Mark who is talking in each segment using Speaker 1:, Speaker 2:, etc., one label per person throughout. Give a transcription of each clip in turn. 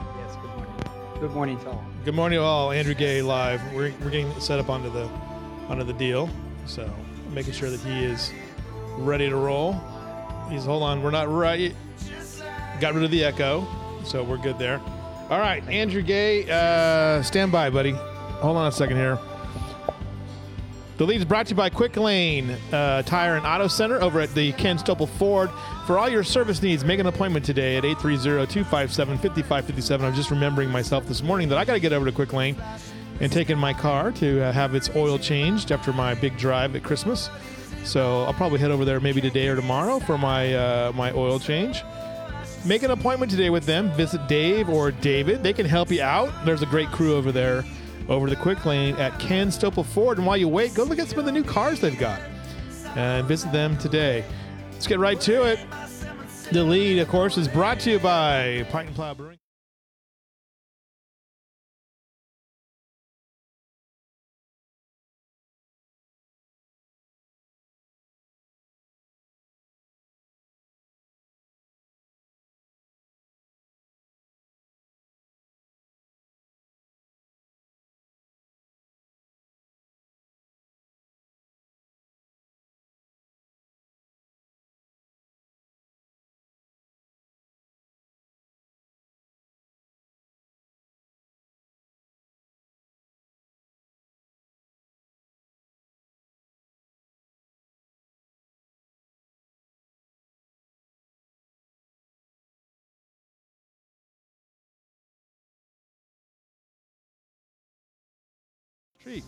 Speaker 1: Yes, good morning. Good morning to all.
Speaker 2: Good morning, all. Andrew Gay live. We're, we're getting set up onto the onto the deal, so making sure that he is ready to roll. He's hold on. We're not right. Got rid of the echo, so we're good there. All right, Andrew Gay, uh, stand by, buddy. Hold on a second here. The lead is brought to you by Quick Lane uh, Tire and Auto Center over at the Ken Stopel Ford. For all your service needs, make an appointment today at 830-257-5557. I'm just remembering myself this morning that I got to get over to Quick Lane and take in my car to uh, have its oil changed after my big drive at Christmas. So I'll probably head over there maybe today or tomorrow for my uh, my oil change. Make an appointment today with them. Visit Dave or David. They can help you out. There's a great crew over there, over the quick lane at Ken Stopel Ford. And while you wait, go look at some of the new cars they've got and visit them today. Let's get right to it. The lead, of course, is brought to you by Pine and Plow Brewing. Treat.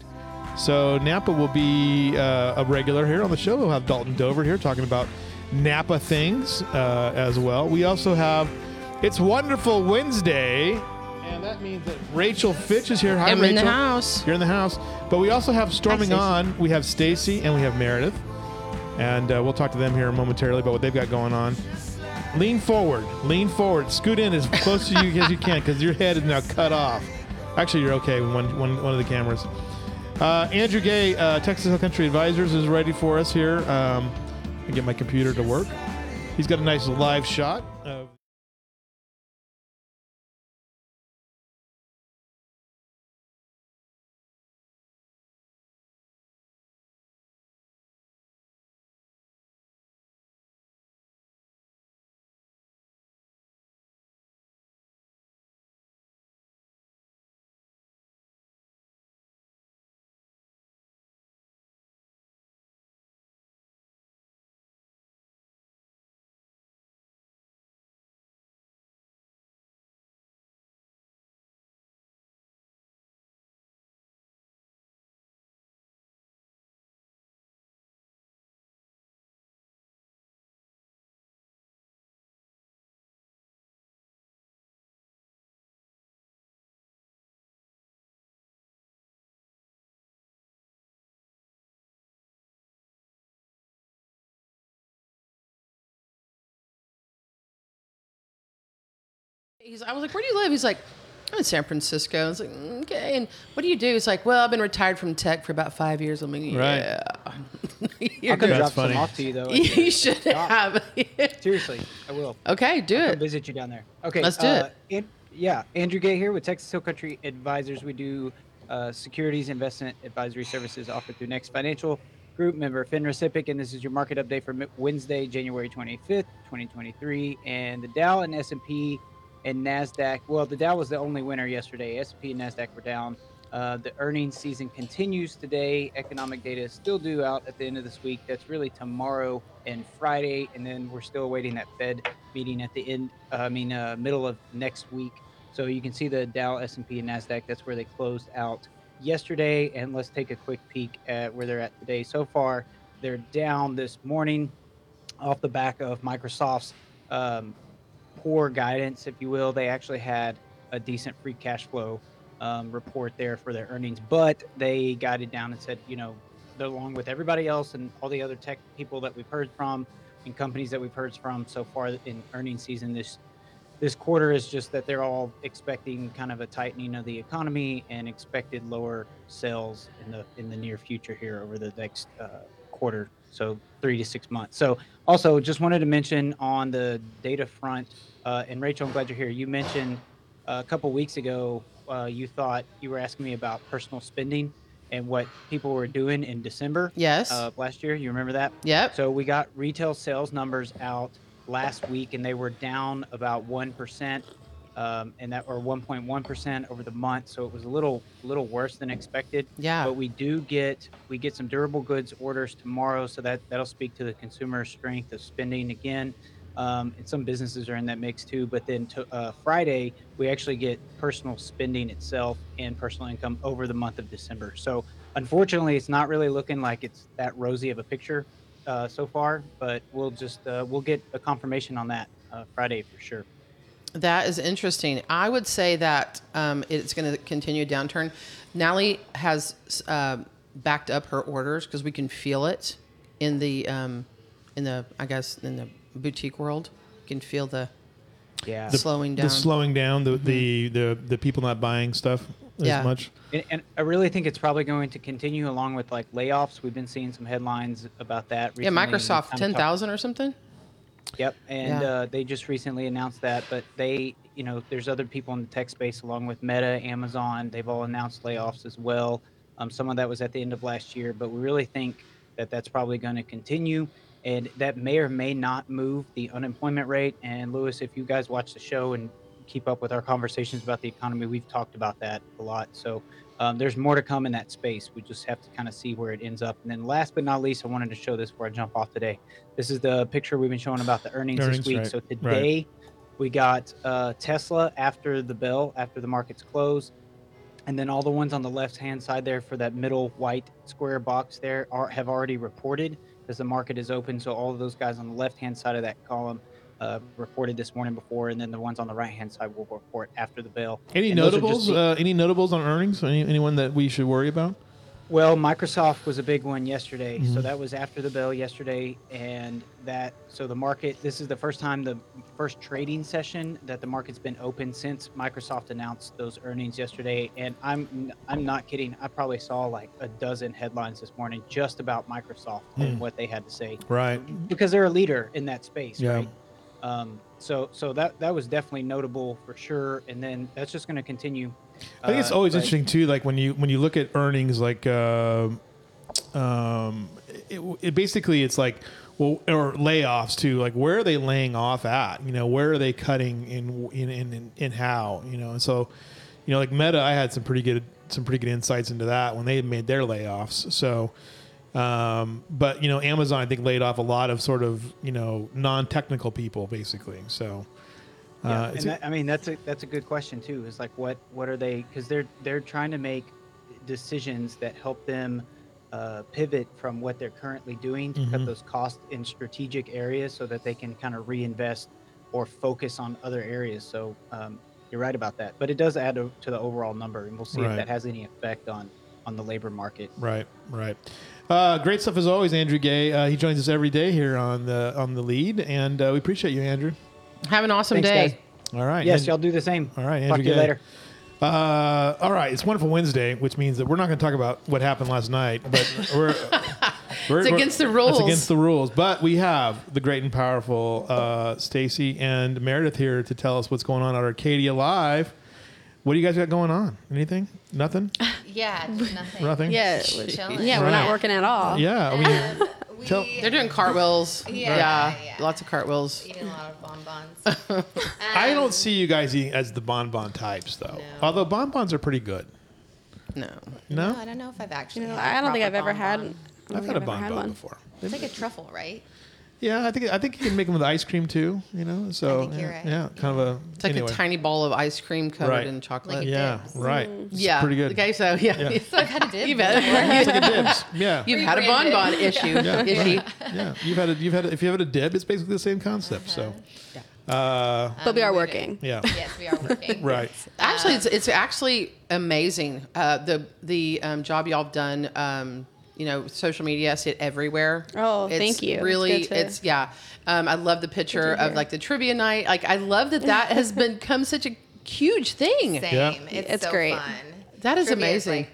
Speaker 2: So Napa will be uh, a regular here on the show. We'll have Dalton Dover here talking about Napa things uh, as well. We also have It's Wonderful Wednesday, and that means that Rachel Fitch is here. Hi,
Speaker 3: I'm in
Speaker 2: Rachel.
Speaker 3: the house.
Speaker 2: You're in the house, but we also have storming
Speaker 3: Stacy.
Speaker 2: on. We have Stacy and we have Meredith, and uh, we'll talk to them here momentarily about what they've got going on. Lean forward, lean forward, scoot in as close to you as you can because your head is now cut off. Actually, you're okay with one, one, one of the cameras. Uh, Andrew Gay, uh, Texas Hill Country Advisors, is ready for us here. Um, I get my computer to work. He's got a nice live shot. Of-
Speaker 3: He's, I was like, where do you live? He's like, I'm in San Francisco. I was like, "Mm, okay. And what do you do? He's like, well, I've been retired from tech for about five years. I'm like,
Speaker 2: Right.
Speaker 3: yeah.
Speaker 1: I
Speaker 3: You're
Speaker 1: could
Speaker 3: good.
Speaker 1: drop
Speaker 2: funny.
Speaker 1: some off to you though.
Speaker 3: you should
Speaker 1: Stop.
Speaker 3: have.
Speaker 1: Seriously, I will.
Speaker 3: okay, do
Speaker 1: Come
Speaker 3: it.
Speaker 1: visit you down there. Okay,
Speaker 3: Let's do
Speaker 1: uh, it. yeah, Andrew Gay here with Texas Hill Country Advisors. We do uh, securities investment advisory services offered through Next Financial Group member FINRA SIPC, and this is your market update for Mi- Wednesday, January 25th, 2023. And the Dow and S&P and Nasdaq. Well, the Dow was the only winner yesterday. S&P and Nasdaq were down. Uh, the earnings season continues today. Economic data is still due out at the end of this week. That's really tomorrow and Friday, and then we're still awaiting that Fed meeting at the end. Uh, I mean, uh, middle of next week. So you can see the Dow, S&P, and Nasdaq. That's where they closed out yesterday. And let's take a quick peek at where they're at today. So far, they're down this morning off the back of Microsoft's um, poor guidance, if you will. They actually had a decent free cash flow um, report there for their earnings, but they guided down and said, you know, they're along with everybody else and all the other tech people that we've heard from and companies that we've heard from so far in earnings season this this quarter is just that they're all expecting kind of a tightening of the economy and expected lower sales in the in the near future here over the next uh, quarter, so three to six months. So also just wanted to mention on the data front, uh, and Rachel, I'm glad you're here. You mentioned a couple weeks ago, uh, you thought you were asking me about personal spending and what people were doing in December.
Speaker 3: Yes.
Speaker 1: Uh, last year, you remember that?
Speaker 3: Yep.
Speaker 1: So we got retail sales numbers out last week, and they were down about one percent, um, and that or one point one percent over the month. So it was a little little worse than expected.
Speaker 3: Yeah.
Speaker 1: But we do get we get some durable goods orders tomorrow, so that that'll speak to the consumer strength of spending again. Um, and some businesses are in that mix too. But then to, uh, Friday, we actually get personal spending itself and personal income over the month of December. So unfortunately, it's not really looking like it's that rosy of a picture uh, so far, but we'll just uh, we'll get a confirmation on that uh, Friday for sure.
Speaker 3: That is interesting. I would say that um, it's going to continue downturn. Nally has uh, backed up her orders because we can feel it in the um, in the I guess in the boutique world. You can feel the
Speaker 1: Yeah.
Speaker 3: slowing down.
Speaker 2: The
Speaker 3: Mm-hmm.
Speaker 2: slowing down, the, the, the, the people not buying stuff as
Speaker 3: Yeah.
Speaker 2: much.
Speaker 1: And, and I really think it's probably going to continue along with like layoffs. We've been seeing some headlines about that. Recently.
Speaker 3: yeah,
Speaker 1: and
Speaker 3: Microsoft
Speaker 1: I'm
Speaker 3: ten
Speaker 1: talk-
Speaker 3: thousand or something.
Speaker 1: Yep, and
Speaker 3: Yeah.
Speaker 1: uh, they just recently announced that. But they, you know, there's other people in the tech space along with Meta, Amazon. They've all announced layoffs as well. Um, some of that was at the end of last year, but we really think that that's probably going to continue, and that may or may not move the unemployment rate. And Lewis, if you guys watch the show and keep up with our conversations about the economy, we've talked about that a lot. So um, there's more to come in that space. We just have to kind of see where it ends up. And then last but not least, I wanted to show this before I jump off today. This is the picture we've been showing about the earnings,
Speaker 2: Earnings,
Speaker 1: this week.
Speaker 2: right,
Speaker 1: So
Speaker 2: right.
Speaker 1: today we got uh, Tesla after the bell, after the market's closed. And then all the ones on the left hand side there for that middle white square box there are have already reported because the market is open. So all of those guys on the left hand side of that column uh, reported this morning before, and then the ones on the right hand side will report after the bell.
Speaker 2: Any
Speaker 1: And those are just
Speaker 2: notables?
Speaker 1: the-
Speaker 2: uh, any notables on earnings? Any, anyone that we should worry about?
Speaker 1: Well, Microsoft was a big one yesterday.
Speaker 2: Mm-hmm.
Speaker 1: So that was after the bell yesterday. And that, so the market, this is the first time, the first trading session that the market's been open since Microsoft announced those earnings yesterday. And I'm, I'm not kidding. I probably saw like a dozen headlines this morning just about Microsoft and what they had to say
Speaker 2: Mm. Right.
Speaker 1: because they're a leader in that space,
Speaker 2: Yeah.
Speaker 1: right? Um, so, so that, that was definitely notable for sure. And then that's just going to continue.
Speaker 2: I think it's
Speaker 1: uh,
Speaker 2: always
Speaker 1: but-
Speaker 2: interesting too. Like when you when you look at earnings, like uh, um, it, it basically it's like well or layoffs too. Like where are they laying off at? You know where are they cutting and in in, in in how? You know and so you know like Meta, I had some pretty good some pretty good insights into that when they made their layoffs. So. Um, but you know, Amazon I think laid off a lot of sort of you know non-technical people basically. So uh,
Speaker 1: Yeah,
Speaker 2: it's-
Speaker 1: and that, I mean that's a that's a good question too. Is like what what are they? Because they're they're trying to make decisions that help them uh, pivot from what they're currently doing to
Speaker 2: Mm-hmm.
Speaker 1: cut those costs in strategic areas so that they can kind of reinvest or focus on other areas. So um, you're right about that, but it does add to, to the overall number, and we'll see
Speaker 2: Right.
Speaker 1: if that has any effect on on the labor market.
Speaker 2: Right, right. Uh, great stuff as always, Andrew Gay. Uh, he joins us every day here on the on the lead, and uh, we appreciate you, Andrew.
Speaker 3: Have an awesome
Speaker 1: Thanks,
Speaker 3: day.
Speaker 1: guys.
Speaker 2: All right.
Speaker 1: Yes,
Speaker 2: And-
Speaker 1: y'all do the same.
Speaker 2: All right,
Speaker 1: Talk
Speaker 2: Andrew
Speaker 1: to you
Speaker 2: Gay.
Speaker 1: later.
Speaker 2: Uh, all right. It's Wonderful Wednesday, which means that we're not going to talk about what happened last night, but we're. we're-
Speaker 3: It's against the
Speaker 2: It's
Speaker 3: rules.
Speaker 2: against the rules, but we have the great and powerful uh, Stacy and Meredith here to tell us what's going on at Arcadia Live. What do you guys got going on? Anything? Nothing?
Speaker 4: Yeah, just nothing.
Speaker 2: Nothing?
Speaker 5: Yeah,
Speaker 4: We're chilling.
Speaker 5: yeah, we're
Speaker 2: Right.
Speaker 5: not working at all.
Speaker 2: Yeah. I mean,
Speaker 4: Um, we
Speaker 2: Tell-
Speaker 3: They're doing cartwheels.
Speaker 4: Yeah, yeah.
Speaker 3: lots of cartwheels.
Speaker 4: eating a lot of bonbons. Um,
Speaker 2: I don't see you guys eating as the bonbon types, though.
Speaker 4: No.
Speaker 2: Although bonbons are pretty good.
Speaker 3: No,
Speaker 2: No,
Speaker 4: I don't know if I've actually.
Speaker 5: You know,
Speaker 4: had
Speaker 5: I don't think
Speaker 4: proper
Speaker 5: I've ever had. I
Speaker 4: bonbon.
Speaker 5: don't
Speaker 2: I've
Speaker 5: think
Speaker 2: had a
Speaker 5: I've ever
Speaker 2: bonbon
Speaker 5: one.
Speaker 2: before.
Speaker 4: It's like a truffle, right?
Speaker 2: Yeah, I think I think you can make them with ice cream too. You know, so
Speaker 4: think
Speaker 2: yeah,
Speaker 4: you're right.
Speaker 2: yeah, kind of a
Speaker 3: it's like
Speaker 2: anyway.
Speaker 3: a tiny ball of ice cream covered
Speaker 2: Right.
Speaker 3: in chocolate.
Speaker 4: Like a
Speaker 2: yeah,
Speaker 4: dips.
Speaker 2: right. It's
Speaker 3: yeah,
Speaker 2: pretty good.
Speaker 3: Okay, so yeah,
Speaker 2: Yeah.
Speaker 4: So I've had a dip.
Speaker 3: you bet.
Speaker 2: It's like a dibs. Yeah,
Speaker 3: You've had a
Speaker 4: Rebranded.
Speaker 3: bonbon issue.
Speaker 2: yeah,
Speaker 3: issue.
Speaker 2: right. yeah. You've had a, you've had a, if you have had a dib, it's basically the same concept. So, uh,
Speaker 5: But we
Speaker 4: Um,
Speaker 5: are
Speaker 4: we did.
Speaker 5: working.
Speaker 2: yeah,
Speaker 4: Uh-huh. Yes, we are working.
Speaker 2: right.
Speaker 3: Actually, it's, it's actually amazing. Uh, the the um, job y'all have done, um, you know, social media, I see it everywhere.
Speaker 5: Oh,
Speaker 3: It's
Speaker 5: thank you. It's
Speaker 3: Really,
Speaker 5: good to-
Speaker 3: it's yeah. Um, I love the picture
Speaker 5: to
Speaker 3: of
Speaker 5: hear.
Speaker 3: like the trivia night. Like, I love that that has become such a huge thing.
Speaker 4: Same.
Speaker 2: Yeah.
Speaker 4: It's,
Speaker 5: It's
Speaker 4: so
Speaker 5: great.
Speaker 4: fun.
Speaker 3: That is
Speaker 4: Trivia
Speaker 3: amazing.
Speaker 4: like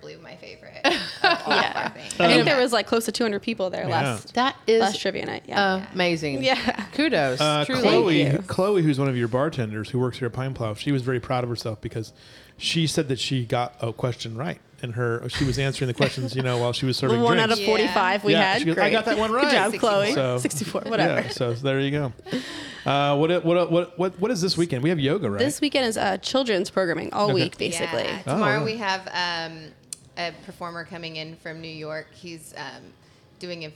Speaker 4: arguably my favorite.
Speaker 2: Oh.
Speaker 4: of all of our
Speaker 5: yeah.
Speaker 4: things.
Speaker 5: I think
Speaker 2: Um,
Speaker 5: there was like close to 200 people there last
Speaker 3: That is
Speaker 5: last trivia night. Yeah.
Speaker 3: amazing.
Speaker 5: Yeah.
Speaker 3: Kudos.
Speaker 2: Uh,
Speaker 3: truly.
Speaker 2: Chloe,
Speaker 5: you.
Speaker 2: Chloe, who's one of your bartenders who works here at Pine Plow, she was very proud of herself because she said that she got a question right, and her she was answering the questions, you know, while she was
Speaker 5: the
Speaker 2: serving
Speaker 5: one
Speaker 2: drinks.
Speaker 5: out of
Speaker 4: Yeah.
Speaker 5: 45 we
Speaker 2: Yeah,
Speaker 5: had.
Speaker 2: she goes, "I
Speaker 5: Great.
Speaker 2: got that one right."
Speaker 5: Good job,
Speaker 4: 64.
Speaker 5: Chloe.
Speaker 2: So-
Speaker 5: 64, whatever.
Speaker 2: Yeah, so there you go. Uh, what, what what what what is this weekend? We have yoga, right?
Speaker 5: This weekend is uh, children's programming all
Speaker 2: Okay.
Speaker 5: week, basically.
Speaker 4: Yeah.
Speaker 2: Oh,
Speaker 4: Tomorrow
Speaker 2: wow.
Speaker 4: we have um, a performer coming in from New York. He's um, doing a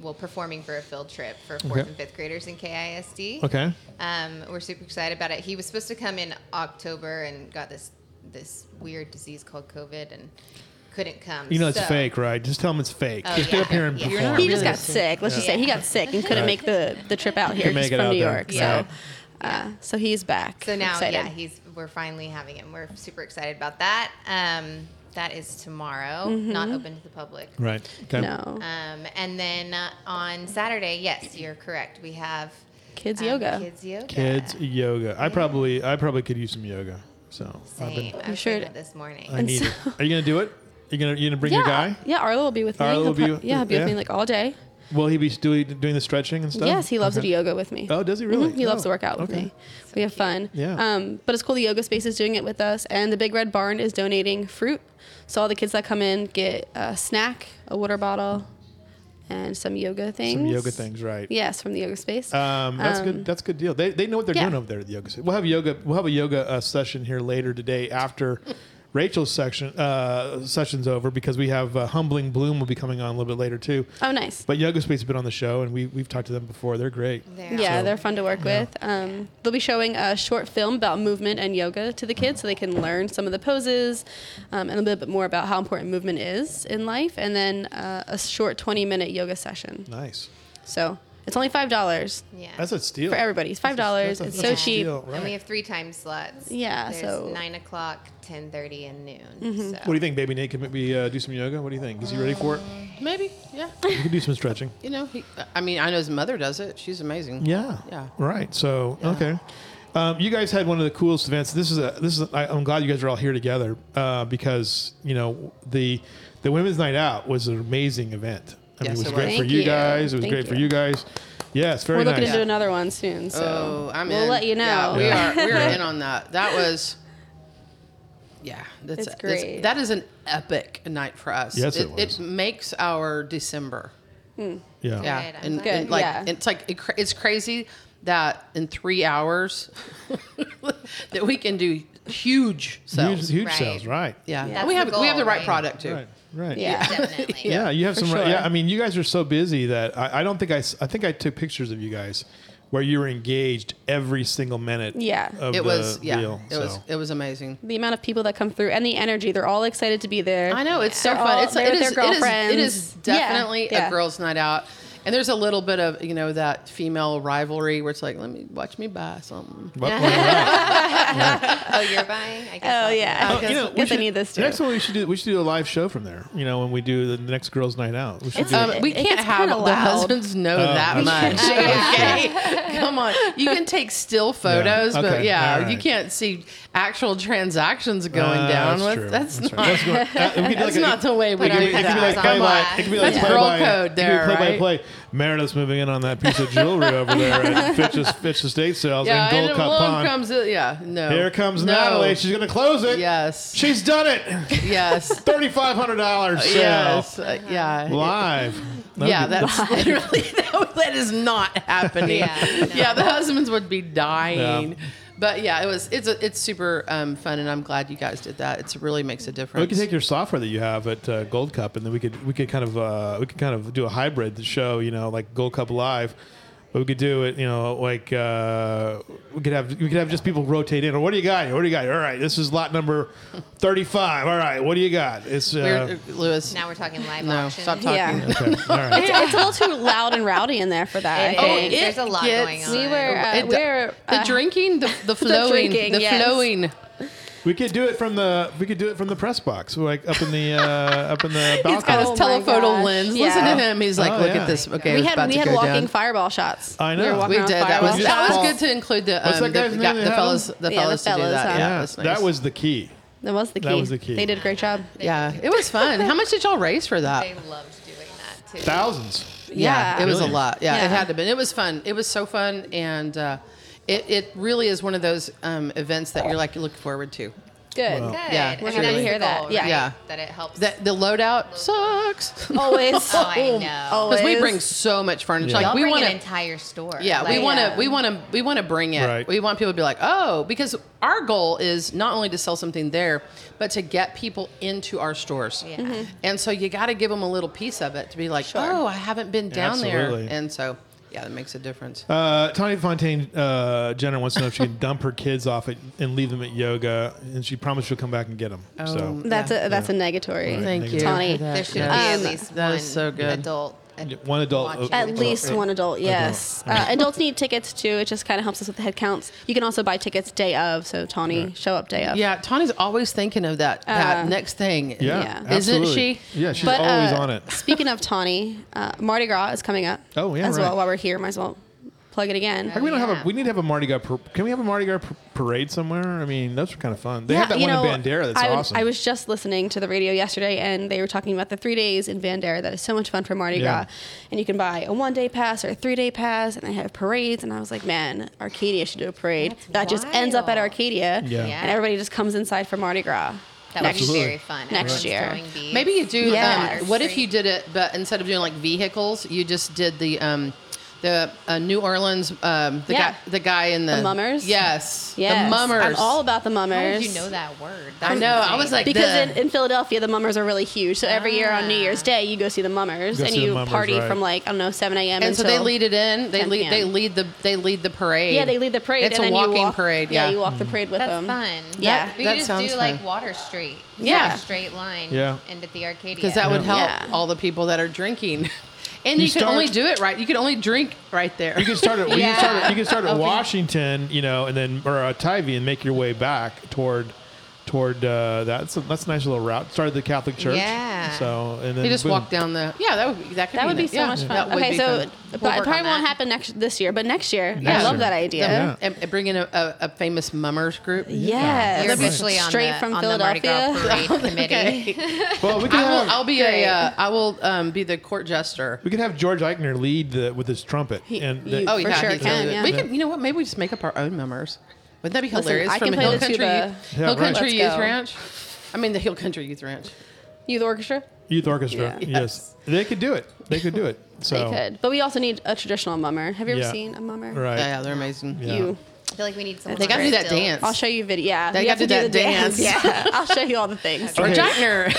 Speaker 4: well performing for a field trip for
Speaker 2: Okay.
Speaker 4: fourth and fifth graders in KISD.
Speaker 2: okay.
Speaker 4: Um, we're super excited about it. He was supposed to come in October and got this this weird disease called COVID and couldn't come.
Speaker 2: You know it's
Speaker 4: So-
Speaker 2: fake, right? Just tell them it's fake.
Speaker 4: Oh,
Speaker 2: Just
Speaker 4: yeah.
Speaker 2: get up here and
Speaker 4: Yeah. You're
Speaker 2: perform.
Speaker 4: not
Speaker 5: He just
Speaker 3: Really?
Speaker 5: got sick. Let's just say he got sick and couldn't
Speaker 2: Right.
Speaker 5: make the, the trip out here.
Speaker 2: Couldn't
Speaker 5: He's
Speaker 2: make it
Speaker 5: from
Speaker 2: out
Speaker 5: New
Speaker 2: there.
Speaker 5: York.
Speaker 4: Yeah.
Speaker 5: So uh, so he's back.
Speaker 4: So
Speaker 5: I'm
Speaker 4: now,
Speaker 5: excited.
Speaker 4: yeah, he's we're finally having him. We're super excited about that. Um, that is tomorrow, not open to the public.
Speaker 2: Right. Okay.
Speaker 5: Mm-hmm. No.
Speaker 4: Um, and then uh, on Saturday, yes, you're correct. We have
Speaker 5: Kids
Speaker 4: um,
Speaker 5: yoga.
Speaker 4: Kids yoga.
Speaker 2: Kids yoga. I probably I probably could use some yoga. So I've been-
Speaker 4: Same. I was
Speaker 5: sure
Speaker 4: thinking
Speaker 5: it-
Speaker 4: it this morning.
Speaker 2: I
Speaker 5: And
Speaker 2: need
Speaker 5: so-
Speaker 2: it. Are you gonna do it? You gonna you gonna bring
Speaker 5: yeah.
Speaker 2: your guy?
Speaker 5: Yeah, Arlo will be with me.
Speaker 2: Arlo
Speaker 5: He'll
Speaker 2: will be
Speaker 5: prob-
Speaker 2: with-
Speaker 5: yeah, he'll be with
Speaker 2: yeah.
Speaker 5: me like all day.
Speaker 2: Will he be doing doing the stretching and stuff?
Speaker 5: Yes, he loves
Speaker 2: Okay.
Speaker 5: to do yoga with me.
Speaker 2: Oh, does he really?
Speaker 5: Mhm, He loves
Speaker 2: Oh,
Speaker 5: to work out with
Speaker 2: okay.
Speaker 5: me. We have fun.
Speaker 2: Yeah.
Speaker 5: Um, but it's cool. The yoga space is doing it with us, and the Big Red Barn is donating fruit. So all the kids that come in get a snack, a water bottle, and some yoga things.
Speaker 2: Some yoga things, right?
Speaker 5: Yes, from the yoga space.
Speaker 2: Um, that's
Speaker 5: Um,
Speaker 2: good. That's a good deal. They, they know what they're
Speaker 5: yeah.
Speaker 2: doing over there at the yoga. se- We'll have yoga. We'll have a yoga uh, session here later today after Rachel's section uh, session's over because we have uh, humbling bloom will be coming on a little bit later too.
Speaker 5: oh, nice.
Speaker 2: But yoga space has been on the show and we we've talked to them before. They're great.
Speaker 4: There.
Speaker 5: Um, Yeah,
Speaker 2: So-
Speaker 5: they're fun to work with. Um, they'll be showing a short film about movement and yoga to the kids so they can learn some of the poses um, and a little bit more about how important movement is in life, and then uh, a short 20 minute yoga session.
Speaker 2: Nice.
Speaker 5: So it's only $5
Speaker 4: Yeah.
Speaker 2: That's a steal
Speaker 5: for everybody. It's $5.
Speaker 2: That's a-
Speaker 5: it's
Speaker 2: that's
Speaker 5: so
Speaker 2: a
Speaker 5: cheap.
Speaker 2: steal, right.
Speaker 4: And we have three time slots.
Speaker 5: Yeah,
Speaker 4: There's
Speaker 5: so-
Speaker 4: nine o'clock, ten thirty, and noon.
Speaker 5: Mm-hmm.
Speaker 4: So.
Speaker 2: What do you think, Baby Nate? Can maybe uh, do some yoga? What do you think? Is he ready for it?
Speaker 3: Maybe. Yeah.
Speaker 2: You can do some stretching.
Speaker 3: You know, he, I mean, I know his mother does it. She's amazing.
Speaker 2: Yeah.
Speaker 3: Yeah.
Speaker 2: Right. So okay. Um, you guys had one of the coolest events. This is a this is I, I'm glad you guys are all here together uh, because you know the the women's night out was an amazing event. I mean,
Speaker 3: Yes,
Speaker 2: it was
Speaker 3: it
Speaker 2: great
Speaker 3: was.
Speaker 2: for
Speaker 5: Thank
Speaker 2: you
Speaker 5: you.
Speaker 2: guys. It was
Speaker 5: Thank
Speaker 2: great for
Speaker 5: you.
Speaker 2: you guys. Yes, very
Speaker 5: We're looking
Speaker 2: nice.
Speaker 5: to do another one soon. So
Speaker 3: Oh, I'm
Speaker 5: we'll
Speaker 3: in.
Speaker 5: let you know.
Speaker 3: Yeah, we
Speaker 2: Yeah.
Speaker 3: are. We are
Speaker 2: Yeah.
Speaker 3: in on that. That was. Yeah, that's
Speaker 5: It's
Speaker 3: that's-
Speaker 5: great.
Speaker 3: that is an epic night for us.
Speaker 2: Yes, it was.
Speaker 3: it makes our December.
Speaker 2: yeah.
Speaker 3: Yeah,
Speaker 4: Good, I'm
Speaker 3: and,
Speaker 4: glad.
Speaker 3: and, like
Speaker 5: Yeah.
Speaker 3: it's like it, cra- it's crazy that in three hours that we can do huge
Speaker 2: Huge,
Speaker 3: sales.
Speaker 2: huge
Speaker 4: Right.
Speaker 2: sales, right?
Speaker 3: Yeah,
Speaker 5: That's
Speaker 3: we
Speaker 4: the
Speaker 3: have we have the
Speaker 4: goal,
Speaker 3: right,
Speaker 4: right?
Speaker 3: product too.
Speaker 2: Right. Right.
Speaker 5: Yeah.
Speaker 4: Definitely.
Speaker 2: Yeah, you have
Speaker 5: For
Speaker 2: some. right-
Speaker 5: sure.
Speaker 2: Yeah, I mean, you guys are so busy that I, I don't think I. s- I think I took pictures of you guys where you were engaged every single minute.
Speaker 5: Yeah.
Speaker 2: of
Speaker 3: It
Speaker 2: the
Speaker 3: was yeah,
Speaker 2: deal,
Speaker 3: it was
Speaker 2: so.
Speaker 3: it was amazing.
Speaker 5: the amount of people that come through and the energy, they're all excited to be there.
Speaker 3: I know it's so
Speaker 5: They're
Speaker 3: fun.
Speaker 5: all-
Speaker 3: it's
Speaker 5: they're
Speaker 3: it
Speaker 5: with
Speaker 3: is,
Speaker 5: their
Speaker 3: it is- It is,
Speaker 5: girlfriends. Yeah,
Speaker 3: definitely a
Speaker 5: yeah.
Speaker 3: girls' night out, and there's a little bit of you know that female rivalry where it's like, let me watch me buy something.
Speaker 2: But- well,
Speaker 4: Oh, you're buying? I guess
Speaker 5: Oh,
Speaker 4: I'll be
Speaker 5: yeah.
Speaker 4: buying.
Speaker 5: I guess-
Speaker 2: you know, we
Speaker 5: guess I
Speaker 2: should-
Speaker 5: need this
Speaker 2: the
Speaker 5: too.
Speaker 2: Next one we should do. We should do a live show from there. You know, when we do the next girls' night out, we should
Speaker 5: It's-
Speaker 2: do. Um,
Speaker 3: Um, we
Speaker 5: It
Speaker 3: can't
Speaker 5: gets
Speaker 3: have
Speaker 5: kinda
Speaker 3: the
Speaker 5: loud.
Speaker 3: husbands know that
Speaker 2: okay.
Speaker 3: much. Okay, come on. You can take still photos, but
Speaker 2: Okay.
Speaker 3: yeah,
Speaker 2: All right.
Speaker 3: you can't see actual transactions going
Speaker 2: Uh,
Speaker 3: down. That's,
Speaker 2: true.
Speaker 3: that's,
Speaker 2: That's
Speaker 3: not.
Speaker 2: right. That's not, uh, we could do like
Speaker 3: That's
Speaker 2: a-
Speaker 3: not the way we
Speaker 2: It could be,
Speaker 3: do
Speaker 2: it could be like
Speaker 3: that.
Speaker 2: play
Speaker 3: Come
Speaker 2: by.
Speaker 3: on.
Speaker 2: It could be like
Speaker 3: That's
Speaker 2: play
Speaker 3: girl
Speaker 2: by.
Speaker 3: code
Speaker 2: it could be
Speaker 3: there,
Speaker 2: play
Speaker 3: right?
Speaker 2: by play. Meredith's moving in on that piece of jewelry over there at Fitch's, Fitch's Estate Sales
Speaker 3: Yeah,
Speaker 2: in Gold
Speaker 3: and
Speaker 2: Cup
Speaker 3: along
Speaker 2: Pond.
Speaker 3: comes it. Yeah, no.
Speaker 2: Here comes
Speaker 3: No.
Speaker 2: Natalie. She's gonna close it.
Speaker 3: Yes.
Speaker 2: She's done it.
Speaker 3: Yes.
Speaker 2: Thirty-five hundred dollars sale
Speaker 3: yes. Uh, yeah.
Speaker 2: live. That'd
Speaker 3: yeah,
Speaker 2: be-
Speaker 3: that's literally that, that is not happening.
Speaker 4: Yeah, no.
Speaker 3: Yeah, the husbands would be dying.
Speaker 2: Yeah.
Speaker 3: But yeah, it was it's a, it's super um, fun, and I'm glad you guys did that. It really makes a difference.
Speaker 2: We could take your software that you have at uh, Gold Cup, and then we could we could kind of uh, we could kind of do a hybrid show, you know, like Gold Cup Live. But we could do it, you know, like uh, we could have we could have just people rotate in. Or what do you got? here? What do you got? here? All right, this is lot number thirty-five. All right, what do you got? It's uh,
Speaker 3: We're- Lewis.
Speaker 4: Now we're talking live
Speaker 3: no,
Speaker 4: auction.
Speaker 3: stop talking.
Speaker 5: Yeah.
Speaker 2: okay. all right.
Speaker 5: It's a little too loud and rowdy in there for that.
Speaker 4: It
Speaker 5: I
Speaker 4: is.
Speaker 5: think.
Speaker 3: Oh, it
Speaker 4: There's a lot
Speaker 3: gets- Oh,
Speaker 4: going on.
Speaker 5: we were, uh,
Speaker 3: It-
Speaker 5: we were
Speaker 3: the
Speaker 5: uh,
Speaker 3: drinking, the, the flowing, the,
Speaker 5: drinking, yes.
Speaker 3: flowing.
Speaker 2: We could do it from the we could do it from the press box, like up in the uh, up in the balcony.
Speaker 3: He's got
Speaker 5: Oh my
Speaker 3: his telephoto
Speaker 5: gosh,
Speaker 3: lens.
Speaker 5: yeah.
Speaker 3: Listen to him. He's like,
Speaker 2: Oh,
Speaker 3: look
Speaker 2: yeah.
Speaker 3: at this. Okay,
Speaker 5: we
Speaker 3: it's
Speaker 5: had
Speaker 3: about
Speaker 5: we
Speaker 3: to
Speaker 5: had
Speaker 3: go
Speaker 5: walking
Speaker 3: down.
Speaker 5: fireball shots.
Speaker 2: I
Speaker 5: We,
Speaker 2: know.
Speaker 5: were
Speaker 3: We
Speaker 5: walking
Speaker 3: did
Speaker 5: around
Speaker 3: that.
Speaker 5: fireball
Speaker 3: Was,
Speaker 2: just
Speaker 3: that was
Speaker 2: fall.
Speaker 3: good to include the
Speaker 2: What's
Speaker 3: um,
Speaker 2: that
Speaker 3: the,
Speaker 2: guy's name
Speaker 3: the
Speaker 2: they had on?
Speaker 3: fellas, the
Speaker 5: Yeah, the
Speaker 3: fellas to do
Speaker 5: fellas,
Speaker 3: that.
Speaker 5: huh?
Speaker 3: Yeah,
Speaker 2: Yeah,
Speaker 3: that's nice.
Speaker 2: that was the key.
Speaker 5: That was the key.
Speaker 2: That was the key.
Speaker 5: They did a great job.
Speaker 3: Yeah, it was fun. How much did y'all raise for that?
Speaker 4: They loved doing that too.
Speaker 2: Thousands.
Speaker 5: Yeah.
Speaker 3: it was a
Speaker 2: Millions.
Speaker 3: lot. Yeah, it
Speaker 5: Yeah.
Speaker 3: had to been. It was fun. It was so fun, and uh, it it really is one of those um, events that you're like you look forward to.
Speaker 5: Good.
Speaker 4: Good.
Speaker 3: Yeah,
Speaker 4: And
Speaker 5: we're
Speaker 4: that's
Speaker 5: happy to
Speaker 4: the
Speaker 5: hear that.
Speaker 4: goal,
Speaker 5: Yeah.
Speaker 4: right?
Speaker 3: Yeah.
Speaker 4: That it helps.
Speaker 3: That the loadout sucks
Speaker 5: Always.
Speaker 4: Oh, I know.
Speaker 5: Always.
Speaker 3: because we bring so much furniture.
Speaker 2: Yeah.
Speaker 4: Y'all
Speaker 3: Like we
Speaker 4: bring
Speaker 3: want
Speaker 4: an
Speaker 3: to.
Speaker 4: entire store.
Speaker 3: Yeah, we
Speaker 4: Like,
Speaker 3: want to.
Speaker 5: Yeah.
Speaker 3: We want to. We want to bring it.
Speaker 2: Right.
Speaker 3: We want people to be like, oh, because our goal is not only to sell something there, but to get people into our stores.
Speaker 4: Yeah.
Speaker 2: Mm-hmm.
Speaker 4: Mhm.
Speaker 3: And so you got to give them a little piece of it to be like, oh, I haven't been down
Speaker 2: Absolutely.
Speaker 3: there, and so yeah, that makes a difference.
Speaker 2: Uh, Tony Fontaine uh, Jenner wants to know if she can dump her kids off at, and leave them at yoga, and she promised she'll come back and get them. so
Speaker 5: That's
Speaker 3: Yeah.
Speaker 5: a that's a negatory.
Speaker 2: Right.
Speaker 3: Thank you,
Speaker 5: Tawny.
Speaker 3: for that.
Speaker 4: There should
Speaker 3: Yes.
Speaker 4: be at
Speaker 5: Um,
Speaker 4: least
Speaker 3: that
Speaker 4: one
Speaker 3: is so good.
Speaker 4: adult. ad-
Speaker 2: Yeah, one adult, uh,
Speaker 4: watching
Speaker 5: Oh. At
Speaker 4: the
Speaker 2: Adult,
Speaker 5: least
Speaker 2: uh,
Speaker 5: one adult, yes. Uh, adults need tickets too. It just kind of helps us with the head counts. You can also buy tickets day of, so Tawny, show up day of.
Speaker 3: Yeah, Tawny's always thinking of that that
Speaker 5: Uh,
Speaker 3: next thing.
Speaker 2: yeah,
Speaker 5: Yeah. Isn't
Speaker 2: absolutely.
Speaker 3: she?
Speaker 2: Yeah, she's
Speaker 5: But,
Speaker 2: always
Speaker 5: uh,
Speaker 2: on it.
Speaker 5: Speaking of Tawny, uh, Mardi Gras is coming up.
Speaker 2: Oh, yeah,
Speaker 5: As
Speaker 2: right.
Speaker 5: well, while we're here, might as well plug it again.
Speaker 2: Like, we don't have
Speaker 4: Yeah.
Speaker 2: a. We need to have a Mardi Gras. par- can we have a Mardi Gras par- parade somewhere? I mean, those are kind of fun. They have that
Speaker 5: you
Speaker 2: one
Speaker 5: know,
Speaker 2: in Bandera. That's
Speaker 5: I, would-
Speaker 2: awesome.
Speaker 5: I was just listening to the radio yesterday, and they were talking about the three days in Bandera. That is so much fun for Mardi
Speaker 2: Yeah.
Speaker 5: Gras, and you can buy a one-day pass or a three-day pass, and they have parades. And I was like, man, Arcadia should do a parade
Speaker 4: That's
Speaker 5: that just ends up at
Speaker 4: wild.
Speaker 5: Arcadia,
Speaker 2: Yeah.
Speaker 4: Yeah.
Speaker 5: and everybody just comes inside for Mardi Gras.
Speaker 4: That would
Speaker 5: next
Speaker 4: be
Speaker 2: Absolutely.
Speaker 4: very fun.
Speaker 5: Next
Speaker 4: Everyone's
Speaker 5: year.
Speaker 4: throwing beads.
Speaker 3: Maybe you do.
Speaker 5: Yeah.
Speaker 3: Um, what if you did it, but instead of doing like vehicles, you just did the um, the uh, New Orleans um, the
Speaker 5: Yeah.
Speaker 3: guy the guy in the,
Speaker 5: The mummers?
Speaker 3: Yes,
Speaker 5: Yes,
Speaker 3: the mummers.
Speaker 5: I'm all about the mummers.
Speaker 4: How did you know that word? That
Speaker 3: I know. I
Speaker 4: insane.
Speaker 3: was like,
Speaker 5: Because
Speaker 3: the-
Speaker 5: in, in Philadelphia, the mummers are really huge. So every year on New
Speaker 4: Ah.
Speaker 5: Year's Day, you go see the mummers
Speaker 2: Go
Speaker 5: and
Speaker 2: see the
Speaker 5: you
Speaker 2: mummers,
Speaker 5: party
Speaker 2: right.
Speaker 5: from like I don't know 7 a.m.
Speaker 3: and so
Speaker 5: until
Speaker 3: they lead it in. They
Speaker 5: 10
Speaker 3: lead. They
Speaker 5: p.m..
Speaker 3: lead the. They lead the parade.
Speaker 5: Yeah, they lead the parade.
Speaker 3: It's
Speaker 5: and
Speaker 3: a
Speaker 5: then
Speaker 3: walking
Speaker 5: you walk,
Speaker 3: parade.
Speaker 5: Yeah.
Speaker 3: Yeah,
Speaker 5: you walk the parade with
Speaker 4: That's
Speaker 5: them.
Speaker 4: fun.
Speaker 5: Yeah.
Speaker 4: we
Speaker 3: That
Speaker 4: could just
Speaker 3: sounds
Speaker 4: do like
Speaker 3: fun.
Speaker 4: Water Street.
Speaker 5: Yeah.
Speaker 4: Like a straight line.
Speaker 2: Yeah.
Speaker 4: End at the Arcadia.
Speaker 3: because that would help
Speaker 5: Yeah.
Speaker 3: all the people that are drinking. And you,
Speaker 2: You
Speaker 3: can only
Speaker 2: start-
Speaker 3: do it right. You can only drink right there. Oh,
Speaker 2: You can start at you can start at, you can start at
Speaker 3: Okay.
Speaker 2: Washington, you know, and then or uh, Tyvee, and make your way back toward toward uh, that's a, that's a nice little route. Start at the Catholic Church,
Speaker 4: Yeah.
Speaker 2: So and then
Speaker 3: You just
Speaker 2: boom.
Speaker 3: walk down the. Yeah, that would be that. Could
Speaker 5: That would be
Speaker 3: nice.
Speaker 5: so
Speaker 3: Yeah,
Speaker 5: much
Speaker 3: that
Speaker 5: fun.
Speaker 3: would
Speaker 5: Okay,
Speaker 3: be
Speaker 5: so
Speaker 3: fun.
Speaker 5: but
Speaker 4: We'll
Speaker 5: it
Speaker 4: work
Speaker 5: probably
Speaker 4: on
Speaker 5: won't
Speaker 4: that.
Speaker 5: happen next this year, but next year, I
Speaker 2: Next
Speaker 5: love
Speaker 2: year.
Speaker 5: that idea.
Speaker 2: Yeah.
Speaker 3: And, and bring in a, a, a famous mummers group.
Speaker 5: Yes.
Speaker 4: You're
Speaker 2: That'd be
Speaker 4: officially on
Speaker 5: straight
Speaker 4: the,
Speaker 5: from
Speaker 4: on
Speaker 5: Philadelphia.
Speaker 4: the Mardi Gras parade committee.
Speaker 2: Well, we could
Speaker 3: I will.
Speaker 2: have
Speaker 3: I'll be
Speaker 5: Great.
Speaker 3: a. Uh, I will um, be the court jester.
Speaker 2: we could have George Eichner lead the, with his trumpet, and the,
Speaker 5: you-
Speaker 3: Oh
Speaker 5: For
Speaker 3: yeah,
Speaker 5: sure
Speaker 3: he's
Speaker 5: can,
Speaker 3: really good.
Speaker 5: yeah.
Speaker 3: We could. You know what? Maybe we just make up our own mummers. Wouldn't that be
Speaker 5: Listen,
Speaker 3: hilarious?
Speaker 5: I
Speaker 3: From
Speaker 5: can play
Speaker 3: Hill
Speaker 5: the
Speaker 3: Country,
Speaker 5: tuba.
Speaker 2: Yeah,
Speaker 3: Hill
Speaker 2: right.
Speaker 3: Country
Speaker 5: Let's
Speaker 3: Youth
Speaker 5: go.
Speaker 3: Ranch. I mean the Hill Country Youth Ranch.
Speaker 5: Youth orchestra.
Speaker 2: youth orchestra.
Speaker 5: Yeah.
Speaker 2: Yes, they could do it. They could do it. So
Speaker 5: They could, but we also need a traditional mummer. Have you ever
Speaker 2: Yeah.
Speaker 5: seen a mummer?
Speaker 2: right.
Speaker 3: Yeah, yeah, they're amazing.
Speaker 2: Yeah.
Speaker 5: You.
Speaker 4: I feel like we need someone.
Speaker 3: They got to do that
Speaker 4: still.
Speaker 3: dance.
Speaker 5: I'll show you video. Yeah,
Speaker 3: They
Speaker 5: you
Speaker 3: gotta
Speaker 5: have
Speaker 3: do
Speaker 5: to
Speaker 3: that dance.
Speaker 5: Yeah, I'll show you all the things.
Speaker 3: Or
Speaker 2: Okay.
Speaker 3: Jackner.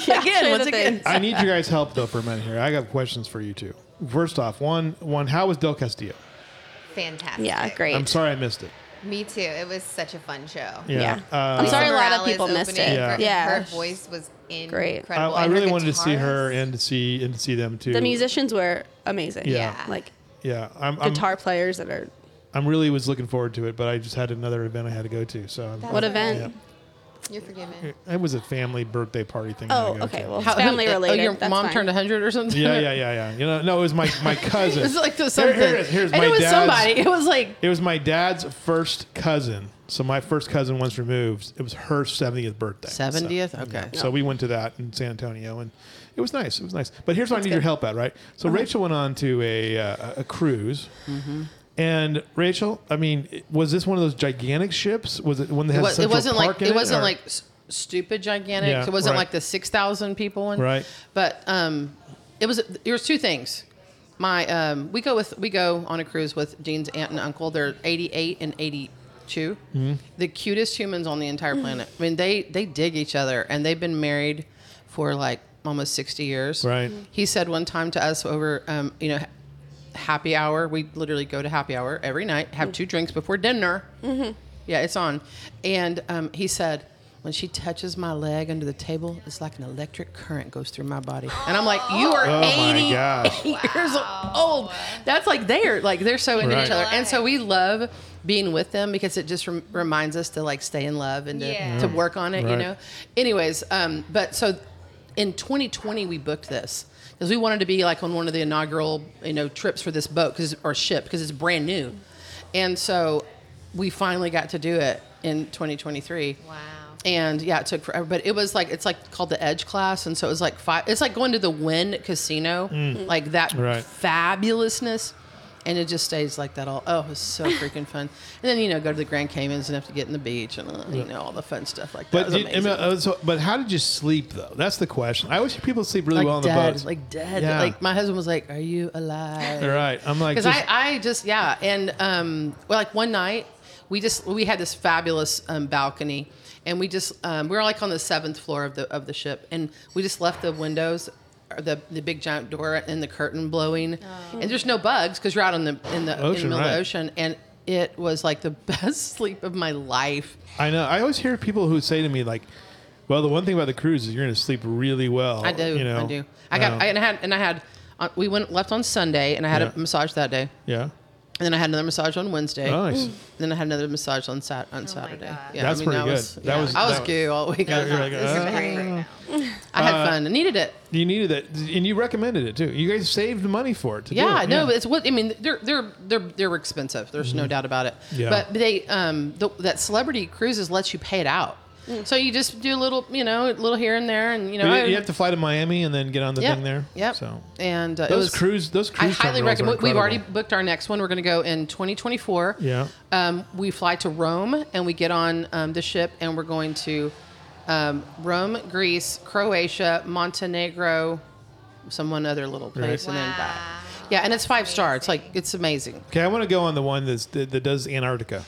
Speaker 5: show
Speaker 3: again,
Speaker 5: you
Speaker 3: once
Speaker 5: the
Speaker 3: again.
Speaker 5: things.
Speaker 2: I need your guys' help though for a minute here. I got questions for you two. First off, one one, how was Del Castillo?
Speaker 4: Fantastic.
Speaker 5: Yeah, great.
Speaker 2: I'm sorry I missed it.
Speaker 4: Me too. It was such a fun show.
Speaker 5: Yeah.
Speaker 2: Uh,
Speaker 5: I'm sorry a lot of
Speaker 4: Morales
Speaker 5: people missed
Speaker 4: opening.
Speaker 5: it.
Speaker 2: Yeah.
Speaker 4: Her,
Speaker 5: Yeah.
Speaker 4: her voice was
Speaker 5: Great.
Speaker 4: incredible.
Speaker 2: I, I
Speaker 4: And her
Speaker 2: really wanted to see her
Speaker 4: guitarist.
Speaker 2: and to see and to see them too.
Speaker 5: The musicians were amazing.
Speaker 2: Yeah.
Speaker 4: Yeah.
Speaker 5: like
Speaker 2: Yeah, I'm, I'm,
Speaker 5: guitar players that are.
Speaker 2: I'm really was looking forward to it, but I just had another event I had to go to. So I'm,
Speaker 5: What event?
Speaker 4: You're forgiven.
Speaker 2: It was a family birthday party thing. that I
Speaker 5: Oh,
Speaker 2: go
Speaker 5: okay.
Speaker 2: to.
Speaker 5: Well,
Speaker 3: How-
Speaker 5: family
Speaker 3: who-
Speaker 5: related.
Speaker 3: Oh, your
Speaker 5: that's
Speaker 3: mom
Speaker 5: fine.
Speaker 3: turned 100 or something.
Speaker 2: Yeah, yeah, yeah, yeah. You know, no, it was my my cousin.
Speaker 3: It's like the
Speaker 2: Here-
Speaker 3: something.
Speaker 2: here it is. Here's
Speaker 3: and
Speaker 2: my
Speaker 3: it was
Speaker 2: dad's-
Speaker 3: somebody. It was like
Speaker 2: It was my dad's first cousin. So my first cousin once removed. It was her 70th birthday. So-
Speaker 3: 70th? Okay.
Speaker 2: So we went to that in San Antonio, and it was nice. It was nice. But here's what I need your
Speaker 5: good.
Speaker 2: help at, right? So
Speaker 3: Uh-huh.
Speaker 2: Rachel went on to a uh, a cruise.
Speaker 3: Mm-hmm.
Speaker 2: And Rachel, I mean, was this one of those gigantic ships? Was it one that had
Speaker 3: Wa-
Speaker 2: Central
Speaker 3: it wasn't
Speaker 2: Park
Speaker 3: like
Speaker 2: in
Speaker 3: it, wasn't
Speaker 2: or-
Speaker 3: like s- stupid gigantic.
Speaker 2: Yeah,
Speaker 3: it wasn't
Speaker 2: right.
Speaker 3: like the six thousand people one.
Speaker 2: Right.
Speaker 3: But um, it was there was two things. My um, we go with we go on a cruise with Dean's aunt and uncle. They're eighty eight and eighty two.
Speaker 2: Hmm?
Speaker 3: The cutest humans on the entire planet. I mean, they they dig each other, and they've been married for like almost sixty years.
Speaker 2: Right.
Speaker 3: He said one time to us over, um, you know, ha- happy hour. We literally go to happy hour every night, have two drinks before dinner. Yeah, it's on. And um, he said, when she touches my leg under the table, it's like an electric current goes through my body. And I'm like, you are
Speaker 2: Oh my
Speaker 3: 88
Speaker 2: gosh.
Speaker 3: years old. That's like they're like they're so into
Speaker 2: Right.
Speaker 3: each other. And so we love being with them because it just rem- reminds us to like stay in love and to,
Speaker 4: Yeah.
Speaker 3: to work on it, you
Speaker 2: Right.
Speaker 3: know. Anyways, um, but so in 2020 we booked this because we wanted to be like on one of the inaugural you know trips for this boat 'cause- or ship because it's brand new, and so we finally got to do it in 2023.
Speaker 4: Wow.
Speaker 3: and yeah, it took forever. But it was like it's like called the Edge class, and so it was like five. It's like going to the Wynn Casino,
Speaker 2: Mm.
Speaker 3: like that
Speaker 2: Right.
Speaker 3: fabulousness, and it just stays like that all. Oh, it was so freaking fun. And then you know go to the Grand Caymans and have to get in the beach and uh, you know all the fun stuff like that.
Speaker 2: But
Speaker 3: It was
Speaker 2: did,
Speaker 3: amazing.
Speaker 2: Emma, uh, so, but how did you sleep though? That's the question. I always hear people sleep really
Speaker 3: like
Speaker 2: well on
Speaker 3: dead,
Speaker 2: the boat.
Speaker 3: like dead.
Speaker 2: Yeah.
Speaker 3: Like my husband was like, "Are you alive?"
Speaker 2: All right. I'm like,
Speaker 3: because
Speaker 2: just,
Speaker 3: I, I just yeah and um well like one night we just we had this fabulous um, balcony and we just um, we were like on the seventh floor of the of the ship and we just left the windows or the the big giant door and the curtain blowing and there's no bugs because you're out on the in the, in the
Speaker 2: Ocean,
Speaker 3: middle of
Speaker 2: right.
Speaker 3: the ocean and it was like the best sleep of my life
Speaker 2: I know. I always hear people who say to me like, "Well, the one thing about the cruise is you're going to sleep really well."
Speaker 3: I do.
Speaker 2: Oh, You know? Um,
Speaker 3: I do. I got.
Speaker 2: Yeah.
Speaker 3: I, and I had. And I had. Uh, we went left on Sunday, and I had
Speaker 2: Yeah.
Speaker 3: a massage that day,
Speaker 2: yeah.
Speaker 3: and then I had another massage on Wednesday.
Speaker 2: Nice.
Speaker 3: And then I had another massage on Sat on Saturday.
Speaker 4: Oh God.
Speaker 3: Yeah,
Speaker 2: That's
Speaker 3: I mean,
Speaker 2: pretty
Speaker 3: I Was,
Speaker 2: good. That
Speaker 3: yeah,
Speaker 2: was-
Speaker 3: I was
Speaker 2: that-
Speaker 3: goo all week.
Speaker 2: Yeah, you're like, Uh,
Speaker 4: This is
Speaker 2: "Ah."
Speaker 4: great right now.
Speaker 3: I had fun. I needed it.
Speaker 2: You needed that, and you recommended it too. You guys saved money for it. To do
Speaker 3: Yeah,
Speaker 2: it.
Speaker 3: no, but it's what I mean. They're they're they're they're expensive. There's no doubt about it.
Speaker 2: Mm-hmm. Yeah.
Speaker 3: But they um the, that celebrity cruises lets you pay it out.
Speaker 4: Mm.
Speaker 3: So you just do a little, you know, a little here and there, and you know, oh,
Speaker 2: But
Speaker 3: I-
Speaker 2: you, you have to fly to Miami and then get on the
Speaker 3: Yep,
Speaker 2: thing there.
Speaker 3: Yep.
Speaker 2: So
Speaker 3: and uh, it
Speaker 2: those
Speaker 3: was,
Speaker 2: cruise, those
Speaker 3: I
Speaker 2: cruise.
Speaker 3: highly
Speaker 2: terminals are
Speaker 3: recommend. We've already
Speaker 2: incredible.
Speaker 3: booked our next one. We're going to go in 2024.
Speaker 2: Yeah.
Speaker 3: Um, we fly to Rome and we get on um, the ship and we're going to um, Rome, Greece, Croatia, Montenegro, some one other little place, and then back. Yeah, and it's five star. It's like it's amazing.
Speaker 2: Okay, I want to go on the one that's, that, that does Antarctica.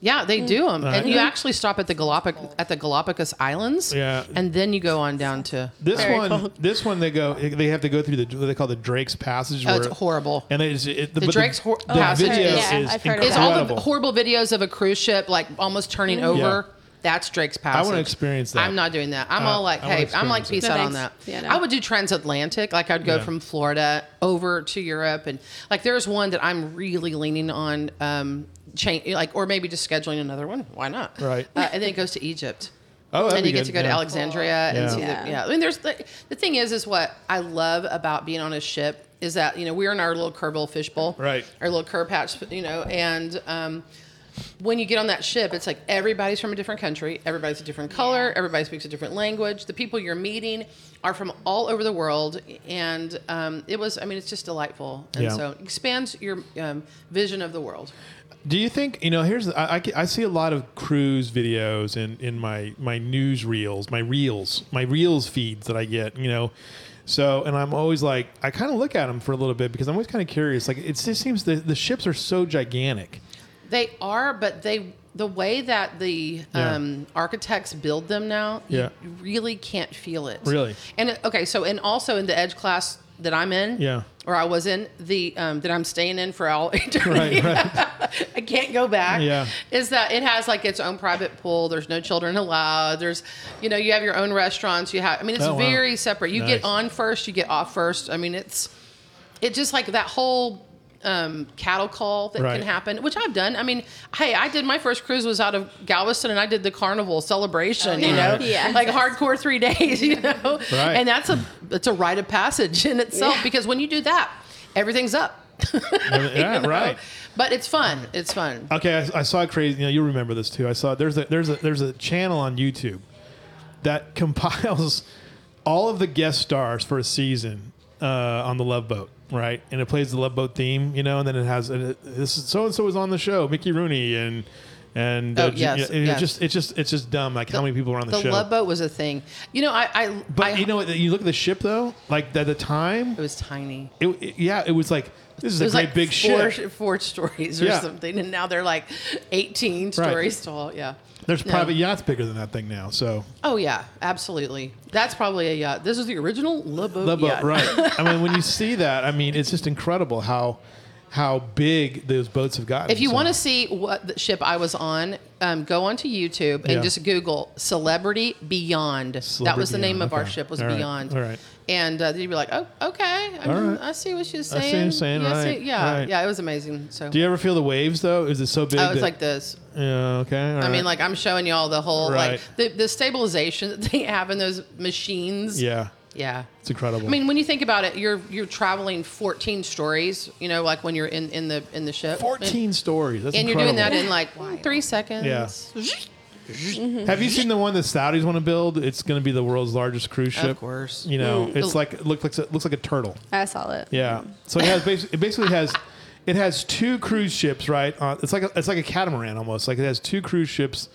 Speaker 3: Yeah, they do them,
Speaker 2: Alright.
Speaker 3: and you actually stop at the Galapag at the Galapagos Islands.
Speaker 2: Yeah.
Speaker 3: and then you go on down to.
Speaker 2: This
Speaker 5: Very
Speaker 2: one,
Speaker 5: cold.
Speaker 2: this one, they go, they have to go through the what they call the Drake's Passage.
Speaker 3: Oh, it's
Speaker 2: where-
Speaker 3: horrible.
Speaker 2: And they, just- it, the, but
Speaker 3: Drake's hor-
Speaker 2: the
Speaker 3: Passage
Speaker 2: video
Speaker 3: is- Yeah,
Speaker 2: is
Speaker 5: oh, I've heard of that.
Speaker 3: It's all the
Speaker 2: incredible.
Speaker 3: horrible videos of a cruise ship like almost turning over. That's Drake's
Speaker 2: Mm-hmm. I
Speaker 3: passage.
Speaker 2: want to experience that.
Speaker 3: I'm not doing that. I'm
Speaker 2: Uh,
Speaker 3: all like,
Speaker 2: I wanna
Speaker 3: hey, I'm like,
Speaker 2: experience
Speaker 3: peace
Speaker 5: it.
Speaker 3: out
Speaker 5: No,
Speaker 3: on that.
Speaker 5: thanks. Yeah, no.
Speaker 3: I would do transatlantic. Like, I'd go
Speaker 2: Yeah.
Speaker 3: from Florida over to Europe, and like, there's one that I'm really leaning on, um, change, like, or maybe just scheduling another one. Why not?
Speaker 2: Right.
Speaker 3: Uh, and then it goes to Egypt.
Speaker 2: Oh, that'd
Speaker 3: and
Speaker 2: be
Speaker 3: you get
Speaker 2: good,
Speaker 3: to go to
Speaker 2: yeah.
Speaker 3: Alexandria and
Speaker 2: Yeah.
Speaker 3: see
Speaker 5: Yeah.
Speaker 3: the yeah. I mean, there's the, the thing is, is what I love about being on a ship is that you know we're in our little curveball fishbowl,
Speaker 2: Right.
Speaker 3: Our little curb hatch, you know, and um, when you get on that ship, it's like everybody's from a different country, everybody's a different color, everybody speaks a different language. The people you're meeting are from all over the world, and um, it was, I mean, it's just delightful, and
Speaker 2: Yeah.
Speaker 3: so it expands your um, vision of the world.
Speaker 2: Do you think you know? Here's the- I, I ca- I see a lot of cruise videos in in my my news reels, my reels, my reels feeds that I get. You know, so and I'm always like I kind of look at them for a little bit because I'm always kind of curious. Like it just seems the the ships are so gigantic.
Speaker 3: They are, but they the way that the
Speaker 2: Yeah.
Speaker 3: um, architects build them now,
Speaker 2: Yeah.
Speaker 3: you really can't feel it.
Speaker 2: Really?
Speaker 3: And it- okay, so and also in the edge class that I'm in,
Speaker 2: Yeah.
Speaker 3: or I was in the um, that I'm staying in for all eternity.
Speaker 2: Right, right.
Speaker 3: I can't go back.
Speaker 2: Yeah.
Speaker 3: Is that it has like its own private pool. There's no children allowed. There's, you know, you have your own restaurants. You have, I mean, it's
Speaker 2: Oh, wow.
Speaker 3: very separate. You
Speaker 2: Nice.
Speaker 3: get on first, you get off first. I mean, it's, it just like that whole um, cattle call that
Speaker 2: Right.
Speaker 3: can happen, which I've done. I mean, hey, I did my first cruise was out of Galveston and I did the carnival celebration, you know,
Speaker 2: Right.
Speaker 5: Oh, Yeah.
Speaker 3: like hardcore three days, you know,
Speaker 2: Right.
Speaker 3: and that's a, it's a rite of passage in itself
Speaker 5: Yeah.
Speaker 3: because when you do that, everything's up.
Speaker 2: yeah, right.
Speaker 3: But it's fun. It's fun.
Speaker 2: Okay, I, I saw a crazy. You know, you remember this too. I saw there's a there's a there's a channel on YouTube that compiles all of the guest stars for a season uh, on the Love Boat, right? And it plays the Love Boat theme, you know, and then it has and it, this so and so was on the show, Mickey Rooney, and and
Speaker 3: Oh,
Speaker 2: Ju-
Speaker 3: yes,
Speaker 2: and it's
Speaker 3: yes.
Speaker 2: just it's just it's just dumb like how many people are on the,
Speaker 3: the
Speaker 2: show.
Speaker 3: love boat was a thing. You know, I, I
Speaker 2: but
Speaker 3: I,
Speaker 2: you know, you look at the ship though, like at the time,
Speaker 3: it was tiny.
Speaker 2: it, it- yeah, it was like this is
Speaker 3: It
Speaker 2: a
Speaker 3: was
Speaker 2: great
Speaker 3: like
Speaker 2: big
Speaker 3: four,
Speaker 2: ship.
Speaker 3: four stories or
Speaker 2: Yeah.
Speaker 3: something, and now they're like eighteen
Speaker 2: Right.
Speaker 3: stories tall. Yeah.
Speaker 2: There's
Speaker 3: No.
Speaker 2: private yachts bigger than that thing now, so
Speaker 3: Oh yeah, absolutely. That's probably a yacht. This is the original love boat.
Speaker 2: Love
Speaker 3: yacht.
Speaker 2: boat, right? I mean, when you see that, I mean, it's just incredible how how big those boats have gotten.
Speaker 3: If you
Speaker 2: So-
Speaker 3: want to see what the ship I was on, um, go onto YouTube and
Speaker 2: Yeah.
Speaker 3: just Google "Celebrity Beyond." that
Speaker 2: Celebrity
Speaker 3: was the name
Speaker 2: Beyond,
Speaker 3: of our
Speaker 2: okay.
Speaker 3: ship was
Speaker 2: All right,
Speaker 3: Beyond.
Speaker 2: all right.
Speaker 3: And uh, you'd be like, "Oh, okay. I,
Speaker 2: All
Speaker 3: mean,
Speaker 2: right.
Speaker 3: I see what she's
Speaker 2: I see what
Speaker 3: saying.
Speaker 2: you're saying,
Speaker 3: Yeah, I
Speaker 2: right,
Speaker 3: see- yeah,
Speaker 2: right.
Speaker 3: yeah. It was amazing. So
Speaker 2: do you ever feel the waves though? Is it so big?
Speaker 3: I was
Speaker 2: that-
Speaker 3: like this.
Speaker 2: yeah, okay. all
Speaker 3: I
Speaker 2: right.
Speaker 3: mean, like I'm showing y'all the whole
Speaker 2: Right.
Speaker 3: like the, the stabilization that they have in those machines.
Speaker 2: yeah,
Speaker 3: yeah.
Speaker 2: it's incredible.
Speaker 3: I mean, when you think about it, you're you're traveling 14 stories. You know, like when you're in in the in the ship.
Speaker 2: fourteen stories. That's
Speaker 3: And, and you're
Speaker 2: incredible.
Speaker 3: doing that in like three seconds.
Speaker 2: Yeah.
Speaker 3: Mm-hmm.
Speaker 2: Have you seen the one the Saudis want to build? It's going to be the world's largest cruise ship.
Speaker 3: Of course. Mm.
Speaker 2: You know, it's like it looks like it looks like a turtle.
Speaker 5: I saw it.
Speaker 2: Yeah. So it has basically, it basically has it has two cruise ships, right? Uh, it's like a, it's like a catamaran almost. Like it has two cruise ships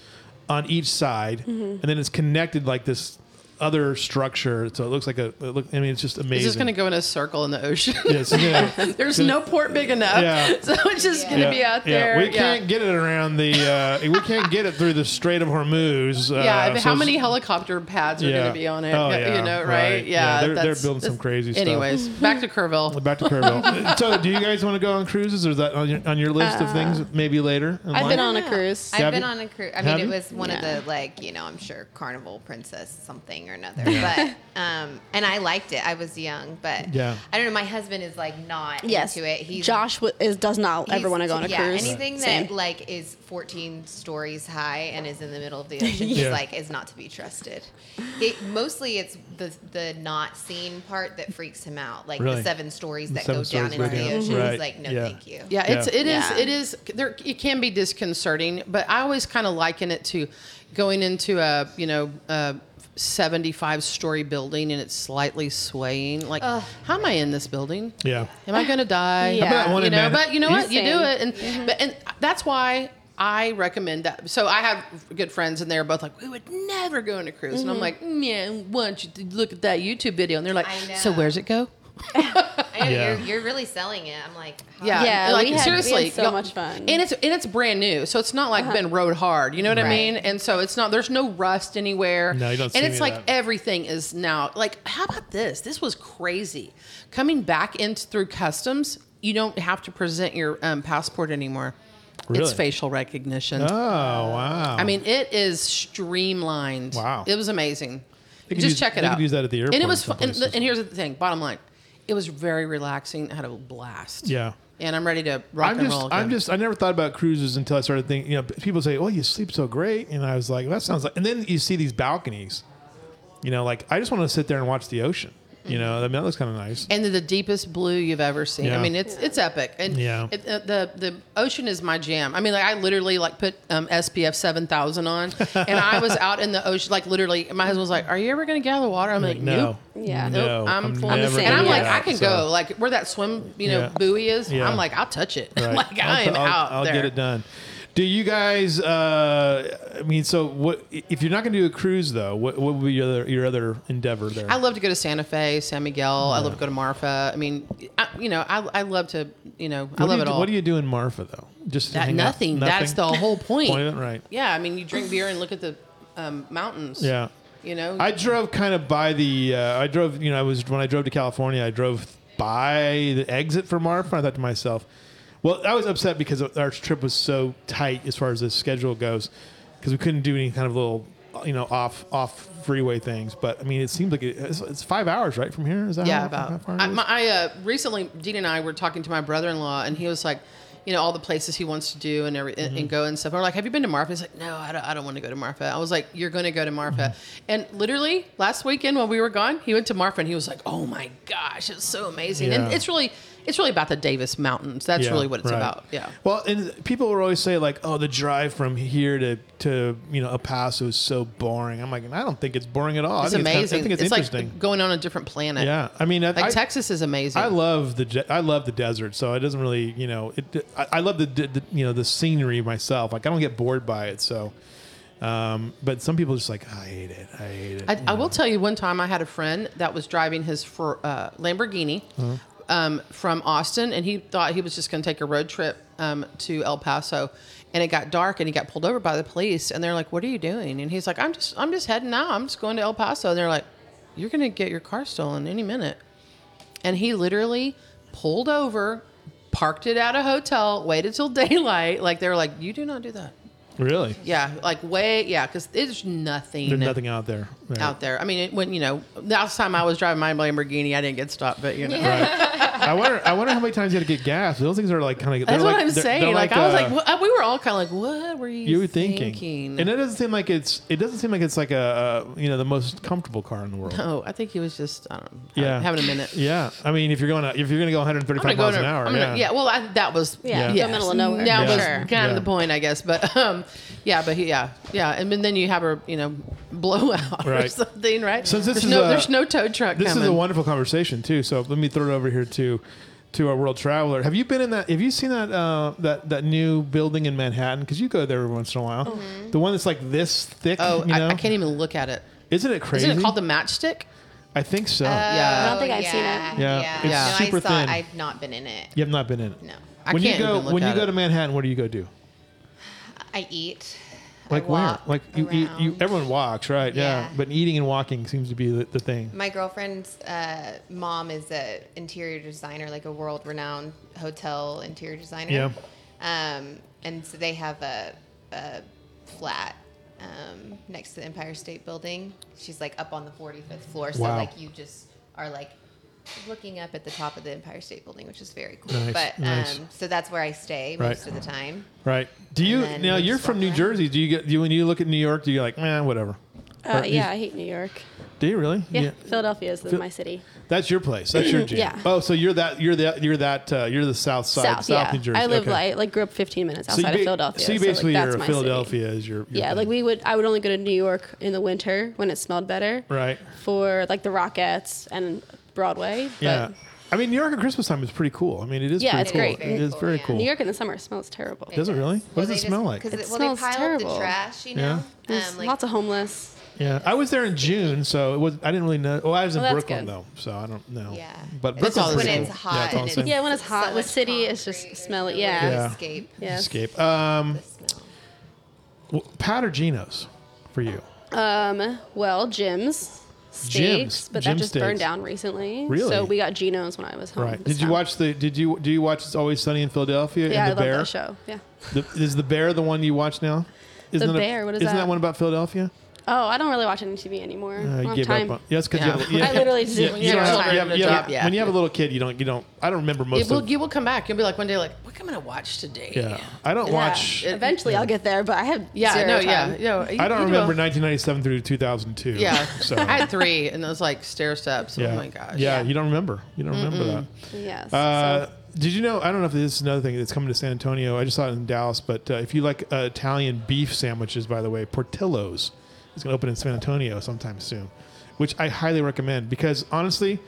Speaker 2: on each side,
Speaker 4: Mm-hmm.
Speaker 2: and then it's connected like this other structure. So it looks like a. It look, I mean, it's just amazing.
Speaker 3: It's just going to go in a circle in the ocean.
Speaker 2: Yes, yeah.
Speaker 3: There's no port big enough,
Speaker 2: Yeah.
Speaker 3: so it's just going to
Speaker 2: Yeah,
Speaker 3: be out
Speaker 2: yeah.
Speaker 3: there.
Speaker 2: We can't get it around the. Uh, we can't get it through the Strait of Hormuz. Uh,
Speaker 3: Yeah, but
Speaker 2: so
Speaker 3: how
Speaker 2: it's-
Speaker 3: many helicopter pads are
Speaker 2: Yeah.
Speaker 3: going to be on it?
Speaker 2: Oh, yeah,
Speaker 3: You know, right?
Speaker 2: right. Yeah,
Speaker 3: Yeah,
Speaker 2: they're- they're
Speaker 3: that's-
Speaker 2: building some
Speaker 3: that's-
Speaker 2: crazy stuff.
Speaker 3: Anyways, back to Kerrville.
Speaker 2: Back to Kerrville. so, do you guys want to go on cruises, or is that on your, on your list of things? Maybe later. in
Speaker 5: Uh, I've
Speaker 2: life?
Speaker 5: been on a cruise.
Speaker 4: I've
Speaker 2: Have
Speaker 4: been
Speaker 2: you?
Speaker 4: on a cruise. I
Speaker 2: Have
Speaker 4: mean, it
Speaker 2: you?
Speaker 4: was one
Speaker 5: Yeah.
Speaker 4: of the like, you know, I'm sure Carnival Princess something or another. But um, and I liked it. I was young, but
Speaker 2: Yeah.
Speaker 4: I don't know. My husband is like not
Speaker 5: yes.
Speaker 4: into it. He's
Speaker 5: Josh w- is, does not
Speaker 4: he's-
Speaker 5: ever want to go on a
Speaker 4: yeah,
Speaker 5: cruise.
Speaker 4: Anything
Speaker 5: Same.
Speaker 4: that like is 14 stories high and is in the middle of the ocean, he's
Speaker 2: Yeah.
Speaker 4: like is not to be trusted. It, mostly it's the the not seen part that freaks him out, like
Speaker 2: Really?
Speaker 4: the seven stories that
Speaker 2: seven
Speaker 4: go down
Speaker 2: stories
Speaker 4: into
Speaker 2: go
Speaker 4: the
Speaker 2: down.
Speaker 4: ocean.
Speaker 2: Right.
Speaker 4: He's like, no,
Speaker 2: Yeah.
Speaker 4: thank you.
Speaker 3: Yeah, it's it is
Speaker 5: Yeah.
Speaker 3: it is there. It can be disconcerting, but I always kind of liken it to going into a you know a seventy-five story building and it's slightly swaying. Like, how am I in this building?
Speaker 2: Yeah.
Speaker 3: Am I going to die?
Speaker 5: Yeah. How about
Speaker 2: that one
Speaker 3: you
Speaker 2: in
Speaker 3: know,
Speaker 2: Manhattan-
Speaker 3: but you know what? You do
Speaker 5: Same.
Speaker 3: it, and but, and that's why I recommend that. So I have good friends, and they're both like, "We would never go on a cruise,"
Speaker 2: Mm-hmm.
Speaker 5: Mm-hmm.
Speaker 3: and I'm like, mm, "Yeah, why don't you t- look at that YouTube video?" And they're like,
Speaker 4: I
Speaker 3: "So
Speaker 4: know.
Speaker 3: where's it go?"
Speaker 4: I know
Speaker 2: Yeah.
Speaker 4: You're, you're really selling it. I'm like, how-
Speaker 3: Yeah,
Speaker 5: Yeah,
Speaker 3: like
Speaker 5: we had- we had
Speaker 3: seriously,
Speaker 5: so
Speaker 3: y'all-
Speaker 5: much fun. Uh-huh.
Speaker 3: and it's and it's brand new, so it's not like been rode hard. You know what I
Speaker 4: Right.
Speaker 3: mean? And so it's not there's no rust anywhere.
Speaker 2: No, you don't see
Speaker 3: And
Speaker 2: any
Speaker 3: it's
Speaker 2: of
Speaker 3: like
Speaker 2: that.
Speaker 3: everything is now like how about this? This was crazy. Coming back in through customs, you don't have to present your um, passport anymore.
Speaker 2: Really?
Speaker 3: It's facial recognition.
Speaker 2: Oh wow.
Speaker 3: I mean, it is streamlined.
Speaker 2: Wow.
Speaker 3: It was amazing.
Speaker 2: They could
Speaker 3: Just
Speaker 2: use-
Speaker 3: check it
Speaker 2: they
Speaker 3: out.
Speaker 2: could use that at the
Speaker 3: And
Speaker 2: airport
Speaker 3: it was
Speaker 2: in some
Speaker 3: fun. And,
Speaker 2: places.
Speaker 3: and here's the thing bottom line it was very relaxing. I had a blast.
Speaker 2: Yeah.
Speaker 3: And I'm ready to rock
Speaker 2: I'm
Speaker 3: and
Speaker 2: just,
Speaker 3: roll. Again.
Speaker 2: I'm just, I never thought about cruises until I started thinking. You know, people say, "Oh, you sleep so great," and I was like, "That sounds like." And then you see these balconies, you know, like I just want to sit there and watch the ocean. You know, I mean, that looks kind of nice.
Speaker 3: And the deepest blue you've ever seen.
Speaker 2: Yeah.
Speaker 3: I mean, it's it's epic. And
Speaker 2: Yeah.
Speaker 3: it, uh, the the ocean is my jam. I mean, like I literally like put um, SPF seven thousand on, and I was out in the ocean. Like literally, my husband was like, "Are you ever gonna get out of the water?" I'm like, "Nope."
Speaker 5: Yeah.
Speaker 3: Nope,
Speaker 2: no,
Speaker 3: I'm, full.
Speaker 5: I'm the
Speaker 2: never
Speaker 5: same.
Speaker 3: And I'm
Speaker 2: doing
Speaker 3: like,
Speaker 2: that,
Speaker 3: I can
Speaker 2: so-
Speaker 3: go like where that swim, you know,
Speaker 2: Yeah.
Speaker 3: buoy is.
Speaker 2: Yeah.
Speaker 3: I'm like, I'll touch it.
Speaker 2: Right.
Speaker 3: like I
Speaker 2: I'll-
Speaker 3: am
Speaker 2: I'll-
Speaker 3: out
Speaker 2: I'll
Speaker 3: there.
Speaker 2: get it done. Do you guys? Uh, I mean, so what? If you're not going to do a cruise, though, what, what would be your other, your other endeavor there?
Speaker 3: I love to go to Santa Fe, San Miguel. I love to go to Marfa. I mean, I, you know, I, I love to, you know, I
Speaker 2: What do
Speaker 3: love
Speaker 2: you
Speaker 3: it
Speaker 2: do-
Speaker 3: all.
Speaker 2: What do you do in Marfa though? Just to
Speaker 3: That-
Speaker 2: hang out?
Speaker 3: nothing. That's the whole point.
Speaker 2: Point it right.
Speaker 3: Yeah, I mean, you drink beer and look at the um, mountains.
Speaker 2: Yeah.
Speaker 3: You know,
Speaker 2: I drove kind of by the. Uh, I drove. You know, I was when I drove to California. I drove by the exit for Marfa. I thought to myself, well, I was upset because our trip was so tight as far as the schedule goes, because we couldn't do any kind of little, you know, off off freeway things. But I mean, it seems like it, it's, it's five hours right from here. Is that
Speaker 3: yeah,
Speaker 2: how, how
Speaker 3: about.
Speaker 2: far it
Speaker 3: I,
Speaker 2: is?
Speaker 3: my, I uh, recently, Dean and I were talking to my brother-in-law, and he was like, you know, all the places he wants to do and every,
Speaker 2: Mm-hmm.
Speaker 3: and go and stuff. And we're like, have you been to Marfa? He's like, no, I don't, I don't want to go to Marfa. I was like, you're going to go to Marfa.
Speaker 2: Mm-hmm.
Speaker 3: And literally last weekend while we were gone, he went to Marfa and he was like, oh my gosh, it's so amazing. And
Speaker 2: Yeah.
Speaker 3: it's really, it's really about the Davis Mountains. That's
Speaker 2: Yeah,
Speaker 3: really what it's
Speaker 2: right.
Speaker 3: about. Yeah.
Speaker 2: Well, and people will always say like, "Oh, the drive from here to to you know El Paso is so boring." I'm like, I don't think it's boring at all.
Speaker 3: It's
Speaker 2: Oh, I think
Speaker 3: amazing.
Speaker 2: It's, kind of- I think it's, interesting.
Speaker 3: like going on a different planet.
Speaker 2: yeah, I mean, I,
Speaker 3: Like
Speaker 2: I-
Speaker 3: Texas is amazing.
Speaker 2: I love the de- I love the desert, so it doesn't really you know it. I, I love the, de- the you know the scenery myself. Like I don't get bored by it. So, um, but some people are just like I hate it. I hate it.
Speaker 3: I, I will tell you one time I had a friend that was driving his for, uh, Lamborghini um, from Austin, and he thought he was just going to take a road trip um, to El Paso, and it got dark, and he got pulled over by the police, and they're like, "What are you doing?" And he's like, "I'm just I'm just heading out. I'm just going to El Paso." And they're like, "You're going to get your car stolen any minute," and he literally pulled over, parked it at a hotel, waited till daylight. Like they were like, "You do not do that."
Speaker 2: really.
Speaker 3: Yeah, like way yeah, because there's nothing
Speaker 2: There's nothing out there. Right.
Speaker 3: out there. I mean, it, when you know, the last time I was driving my Lamborghini, I didn't get stopped, but you know,
Speaker 2: Right. I wonder. I wonder how many times you had to get gas. Those things are like kind of.
Speaker 3: That's what I'm saying. like, I was like,
Speaker 2: uh,
Speaker 3: what? we were all kind of like, what were you?
Speaker 2: you were thinking. and it doesn't seem like it's. It doesn't seem like it's like a uh, you know the most comfortable car in the world.
Speaker 3: oh, I think he was just, I don't know,
Speaker 2: Yeah.
Speaker 3: having a minute.
Speaker 2: Yeah, I mean, if you're going to, if you're going to go
Speaker 3: I'm
Speaker 2: 135
Speaker 3: gonna
Speaker 2: miles
Speaker 3: go
Speaker 2: an
Speaker 3: to-
Speaker 2: hour,
Speaker 3: I'm
Speaker 2: yeah,
Speaker 3: gonna- yeah. Well, I, that was
Speaker 5: Yeah,
Speaker 2: Yeah.
Speaker 5: go middle of nowhere.
Speaker 3: That was
Speaker 4: Sure.
Speaker 3: kind of the
Speaker 2: Yeah.
Speaker 3: point, I guess. But um, yeah, but he, yeah, yeah, and then, then you have a you know blowout or
Speaker 2: Right.
Speaker 3: something, right?
Speaker 2: Since this
Speaker 3: there's
Speaker 2: is
Speaker 3: no
Speaker 2: a-
Speaker 3: there's no tow truck
Speaker 2: This
Speaker 3: coming.
Speaker 2: is a wonderful conversation too. So let me throw it over here to to our world traveler. Have you been in that? Have you seen that uh, that that new building in Manhattan? Because you go there every once in a while.
Speaker 5: Mm-hmm.
Speaker 2: The one that's like this thick.
Speaker 3: oh,
Speaker 2: you know?
Speaker 3: I, I can't even look at it.
Speaker 2: Isn't it crazy?
Speaker 3: not it called the matchstick? Uh,
Speaker 2: I think so.
Speaker 5: I
Speaker 3: Yeah,
Speaker 5: don't think I've seen it.
Speaker 2: Oh, Yeah,
Speaker 4: yeah.
Speaker 2: it's
Speaker 4: no,
Speaker 2: super
Speaker 4: I saw
Speaker 2: thin.
Speaker 4: It. I've not been in it.
Speaker 2: you have not been in it.
Speaker 4: No,
Speaker 3: I
Speaker 2: when
Speaker 3: can't
Speaker 2: you go
Speaker 3: even look
Speaker 2: when you
Speaker 3: at
Speaker 2: go
Speaker 3: it.
Speaker 2: to Manhattan, what do you go do?
Speaker 4: I eat.
Speaker 2: Like
Speaker 4: I walk
Speaker 2: where? Like you, you, you
Speaker 4: around.
Speaker 2: everyone walks right?
Speaker 4: Yeah.
Speaker 2: But eating and walking seems to be the, the thing.
Speaker 4: My girlfriend's uh, mom is a interior designer, like a world-renowned hotel interior designer.
Speaker 2: Yeah.
Speaker 4: Um, and so they have a, a flat um, next to the Empire State Building. She's like up on the 45th floor, so
Speaker 2: Wow.
Speaker 4: like you just are like looking up at the top of the Empire State Building, which is very cool.
Speaker 2: Nice,
Speaker 4: but
Speaker 2: nice.
Speaker 4: um, so that's where I stay
Speaker 2: Right.
Speaker 4: most of the time.
Speaker 2: Right. Do you
Speaker 4: then
Speaker 2: now?
Speaker 4: we
Speaker 2: You're
Speaker 4: just
Speaker 2: from
Speaker 4: walk
Speaker 2: New
Speaker 4: around.
Speaker 2: Jersey. Do you get? Do you, when you look at New York, do you like, man, whatever?
Speaker 5: Uh,
Speaker 2: Or you-
Speaker 5: yeah, I hate New York.
Speaker 2: Do you really?
Speaker 5: Yeah, Philadelphia is the, my city.
Speaker 2: That's your place. That's your jam.
Speaker 5: Yeah.
Speaker 2: Oh, so you're that. You're that. You're that. Uh, you're the South Side, South,
Speaker 5: South, yeah.
Speaker 2: New Jersey.
Speaker 5: I live
Speaker 2: Okay.
Speaker 5: like like grew up 15 minutes
Speaker 2: So you
Speaker 5: outside
Speaker 2: ba-
Speaker 5: of Philadelphia.
Speaker 2: So you
Speaker 5: like,
Speaker 2: basically
Speaker 5: that's
Speaker 2: are
Speaker 5: my city.
Speaker 2: Philadelphia is your, your
Speaker 5: Yeah,
Speaker 2: thing.
Speaker 5: like we would. I would only go to New York in the winter when it smelled better.
Speaker 2: Right.
Speaker 5: For like the Rockettes and Broadway. But
Speaker 2: Yeah. I mean, New York at Christmas time is pretty cool. I mean, it is.
Speaker 5: Yeah,
Speaker 2: pretty
Speaker 5: it's
Speaker 2: cool.
Speaker 5: great.
Speaker 2: It is very
Speaker 4: Very cool,
Speaker 2: cool.
Speaker 5: New York in the summer smells terrible.
Speaker 2: Does it really? What does it smell like?
Speaker 4: Because
Speaker 5: It
Speaker 4: well, they
Speaker 5: smells
Speaker 4: pile up
Speaker 5: terrible.
Speaker 4: the trash, you know.
Speaker 5: There's
Speaker 4: Um, like,
Speaker 5: lots of homeless.
Speaker 2: Yeah, I was there in June, so it was. I didn't really know. Well, I was in
Speaker 5: Well, that's
Speaker 2: Brooklyn
Speaker 5: good.
Speaker 2: though, so I don't know.
Speaker 4: Yeah.
Speaker 2: but
Speaker 4: It's
Speaker 2: Brooklyn's
Speaker 3: all the
Speaker 2: pretty
Speaker 3: same.
Speaker 2: cool.
Speaker 4: When it's hot
Speaker 2: yeah, it's all
Speaker 4: and
Speaker 2: the same.
Speaker 4: it's-
Speaker 5: Yeah, when it's
Speaker 4: so
Speaker 5: hot, the
Speaker 4: much
Speaker 5: city is just
Speaker 4: concrete,
Speaker 5: smelly.
Speaker 4: there's
Speaker 5: Yeah.
Speaker 4: no way to
Speaker 2: Yeah.
Speaker 4: Escape.
Speaker 5: Yes.
Speaker 2: escape. Um,
Speaker 4: the smell.
Speaker 2: well, Pat or Geno's for you?
Speaker 5: Um. Well, Jim's. Steaks,
Speaker 2: Jim's.
Speaker 5: but
Speaker 2: Jim's
Speaker 5: that just burned
Speaker 2: steaks.
Speaker 5: down recently.
Speaker 2: Really?
Speaker 5: So we got Geno's when I was home.
Speaker 2: Right.
Speaker 5: this
Speaker 2: Did you
Speaker 5: time.
Speaker 2: watch the? Did you do you watch It's Always Sunny in Philadelphia?
Speaker 5: Yeah,
Speaker 2: and
Speaker 5: I love
Speaker 2: the bear?
Speaker 5: that show. Yeah.
Speaker 2: The, is the bear the one you watch now? Isn't
Speaker 5: The
Speaker 2: it
Speaker 5: Bear, what is
Speaker 2: isn't that?
Speaker 5: that?
Speaker 2: one about Philadelphia?
Speaker 5: Oh, I don't really watch any TV anymore.
Speaker 2: Uh,
Speaker 5: I
Speaker 2: you
Speaker 5: don't have
Speaker 2: give
Speaker 5: time.
Speaker 2: up on. Yeah, that's because
Speaker 3: Yeah.
Speaker 2: you have. Yeah,
Speaker 5: I literally just
Speaker 2: yeah,
Speaker 5: when
Speaker 2: you
Speaker 5: you're
Speaker 2: don't have-
Speaker 5: tired.
Speaker 2: you have-
Speaker 3: to
Speaker 2: you have-
Speaker 3: drop, yeah.
Speaker 2: When you have a little kid, you don't. You don't. I don't remember most
Speaker 3: It will,
Speaker 2: of.
Speaker 3: you will come back. You'll be like one day, like, what am I gonna watch today?
Speaker 2: yeah, I don't
Speaker 5: Yeah.
Speaker 2: watch.
Speaker 5: Eventually, I'll get there, but I have
Speaker 3: yeah,
Speaker 5: Zero
Speaker 3: no,
Speaker 5: time.
Speaker 3: yeah, yeah.
Speaker 2: I don't remember 1997 through 2002.
Speaker 3: Yeah,
Speaker 2: so
Speaker 3: I had three, and those like stair steps.
Speaker 2: yeah,
Speaker 3: Oh my gosh.
Speaker 2: yeah, you don't remember. You don't remember that.
Speaker 5: Yes.
Speaker 2: Uh,
Speaker 5: so-
Speaker 2: did you know? I don't know if this is another thing that's coming to San Antonio. I just saw it in Dallas, but uh, if you like uh, Italian beef sandwiches, by the way, Portillo's is going to open in San Antonio sometime soon, which I highly recommend because honestly,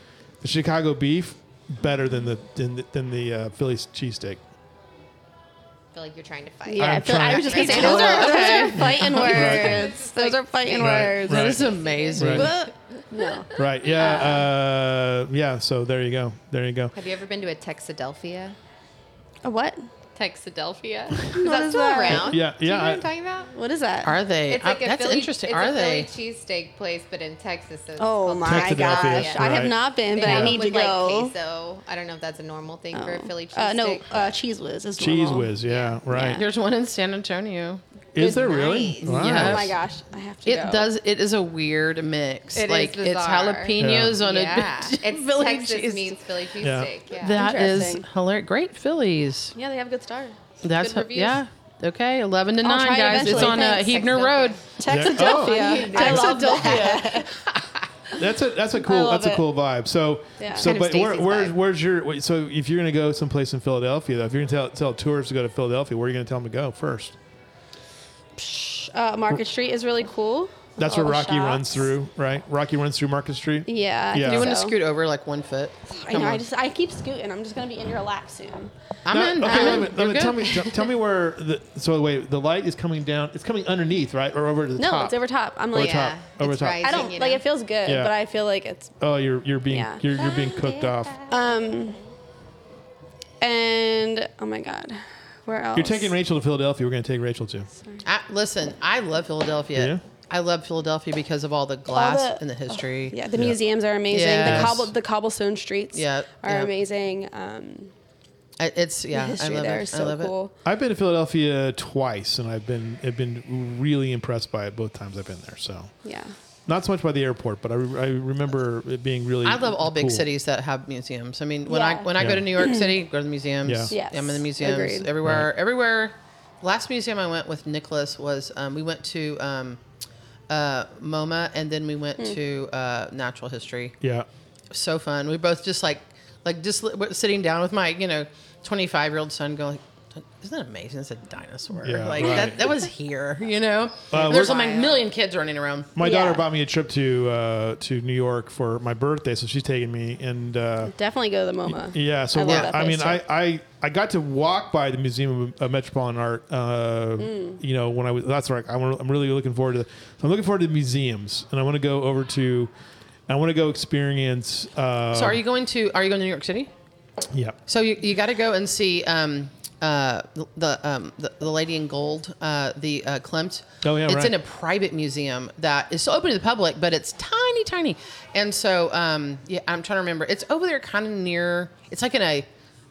Speaker 2: the Chicago beef better than the than the, than the uh, Philly cheesesteak.
Speaker 4: I feel like you're trying to fight.
Speaker 5: yeah, I,
Speaker 2: I'm
Speaker 5: feel, I
Speaker 2: trying-
Speaker 5: was just gonna say
Speaker 4: Okay.
Speaker 5: those are, those are
Speaker 3: Okay.
Speaker 5: fighting
Speaker 2: Right.
Speaker 5: words. Those are fighting
Speaker 2: Right,
Speaker 5: words.
Speaker 3: That
Speaker 2: right.
Speaker 3: is amazing.
Speaker 2: Right.
Speaker 5: But- No.
Speaker 2: Right? Yeah. Uh, yeah. So there you go. There you go.
Speaker 4: Um, Have you ever been to a Texadelphia?
Speaker 5: A what?
Speaker 4: Texadelphia?
Speaker 5: What
Speaker 4: is that
Speaker 5: is
Speaker 4: still
Speaker 5: that?
Speaker 4: around?
Speaker 2: Yeah,
Speaker 4: Do you
Speaker 2: yeah,
Speaker 4: know
Speaker 2: I-
Speaker 4: what I'm talking about?
Speaker 5: What is that?
Speaker 3: Are they?
Speaker 4: It's
Speaker 3: I-
Speaker 4: like a
Speaker 3: that's
Speaker 4: Philly,
Speaker 3: interesting.
Speaker 4: It's
Speaker 3: Are
Speaker 4: a
Speaker 3: they?
Speaker 4: Philly cheesesteak place, but in Texas. So it's
Speaker 5: oh
Speaker 4: called
Speaker 5: my
Speaker 2: Texadelphia,
Speaker 5: gosh! I have
Speaker 2: right.
Speaker 5: not been,
Speaker 4: They
Speaker 5: but I
Speaker 4: have it
Speaker 5: need to
Speaker 4: with, like,
Speaker 5: go.
Speaker 4: Queso. I don't know if that's a normal thing for a Philly cheesesteak.
Speaker 5: uh, no, uh, cheese whiz is
Speaker 2: Cheese
Speaker 5: normal.
Speaker 2: whiz. Yeah. Right.
Speaker 3: There's one in San Antonio.
Speaker 2: Is
Speaker 4: Good
Speaker 2: there really?
Speaker 4: night.
Speaker 2: Wow.
Speaker 3: Yeah.
Speaker 5: Oh my gosh, I have to.
Speaker 3: It
Speaker 5: go.
Speaker 3: does. It is a weird mix.
Speaker 4: It is
Speaker 3: like it's
Speaker 4: bizarre.
Speaker 3: jalapenos on
Speaker 4: yeah.
Speaker 3: a
Speaker 4: it's
Speaker 3: Philly
Speaker 4: Texas
Speaker 3: cheese-
Speaker 4: means Philly
Speaker 2: Yeah.
Speaker 4: cheesesteak. Yeah.
Speaker 3: That is
Speaker 5: Interesting.
Speaker 3: hilarious. Great Phillies.
Speaker 5: Yeah, they have good stars.
Speaker 3: That's
Speaker 5: good
Speaker 3: ho-
Speaker 5: reviews.
Speaker 3: yeah. Okay, eleven to
Speaker 5: I'll
Speaker 3: nine,
Speaker 5: try it
Speaker 3: guys. It's
Speaker 5: eventually.
Speaker 3: on uh,
Speaker 5: Thanks.
Speaker 3: Hebner Road.
Speaker 2: Oh,
Speaker 5: Texadelphia. I love that.
Speaker 2: That's a that's a cool
Speaker 5: love
Speaker 2: that's a
Speaker 5: it.
Speaker 2: cool vibe. So
Speaker 5: Yeah.
Speaker 2: so,
Speaker 4: Kind of
Speaker 2: but where,
Speaker 4: Stacey's
Speaker 2: where's
Speaker 4: vibe.
Speaker 2: where's your wait, so if you're gonna go someplace in Philadelphia though, if you're gonna tell tell tourists to go to Philadelphia, where are you gonna tell them to go first?
Speaker 5: Uh, Market Street is really cool.
Speaker 2: That's
Speaker 5: All
Speaker 2: where
Speaker 5: Oh, the
Speaker 2: Rocky runs
Speaker 5: shops.
Speaker 2: through, right? Rocky runs through Market Street.
Speaker 5: Yeah. I
Speaker 2: Yeah.
Speaker 5: think
Speaker 2: You
Speaker 3: You want to
Speaker 5: so.
Speaker 3: scoot over like one foot?
Speaker 5: I
Speaker 3: Come
Speaker 5: know. I
Speaker 3: on.
Speaker 5: just I keep scooting. I'm just gonna be in your lap soon.
Speaker 3: I'm
Speaker 2: No,
Speaker 3: in.
Speaker 2: okay,
Speaker 3: I'm
Speaker 2: wait a
Speaker 3: in.
Speaker 2: minute,
Speaker 3: You're
Speaker 2: wait a minute. Tell
Speaker 3: good.
Speaker 2: me, t- tell me where the so wait the light is coming down. It's coming underneath, right, or over to the
Speaker 5: No,
Speaker 2: top?
Speaker 5: it's over top. I'm
Speaker 2: Over
Speaker 5: like,
Speaker 2: top.
Speaker 4: Yeah,
Speaker 2: Over
Speaker 4: it's
Speaker 2: top.
Speaker 4: rising,
Speaker 5: I don't
Speaker 4: you
Speaker 5: like.
Speaker 4: know?
Speaker 5: It feels good,
Speaker 2: Yeah.
Speaker 5: but I feel like it's
Speaker 2: Oh, you're you're being
Speaker 5: Yeah.
Speaker 2: you're, you're being cooked off.
Speaker 5: um. And oh my god, where else?
Speaker 2: You're taking Rachel to Philadelphia. We're gonna take Rachel too.
Speaker 3: I, listen, I love Philadelphia.
Speaker 2: Yeah?
Speaker 3: I love Philadelphia because of all the glass
Speaker 5: the- Oh,
Speaker 3: and the history.
Speaker 5: Yeah, the museums are amazing.
Speaker 3: Yes.
Speaker 5: The cobble, the cobblestone streets
Speaker 3: Yeah,
Speaker 5: are
Speaker 3: yeah.
Speaker 5: amazing. Um,
Speaker 3: I- it's yeah.
Speaker 5: the
Speaker 3: I
Speaker 5: history
Speaker 3: love
Speaker 5: there
Speaker 3: it.
Speaker 5: is
Speaker 3: I
Speaker 5: so
Speaker 3: love
Speaker 5: cool.
Speaker 2: I've been to Philadelphia twice, and I've been I've been really impressed by it both times I've been there. So
Speaker 5: Yeah.
Speaker 2: Not so much by the airport, but I, re- I remember it being really.
Speaker 3: I love all big
Speaker 2: cool.
Speaker 3: cities that have museums. I mean, when
Speaker 5: Yeah.
Speaker 3: I when I
Speaker 2: Yeah.
Speaker 3: go to New York City, go to the museums.
Speaker 2: Yeah.
Speaker 5: Yes.
Speaker 3: I'm in the museums
Speaker 5: Agreed.
Speaker 3: everywhere. Everywhere. Last museum I went with Nicholas was um, we went to um, uh, MoMA and then we
Speaker 5: Hmm.
Speaker 3: went to uh, Natural History.
Speaker 2: Yeah.
Speaker 3: So fun. We both just like like just li- we're sitting down with my you know 25 year old son going. Isn't that amazing? It's a dinosaur.
Speaker 2: Yeah,
Speaker 3: like
Speaker 2: right.
Speaker 3: that, that was here, you know?
Speaker 2: Uh,
Speaker 3: There's
Speaker 4: we're-
Speaker 3: like a million kids running around.
Speaker 2: My daughter
Speaker 5: Yeah.
Speaker 2: bought me a trip to uh, to New York for my birthday, so she's taking me and. Uh,
Speaker 5: Definitely go to the MoMA.
Speaker 2: Yeah, so
Speaker 5: I
Speaker 2: I,
Speaker 5: love
Speaker 2: we're,
Speaker 5: that
Speaker 2: I
Speaker 5: place
Speaker 2: mean, I,
Speaker 5: too.
Speaker 2: I I got to walk by the Museum of, of Metropolitan Art. Uh,
Speaker 5: Mm.
Speaker 2: You know, when I was that's right. I'm, I'm really looking forward to. I'm looking forward to the museums, and I want to go over to. I want to go experience. Uh,
Speaker 3: So are you going to are you going to New York City?
Speaker 2: Yeah.
Speaker 3: So you, you got to go and see um, uh, the- the, um, the the lady in gold, uh, the uh, Klimt.
Speaker 2: Oh, yeah,
Speaker 3: it's
Speaker 2: right.
Speaker 3: in a private museum that is open to the public, but it's tiny, tiny. And so um, yeah, I'm trying to remember. It's over there, kind of near. It's like in a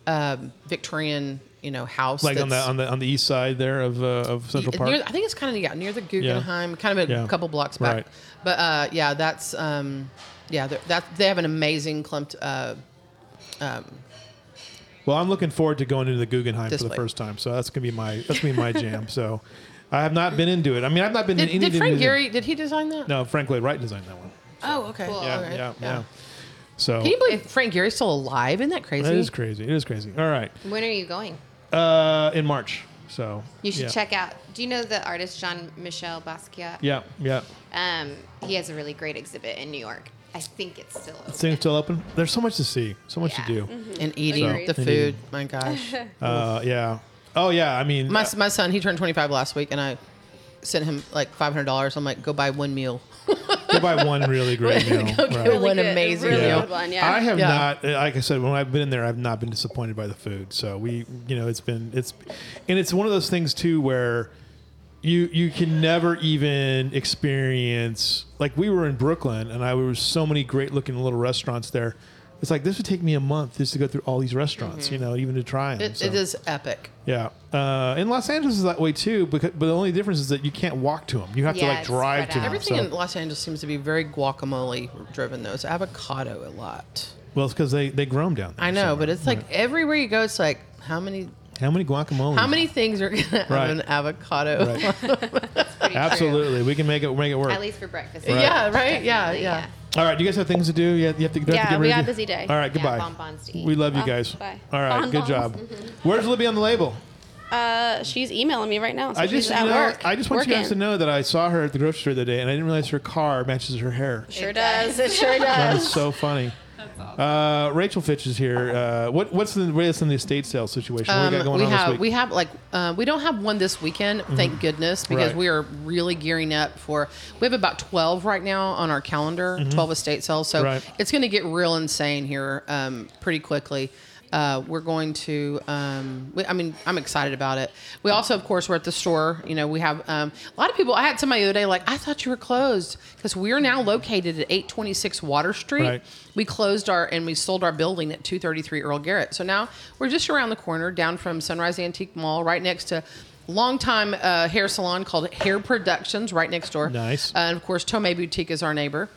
Speaker 3: um, Victorian, you know, house.
Speaker 2: Like on the
Speaker 3: that's-
Speaker 2: on the on the east side there of uh, of Central
Speaker 3: y-
Speaker 2: Park.
Speaker 3: Near, I think it's kind of yeah, near the Guggenheim, kind of a
Speaker 2: Yeah.
Speaker 3: couple blocks back.
Speaker 2: Right.
Speaker 3: But uh, yeah, that's um, yeah, they're- that they have an amazing Klimt. Uh, um,
Speaker 2: Well, I'm looking forward to going into the Guggenheim for the
Speaker 3: Display.
Speaker 2: first time. So that's gonna be my that's gonna be my jam. So, I have not been into it. I mean, I've not been
Speaker 3: did,
Speaker 2: to any
Speaker 3: did
Speaker 2: of the
Speaker 3: Frank
Speaker 2: museum-
Speaker 3: Gehry? Did he design that?
Speaker 2: No, Frank Lloyd Wright designed that one.
Speaker 3: Oh, okay.
Speaker 4: Cool.
Speaker 2: Yeah,
Speaker 4: All right.
Speaker 2: yeah, yeah, So
Speaker 3: Can you believe Frank Gary's still alive? Isn't that crazy?
Speaker 2: That is crazy. It is crazy. All right.
Speaker 4: When are you going?
Speaker 2: Uh, in March. So
Speaker 4: You should
Speaker 2: yeah.
Speaker 4: check out. Do you know the artist Jean Michel Basquiat?
Speaker 2: Yeah, yeah.
Speaker 4: Um, he has a really great exhibit in New York. I think it's still open.
Speaker 2: Things still open. There's so much to see, so much to
Speaker 4: Yeah.
Speaker 2: do.
Speaker 3: And eating
Speaker 4: Agreed.
Speaker 3: the
Speaker 2: And
Speaker 3: food.
Speaker 2: eating.
Speaker 3: My gosh.
Speaker 2: Uh, yeah. Oh yeah. I mean,
Speaker 3: my, my son, he turned 25 last week, and I sent him like $500. I'm like, go buy one meal.
Speaker 2: go buy one really great meal.
Speaker 3: Go get
Speaker 2: right.
Speaker 3: one
Speaker 5: good-
Speaker 3: amazing
Speaker 5: really
Speaker 2: Yeah.
Speaker 3: meal.
Speaker 5: good one, yeah.
Speaker 2: I have
Speaker 3: Yeah.
Speaker 2: not, uh, like I said, when I've been in there, I've not been disappointed by the food. So we, you know, it's been it's, and it's one of those things too where you you can never even experience. Like we were in Brooklyn, and I there was so many great looking little restaurants there. It's like this would take me a month just to go through all these restaurants, you know, even to try them.
Speaker 3: Mm-hmm. It,
Speaker 2: so.
Speaker 3: it is epic.
Speaker 2: Yeah, uh, and Los Angeles is that way too. Because, but the only difference is that you can't walk to them. You have to
Speaker 4: Yeah,
Speaker 2: like
Speaker 4: it's
Speaker 2: drive
Speaker 4: spread
Speaker 2: to
Speaker 4: out.
Speaker 2: them.
Speaker 3: Everything
Speaker 2: So,
Speaker 3: in Los Angeles seems to be very guacamole driven, though. It's avocado a lot.
Speaker 2: well, it's because they they grow 'em down there.
Speaker 3: I know,
Speaker 2: somewhere.
Speaker 3: but it's like
Speaker 2: Right.
Speaker 3: everywhere you go, it's like, how many.
Speaker 2: how many guacamole?
Speaker 3: How many things are going to
Speaker 2: Right.
Speaker 3: have an avocado?
Speaker 2: Right.
Speaker 4: It's pretty true.
Speaker 2: Absolutely, we can make it make it work.
Speaker 4: At least for breakfast.
Speaker 3: Yeah, right? Yeah,
Speaker 4: Definitely,
Speaker 3: yeah.
Speaker 2: All right, do you guys have things to do? You have, you have to, you have
Speaker 5: Yeah,
Speaker 2: to get
Speaker 5: we
Speaker 2: ready.
Speaker 5: got a busy day.
Speaker 2: All right,
Speaker 4: Yeah,
Speaker 2: goodbye.
Speaker 4: bonbons to eat.
Speaker 2: We love you
Speaker 5: Oh,
Speaker 2: guys.
Speaker 5: bye.
Speaker 2: All right, good
Speaker 5: Bonbons.
Speaker 2: job. Where's Libby on the label?
Speaker 5: Uh, she's emailing me right now. So
Speaker 2: I just,
Speaker 5: she's
Speaker 2: you
Speaker 5: at
Speaker 2: know,
Speaker 5: work.
Speaker 2: I just want you guys to
Speaker 5: working.
Speaker 2: know that I saw her at the grocery store the other day, and I didn't realize her car matches her hair.
Speaker 5: Sure
Speaker 4: It
Speaker 5: does. It
Speaker 4: does.
Speaker 5: sure
Speaker 2: That
Speaker 5: does.
Speaker 2: is so funny. Uh, Rachel Fitch is here. Uh, what, what's the latest in the estate sale situation? what we got going
Speaker 3: Um, we
Speaker 2: on
Speaker 3: have
Speaker 2: this week?
Speaker 3: we have like uh, we don't have one this weekend, thank goodness, because
Speaker 2: Right.
Speaker 3: we are really gearing up for. We have about twelve right now on our calendar, twelve estate sales. So
Speaker 2: Right.
Speaker 3: it's going to get real insane here um, pretty quickly. Uh, we're going to. Um, we, I mean, I'm excited about it. We also, of course, we're at the store. You know, we have um, a lot of people. I had somebody the other day like, I thought you were closed because we're now located at 826 Water Street.
Speaker 2: Right.
Speaker 3: We closed our and we sold our building at 233 Earl Garrett. So now we're just around the corner, down from Sunrise Antique Mall, right next to longtime uh, hair salon called Hair Productions, right next door.
Speaker 2: Nice.
Speaker 3: Uh, and of course, Tomei Boutique is our neighbor.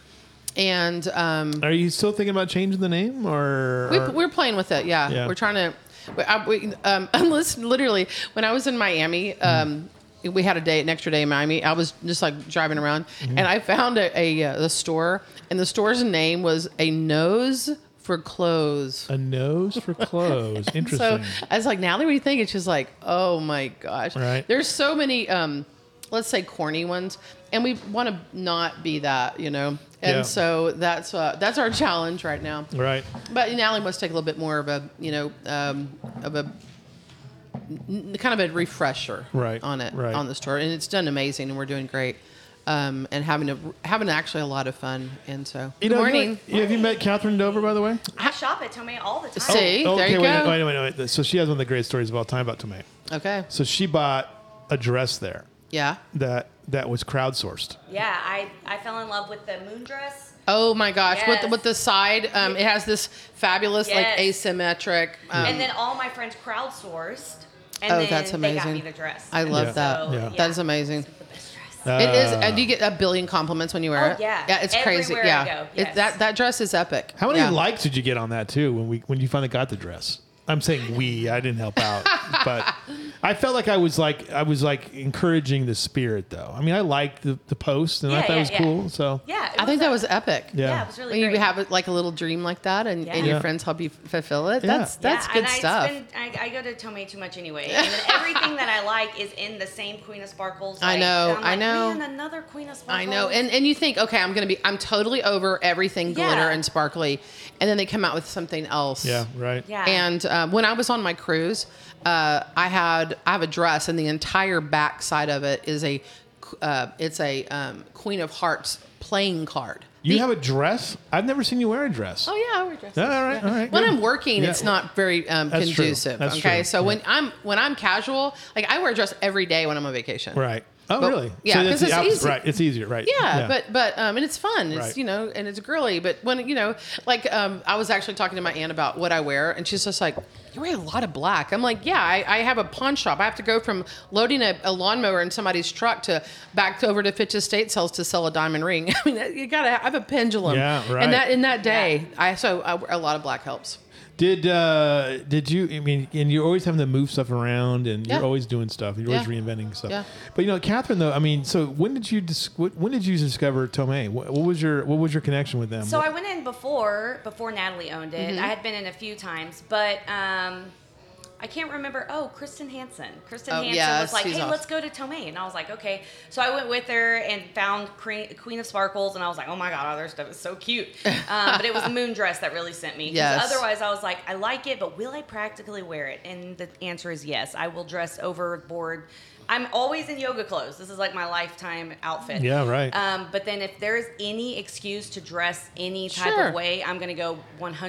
Speaker 3: And um,
Speaker 2: Are you still thinking about changing the name, or,
Speaker 3: we,
Speaker 2: or-
Speaker 3: we're playing with it. Yeah,
Speaker 2: Yeah.
Speaker 3: we're trying to. we- I, we, um, unless literally, when I was in
Speaker 2: Mm-hmm.
Speaker 3: Miami, um, we had a day, an extra day in Miami. I was just like driving around,
Speaker 2: Mm-hmm.
Speaker 3: and I found a, a, uh, a store, and the store's name was a nose for clothes.
Speaker 2: a nose for clothes?
Speaker 3: So
Speaker 2: Interesting.
Speaker 3: I was like, Natalie, what do you think? And she's like, oh my gosh.
Speaker 2: Right.
Speaker 3: There's so many, um, let's say, corny ones, and we want to not be that, you know. And
Speaker 2: Yeah.
Speaker 3: so that's uh, that's our challenge right now.
Speaker 2: right.
Speaker 3: But Natalie wants to take a little bit more of a, you know, um, of a n- kind of a refresher
Speaker 2: Right,
Speaker 3: on it
Speaker 2: right.
Speaker 3: on the store, and it's done amazing, and we're doing great, um, and having a having actually a lot of fun, and so
Speaker 2: You
Speaker 3: good
Speaker 2: know, have you-
Speaker 3: morning.
Speaker 2: have you met Catherine Dover, by the way?
Speaker 6: I shop at Tomei all the time.
Speaker 3: See,
Speaker 2: Oh,
Speaker 3: there
Speaker 2: okay,
Speaker 3: you
Speaker 2: wait,
Speaker 3: go.
Speaker 2: Wait, wait, wait, wait. So she has one of the great stories of all time about Tomei.
Speaker 3: Okay,
Speaker 2: So she bought a dress there
Speaker 3: yeah.
Speaker 2: that that was crowdsourced.
Speaker 6: Yeah, I, I fell in love with the moon dress.
Speaker 3: Oh my gosh, with the,
Speaker 6: Yes.
Speaker 3: with the side, um, it has this fabulous like
Speaker 6: Yes.
Speaker 3: asymmetric. Um,
Speaker 6: and then all my friends crowdsourced. And
Speaker 3: oh,
Speaker 6: then
Speaker 3: that's amazing.
Speaker 6: They got me the dress.
Speaker 3: I love
Speaker 2: Yeah. Ah.
Speaker 3: that.
Speaker 6: So,
Speaker 2: Yeah.
Speaker 3: That is amazing.
Speaker 6: The best dress.
Speaker 3: it is, and you get a billion compliments when you wear
Speaker 6: Oh,
Speaker 3: it.
Speaker 6: yeah.
Speaker 3: yeah, it's crazy.
Speaker 6: Everywhere I
Speaker 3: Yeah,
Speaker 6: go,
Speaker 3: It-
Speaker 6: yes.
Speaker 3: that that dress is epic.
Speaker 2: How many
Speaker 3: Yeah.
Speaker 2: likes did you get on that too when we when you finally got the dress? I'm saying we. I didn't help out, but I felt like I was like I was like encouraging the spirit though. I mean, I liked the, the post and I
Speaker 6: Yeah,
Speaker 2: thought
Speaker 6: yeah,
Speaker 2: it was
Speaker 6: yeah.
Speaker 2: cool. So
Speaker 6: Yeah, it
Speaker 3: I think
Speaker 6: a-
Speaker 3: that was epic.
Speaker 6: Yeah,
Speaker 2: Yeah.
Speaker 6: it was really
Speaker 3: when you
Speaker 6: great.
Speaker 3: have like a little dream like that, and, and
Speaker 6: Yeah.
Speaker 3: your
Speaker 2: Yeah.
Speaker 3: friends help you fulfill it.
Speaker 2: Yeah.
Speaker 3: That's that's
Speaker 6: yeah,
Speaker 3: good
Speaker 6: and
Speaker 3: stuff.
Speaker 6: I, spend, I, I go to Tomei too much anyway, and then everything that I like is in the same Queen of Sparkles.
Speaker 3: I
Speaker 6: like,
Speaker 3: know,
Speaker 6: and I'm
Speaker 3: I
Speaker 6: like,
Speaker 3: know.
Speaker 6: Man, another Queen of Sparkles.
Speaker 3: I know, and and you think, okay, I'm gonna be, I'm totally over everything glitter
Speaker 6: Yeah.
Speaker 3: and sparkly, and then they come out with something else.
Speaker 2: yeah, right.
Speaker 6: yeah,
Speaker 3: And um, when I was on my cruise, uh, I had I have a dress, and the entire back side of it is a uh, it's a um, Queen of Hearts playing card.
Speaker 2: You have a dress? I've never seen you wear a dress.
Speaker 3: Oh yeah, I wear dresses.
Speaker 2: Yeah, all right, all right,
Speaker 3: When
Speaker 2: good.
Speaker 3: I'm working,
Speaker 2: Yeah.
Speaker 3: it's not very um,
Speaker 2: That's true.
Speaker 3: conducive.
Speaker 2: That's
Speaker 3: okay,
Speaker 2: true.
Speaker 3: so when I'm when I'm casual, like I wear a dress every day when I'm on vacation.
Speaker 2: Right. Oh,
Speaker 3: But-
Speaker 2: really?
Speaker 3: yeah, 'cause
Speaker 2: the
Speaker 3: it's
Speaker 2: opposite-
Speaker 3: easy.
Speaker 2: Right. It's easier. Right.
Speaker 3: Yeah, but but um, and it's fun. It's
Speaker 2: Right.
Speaker 3: you know, and it's girly. But when you know, like um, I was actually talking to my aunt about what I wear, and she's just like, "You wear a lot of black." I'm like, "Yeah, I, I have a pawn shop. I have to go from loading a, a lawnmower in somebody's truck to back to over to Fitch Estate Sales to sell a diamond ring. I mean, you gotta. I have a pendulum.
Speaker 2: Yeah, right.
Speaker 3: And that in that day, I so I, a lot of black helps.
Speaker 2: did uh, did you? I mean, and you're always having to move stuff around, and
Speaker 3: Yeah.
Speaker 2: you're always doing stuff. You're always
Speaker 3: Yeah.
Speaker 2: reinventing stuff.
Speaker 3: Yeah.
Speaker 2: But you know, Catherine, though, I mean, so when did you dis- what, when did you discover Tomei? What, what was your what was your connection with them?
Speaker 6: So I went in before before Natalie owned it.
Speaker 3: Mm-hmm.
Speaker 6: I had been in a few times, but um, I can't remember. Oh, Kristen Hansen. Kristen
Speaker 3: Oh,
Speaker 6: Hansen
Speaker 3: yeah,
Speaker 6: was like,
Speaker 3: she's
Speaker 6: "Hey,
Speaker 3: awesome.
Speaker 6: let's go to Tomei," and I was like, "Okay." So I went with her and found Queen Queen of Sparkles, and I was like, "Oh my god, all their stuff is so cute." Um, but it was the moon dress that really sent me. 'cause
Speaker 3: Yes.
Speaker 6: Otherwise, I was like, "I like it, but will I practically wear it?" And the answer is yes. I will dress overboard. I'm always in yoga clothes. This is like my lifetime outfit.
Speaker 2: Yeah, right.
Speaker 6: Um, but then if there's any excuse to dress any type
Speaker 3: Sure.
Speaker 6: of way, I'm going to go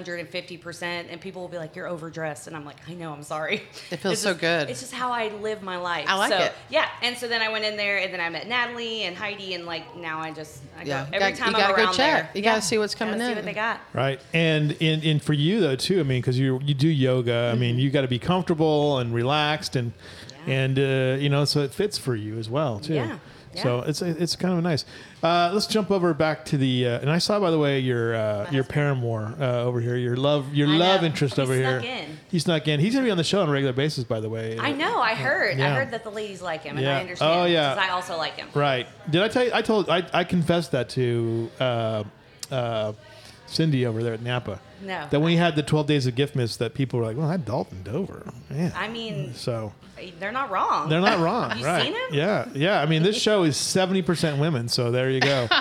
Speaker 6: 150%. And people will be like, you're overdressed. And I'm like, I know, I'm sorry.
Speaker 3: It feels
Speaker 6: It's
Speaker 3: so
Speaker 6: just-
Speaker 3: good.
Speaker 6: It's just how I live my life.
Speaker 3: I like
Speaker 6: so,
Speaker 3: it.
Speaker 6: Yeah. And so then I went in there and then I met Natalie and Heidi. And like now I just, I
Speaker 3: Yeah.
Speaker 6: go, every
Speaker 3: You
Speaker 6: time
Speaker 3: gotta
Speaker 6: I'm
Speaker 3: go
Speaker 6: around
Speaker 3: check.
Speaker 6: there.
Speaker 3: You gotta see what's
Speaker 6: gotta
Speaker 3: coming
Speaker 6: see
Speaker 3: in.
Speaker 6: what they got.
Speaker 2: Right, and in and for you though too. I mean, because you you do yoga. I mean, you got to be comfortable and relaxed, and
Speaker 6: Mm-hmm. Yeah.
Speaker 2: and uh, you know, so it fits for you as well too.
Speaker 6: Yeah,
Speaker 2: So
Speaker 6: yeah.
Speaker 2: it's it's kind of nice. Uh, let's jump over back to the uh, and I saw by the way your uh, your paramour uh, over here, your love your
Speaker 6: I
Speaker 2: love
Speaker 6: know. Oh,
Speaker 2: interest
Speaker 6: He
Speaker 2: over
Speaker 6: snuck
Speaker 2: here.
Speaker 6: in.
Speaker 2: He snuck in. He's gonna be on the show on a regular basis, by the way.
Speaker 6: I know. I heard.
Speaker 2: Yeah.
Speaker 6: I heard that the ladies like him. And
Speaker 2: Yeah.
Speaker 6: I understand.
Speaker 2: Oh, yeah.
Speaker 6: 'cause I also like him.
Speaker 2: Right. Did I tell you? I told. I, I confessed that to uh, uh, Cindy over there at Napa.
Speaker 6: No.
Speaker 2: That when we had the 12 days of gift miss, that people were like, "Well, I Dalton Dover." Man.
Speaker 6: I mean,
Speaker 2: so
Speaker 6: they're not wrong.
Speaker 2: they're not wrong,
Speaker 6: You
Speaker 2: right?
Speaker 6: seen him?
Speaker 2: Yeah, yeah. I mean, this show is 70% women, so there you go. Um,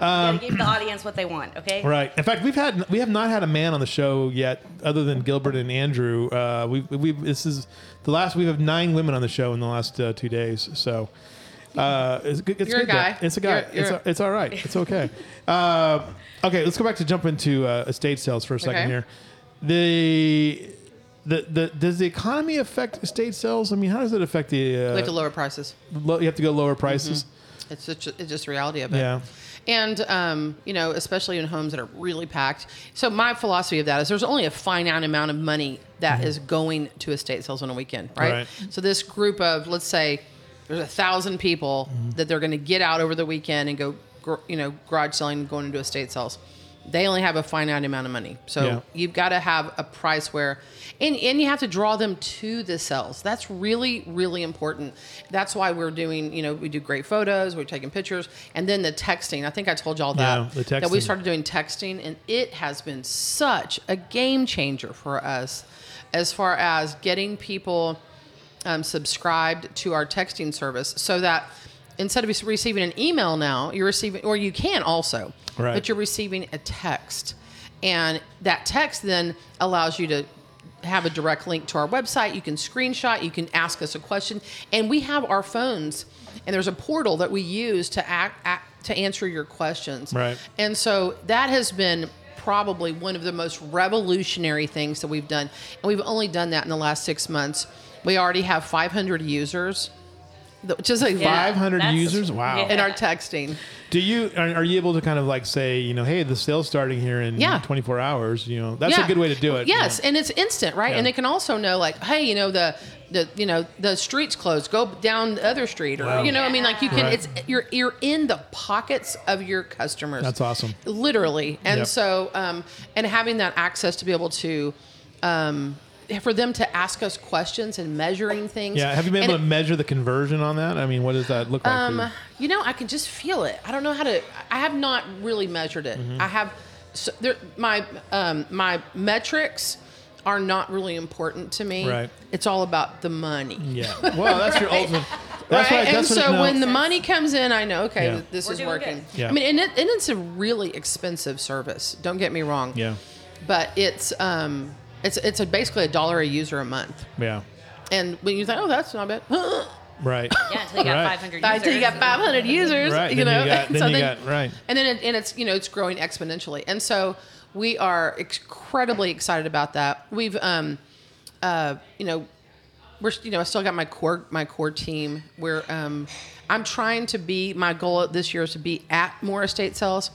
Speaker 6: Gotta give the audience what they want. Okay.
Speaker 2: right. In fact, we've had we have not had a man on the show yet, other than Gilbert and Andrew. Uh, we we this is the last we have nine women on the show in the last uh, two days, so. Uh, it's good, it's
Speaker 3: You're a
Speaker 2: good though.
Speaker 3: guy.
Speaker 2: It's a guy.
Speaker 3: You're-
Speaker 2: it's,
Speaker 3: you're-
Speaker 2: it's all right. It's okay. uh, okay, let's go back to jump into uh, estate sales for a second
Speaker 3: Okay.
Speaker 2: here. The, the the does the economy affect estate sales? I mean, how does it affect the? Uh,
Speaker 3: We have to lower prices.
Speaker 2: lo- you have to go lower prices.
Speaker 3: Mm-hmm. It's just, it's just reality of it.
Speaker 2: Yeah.
Speaker 3: And, um, you know, especially in homes that are really packed. So, my philosophy of that is there's only a finite amount of money that is going to estate sales on a weekend, right?
Speaker 2: Mm-hmm. Right.
Speaker 3: So, this group of, let's say, there's a thousand people
Speaker 2: Mm-hmm.
Speaker 3: that they're going to get out over the weekend and go, gr- you know, garage selling, going into estate sales. They only have a finite amount of money. So,
Speaker 2: Yeah.
Speaker 3: you've got to have a price where and, and you have to draw them to the cells that's really really important that's why we're doing you know we do great photos we're taking pictures and then the texting i think i told y'all that
Speaker 2: Yeah, the
Speaker 3: that we
Speaker 2: texting.
Speaker 3: started doing texting and it has been such a game changer for us as far as getting people um, subscribed to our texting service so that instead of receiving an email now you're receiving or you can also
Speaker 2: Right.
Speaker 3: but you're receiving a text and that text then allows you to have a direct link to our website you can screenshot you can ask us a question and we have our phones and there's a portal that we use to act, act to answer your questions
Speaker 2: Right.
Speaker 3: and so that has been probably one of the most revolutionary things that we've done. And we've only done that in the last six months. We already have 500 users th- just like
Speaker 6: Yeah.
Speaker 3: live.
Speaker 2: 500
Speaker 6: That's-
Speaker 2: users? Wow.
Speaker 6: yeah.
Speaker 3: And our texting.
Speaker 2: Do you are, are you able to kind of like say you know hey the sale's starting here in
Speaker 3: Yeah.
Speaker 2: 24 hours you know that's
Speaker 3: Yeah.
Speaker 2: a good way to do it. you
Speaker 3: Yes,
Speaker 2: know.
Speaker 3: and it's instant, right?
Speaker 2: Yeah.
Speaker 3: And they can also know like, hey, you know the the you know the street's closed. Go down the other street, or
Speaker 2: Wow.
Speaker 3: you know, I mean, like you can.
Speaker 2: Right.
Speaker 3: It's you're you're in the pockets of your customers.
Speaker 2: That's awesome.
Speaker 3: Literally, and
Speaker 2: Yep.
Speaker 3: so um, and having that access to be able to. Um, for them to ask us questions and measuring things.
Speaker 2: yeah. Have you been
Speaker 3: And
Speaker 2: able
Speaker 3: it-
Speaker 2: to measure the conversion on that? I mean, what does that look like? for you?
Speaker 3: um, you know, I can just feel it. I don't know how to. I have not really measured it.
Speaker 2: Mm-hmm.
Speaker 3: I have so there, my um, my metrics are not really important to me.
Speaker 2: Right.
Speaker 3: It's all about the money.
Speaker 2: Yeah. Well, that's your ultimate. That's
Speaker 3: right.
Speaker 2: right.
Speaker 3: and
Speaker 2: That's what-
Speaker 3: so
Speaker 2: no.
Speaker 3: when the money comes in, I know okay,
Speaker 2: Yeah.
Speaker 3: th- this
Speaker 6: We're
Speaker 3: is
Speaker 6: doing
Speaker 3: working.
Speaker 6: good.
Speaker 2: Yeah.
Speaker 3: I mean, and, it, and it's a really expensive service. Don't get me wrong.
Speaker 2: yeah,
Speaker 3: But it's um it's it's a, basically a dollar a user a month.
Speaker 2: yeah,
Speaker 3: And when you think, oh, that's not bad.
Speaker 2: right.
Speaker 6: Yeah, until you got
Speaker 2: Right.
Speaker 6: 500 users.
Speaker 3: until you got 500 users,
Speaker 2: Right,
Speaker 3: you
Speaker 2: then
Speaker 3: know.
Speaker 2: you got- then
Speaker 3: so
Speaker 2: you got- right.
Speaker 3: And then it, and it's you know it's growing exponentially, and so we are incredibly excited about that. We've um, uh, you know, we're you know I still got my core my core team. We're um, I'm trying to be my goal this year is to be at more estate sales.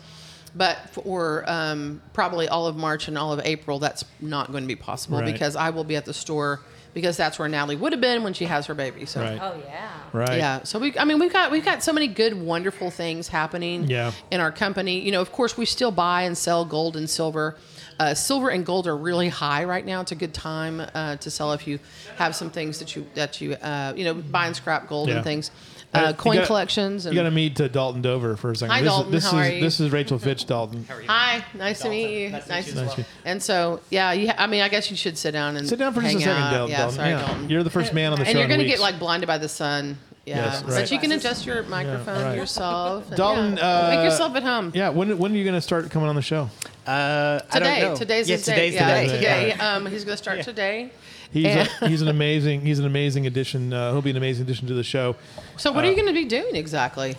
Speaker 3: But for um, probably all of March and all of April, that's not going to be possible
Speaker 2: Right.
Speaker 3: because I will be at the store because that's where Natalie would have been when she has her baby. So
Speaker 2: Right.
Speaker 6: Oh yeah.
Speaker 2: Right.
Speaker 3: yeah. So we, I mean, we've got we've got so many good, wonderful things happening.
Speaker 2: Yeah.
Speaker 3: In our company, you know, of course, we still buy and sell gold and silver. Uh, silver and gold are really high right now. It's a good time uh, to sell if you have some things that you that you uh, you know buy and scrap gold
Speaker 2: Yeah.
Speaker 3: and things,
Speaker 2: Uh,
Speaker 3: uh,
Speaker 2: you
Speaker 3: coin
Speaker 2: gotta-
Speaker 3: collections. And
Speaker 2: You got to meet uh, Dalton Dover for a second.
Speaker 3: Hi,
Speaker 2: this
Speaker 3: Dalton,
Speaker 2: Is, this
Speaker 3: how
Speaker 2: is
Speaker 3: are you?
Speaker 2: this is Rachel Fitch Dalton.
Speaker 3: Hi, nice to meet you. Nice,
Speaker 2: you as well. Nice to-
Speaker 3: And so, yeah, you, ha- I mean, I guess you should sit down and
Speaker 2: Sit down for just a
Speaker 3: hang
Speaker 2: second,
Speaker 3: out.
Speaker 2: Dal- Dalton.
Speaker 3: Yeah, sorry,
Speaker 2: Yeah.
Speaker 3: Dalton.
Speaker 2: You're the first man on the show.
Speaker 3: and you're
Speaker 2: in
Speaker 3: gonna get
Speaker 2: weeks.
Speaker 3: like blinded by the sun. Yeah,
Speaker 2: Yes, right.
Speaker 3: but you can adjust your microphone
Speaker 2: right.
Speaker 3: yourself. and-
Speaker 2: Dalton,
Speaker 3: yeah.
Speaker 2: uh,
Speaker 3: make yourself at home.
Speaker 2: Yeah. When when are you going to start coming on the show?
Speaker 7: Uh, I don't
Speaker 3: Today,
Speaker 7: know.
Speaker 3: today's
Speaker 7: yeah,
Speaker 3: his
Speaker 7: today's
Speaker 3: day. Yeah,
Speaker 7: the day.
Speaker 3: today.
Speaker 2: Alright.
Speaker 3: Um, he's gonna start today.
Speaker 2: He's a,
Speaker 3: Yeah.
Speaker 2: he's an amazing he's an amazing addition. Uh, he'll be an amazing addition to the show. Uh,
Speaker 3: So, what are you gonna be doing exactly?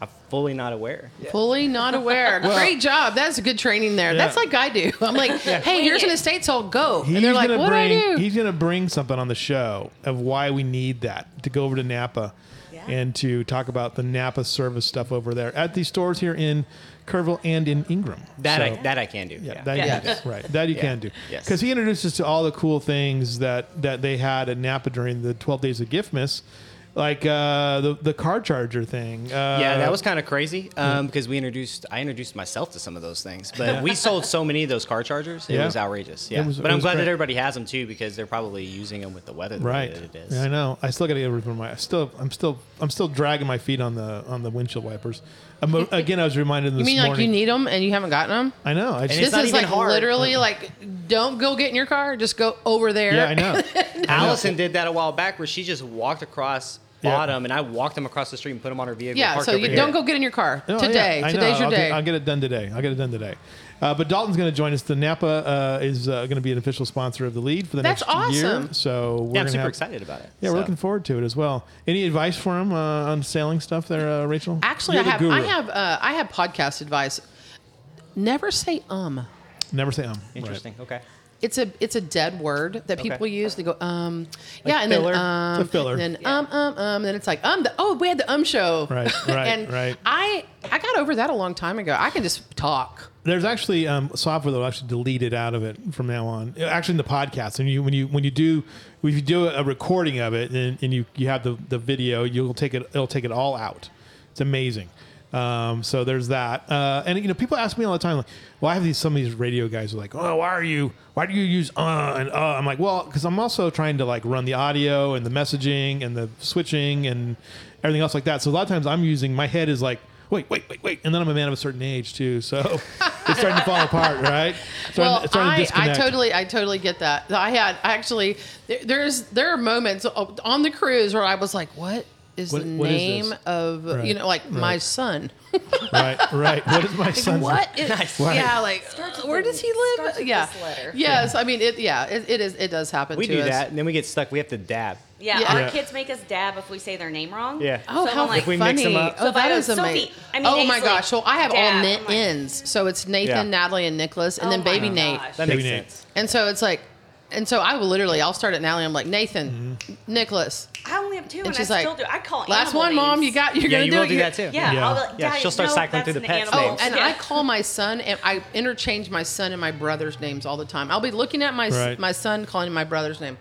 Speaker 7: I'm fully not aware.
Speaker 3: Fully not aware. Great job. That's good training there.
Speaker 2: Yeah.
Speaker 3: That's like I do. I'm like, hey, here's an estate sale. Go. and they're like,
Speaker 2: gonna
Speaker 3: what
Speaker 2: bring,
Speaker 3: do I do?
Speaker 2: He's going to bring something on the show of why we need that to go over to Napa and to talk about the Napa service stuff over there at these stores here in Kerrville and in Ingram.
Speaker 7: That
Speaker 2: So-
Speaker 7: I that I can do.
Speaker 2: yeah,
Speaker 7: Yeah.
Speaker 2: that you
Speaker 3: Yeah.
Speaker 2: can do. right. That you can do.
Speaker 7: Yes.
Speaker 2: Because he introduced us to all the cool things that that they had at Napa during the 12 days of Giftmas, like uh, the the car charger thing. Uh,
Speaker 7: Yeah, that was kind of crazy um, because we introduced I introduced myself to some of those things, but we sold so many of those car chargers, it
Speaker 2: Yeah.
Speaker 7: was outrageous. Yeah,
Speaker 2: was-
Speaker 7: but
Speaker 2: it
Speaker 7: I'm
Speaker 2: was
Speaker 7: glad
Speaker 2: great.
Speaker 7: that everybody has them too because they're probably using them with the weather the way
Speaker 2: Right.
Speaker 7: that it is.
Speaker 2: Yeah, I know. I still got to get over my. I still. I'm still. I'm still dragging my feet on the on the windshield wipers. I'm, again, I was reminded
Speaker 3: You
Speaker 2: this
Speaker 3: mean like you
Speaker 2: morning.
Speaker 3: need them and you haven't gotten them?
Speaker 2: I know. I just,
Speaker 7: It's
Speaker 3: This
Speaker 7: not
Speaker 3: is
Speaker 7: even
Speaker 3: like
Speaker 7: hard.
Speaker 3: literally like, don't go get in your car. Just go over there.
Speaker 2: yeah, I know.
Speaker 7: Allison did that a while back where she just walked across,
Speaker 2: Yeah.
Speaker 7: bought them, and I walked them across the street and put them on her vehicle.
Speaker 3: Yeah,
Speaker 7: parked
Speaker 3: so
Speaker 7: over
Speaker 3: you
Speaker 7: here.
Speaker 3: don't go get in your car
Speaker 2: No,
Speaker 3: today.
Speaker 2: yeah, I know.
Speaker 3: Today's your
Speaker 2: I'll
Speaker 3: day.
Speaker 2: Get, I'll get it done today. I'll get it done today. Uh, but Dalton's going to join us. The Napa uh, is uh, going to be an official sponsor of the lead for the
Speaker 3: That's
Speaker 2: next year.
Speaker 3: awesome.
Speaker 2: So we're
Speaker 7: Yeah, I'm
Speaker 2: gonna
Speaker 7: super
Speaker 2: have-
Speaker 7: excited about it.
Speaker 2: Yeah,
Speaker 7: so.
Speaker 2: we're looking forward to it as well. Any advice for him uh, on sailing stuff there, uh, Rachel?
Speaker 3: Actually, I
Speaker 2: You're the
Speaker 3: have
Speaker 2: guru.
Speaker 3: I have uh, I have podcast advice. Never say um.
Speaker 2: Never say um. Right.
Speaker 7: Interesting. Okay.
Speaker 3: It's a it's a dead word that people
Speaker 7: Okay.
Speaker 3: use. They go um, yeah, and
Speaker 7: filler?
Speaker 3: then um,
Speaker 2: It's a filler.
Speaker 3: and then um um um, then it's like um. The, oh, we had the um show.
Speaker 2: Right, right,
Speaker 3: and
Speaker 2: right.
Speaker 3: I I got over that a long time ago. I can just talk.
Speaker 2: There's actually um, software that will actually delete it out of it from now on. Actually, in the podcast, and you when you when you do if you do a recording of it and, and you you have the, the video, you'll take it it'll take it all out. It's amazing. Um, so there's that. Uh, and you know, people ask me all the time, like, well, I have these some of these radio guys who are like, oh, why are you why do you use uh and uh? I'm like, well, because I'm also trying to like run the audio and the messaging and the switching and everything else like that. So a lot of times I'm using my head is like wait, wait, wait, wait. And then I'm a man of a certain age too, so it's starting to fall apart, right? Starting,
Speaker 3: Well,
Speaker 2: starting to
Speaker 3: I, I
Speaker 2: disconnect.
Speaker 3: totally I totally get that. I had I actually there, there's there are moments on the cruise where I was like, what is
Speaker 2: What-
Speaker 3: the
Speaker 2: what is
Speaker 3: name
Speaker 2: this?
Speaker 3: of you
Speaker 2: Right,
Speaker 3: know like my
Speaker 2: right.
Speaker 3: son.
Speaker 2: right, right. What is my son's
Speaker 3: What? It,
Speaker 2: Right.
Speaker 3: Yeah, like where does he live?
Speaker 4: starts with
Speaker 3: yeah.
Speaker 4: this letter.
Speaker 3: Yes, I mean it. Yeah, it, it is. It does happen.
Speaker 7: We
Speaker 3: to
Speaker 7: do
Speaker 3: us.
Speaker 7: that, and then we get stuck. We have to dab.
Speaker 6: Yeah,
Speaker 3: Yeah.
Speaker 6: our
Speaker 2: Yeah.
Speaker 6: kids make us dab if we say their name wrong.
Speaker 7: Yeah.
Speaker 3: Oh,
Speaker 6: So
Speaker 3: how
Speaker 6: I'm like,
Speaker 7: If we
Speaker 3: funny!
Speaker 7: mix 'em up.
Speaker 3: Oh,
Speaker 6: So if I
Speaker 3: that
Speaker 6: go
Speaker 3: is
Speaker 6: Sophie,
Speaker 3: amazing.
Speaker 6: I mean,
Speaker 3: oh my
Speaker 6: Ainsley,
Speaker 3: gosh! So I have all
Speaker 6: Dad,
Speaker 3: knit
Speaker 6: I'm like-
Speaker 3: ends. So it's Nathan,
Speaker 7: Yeah.
Speaker 3: Natalie, and Nicholas, and
Speaker 6: Oh
Speaker 3: then
Speaker 6: my
Speaker 3: baby
Speaker 6: gosh.
Speaker 3: Nate.
Speaker 7: That
Speaker 2: Baby
Speaker 7: makes
Speaker 2: Nate.
Speaker 7: sense.
Speaker 3: And so it's like, and so I will literally, I'll start at Natalie. I'm like, Nathan,
Speaker 7: Mm-hmm.
Speaker 3: Nicholas.
Speaker 6: I only have two, and,
Speaker 3: And she's
Speaker 6: I
Speaker 3: like,
Speaker 6: still do. I call
Speaker 3: Last
Speaker 6: animal
Speaker 3: one, mom.
Speaker 6: names.
Speaker 3: You got, you're
Speaker 7: Yeah,
Speaker 3: going to
Speaker 7: you
Speaker 3: do
Speaker 7: will
Speaker 3: it.
Speaker 7: do
Speaker 3: You-
Speaker 7: that too.
Speaker 6: Yeah,
Speaker 2: Yeah.
Speaker 6: I'll be like,
Speaker 7: Yeah,
Speaker 6: "Daddy,
Speaker 7: she'll start
Speaker 6: no,
Speaker 7: cycling through
Speaker 6: that's
Speaker 7: the
Speaker 6: an
Speaker 7: pets'
Speaker 6: animal."
Speaker 3: Oh,
Speaker 7: names.
Speaker 3: and
Speaker 6: Yeah.
Speaker 3: I call my son and I interchange my son and my brother's names all the time. I'll be looking at my s-
Speaker 2: Right.
Speaker 3: my son calling him my brother's name.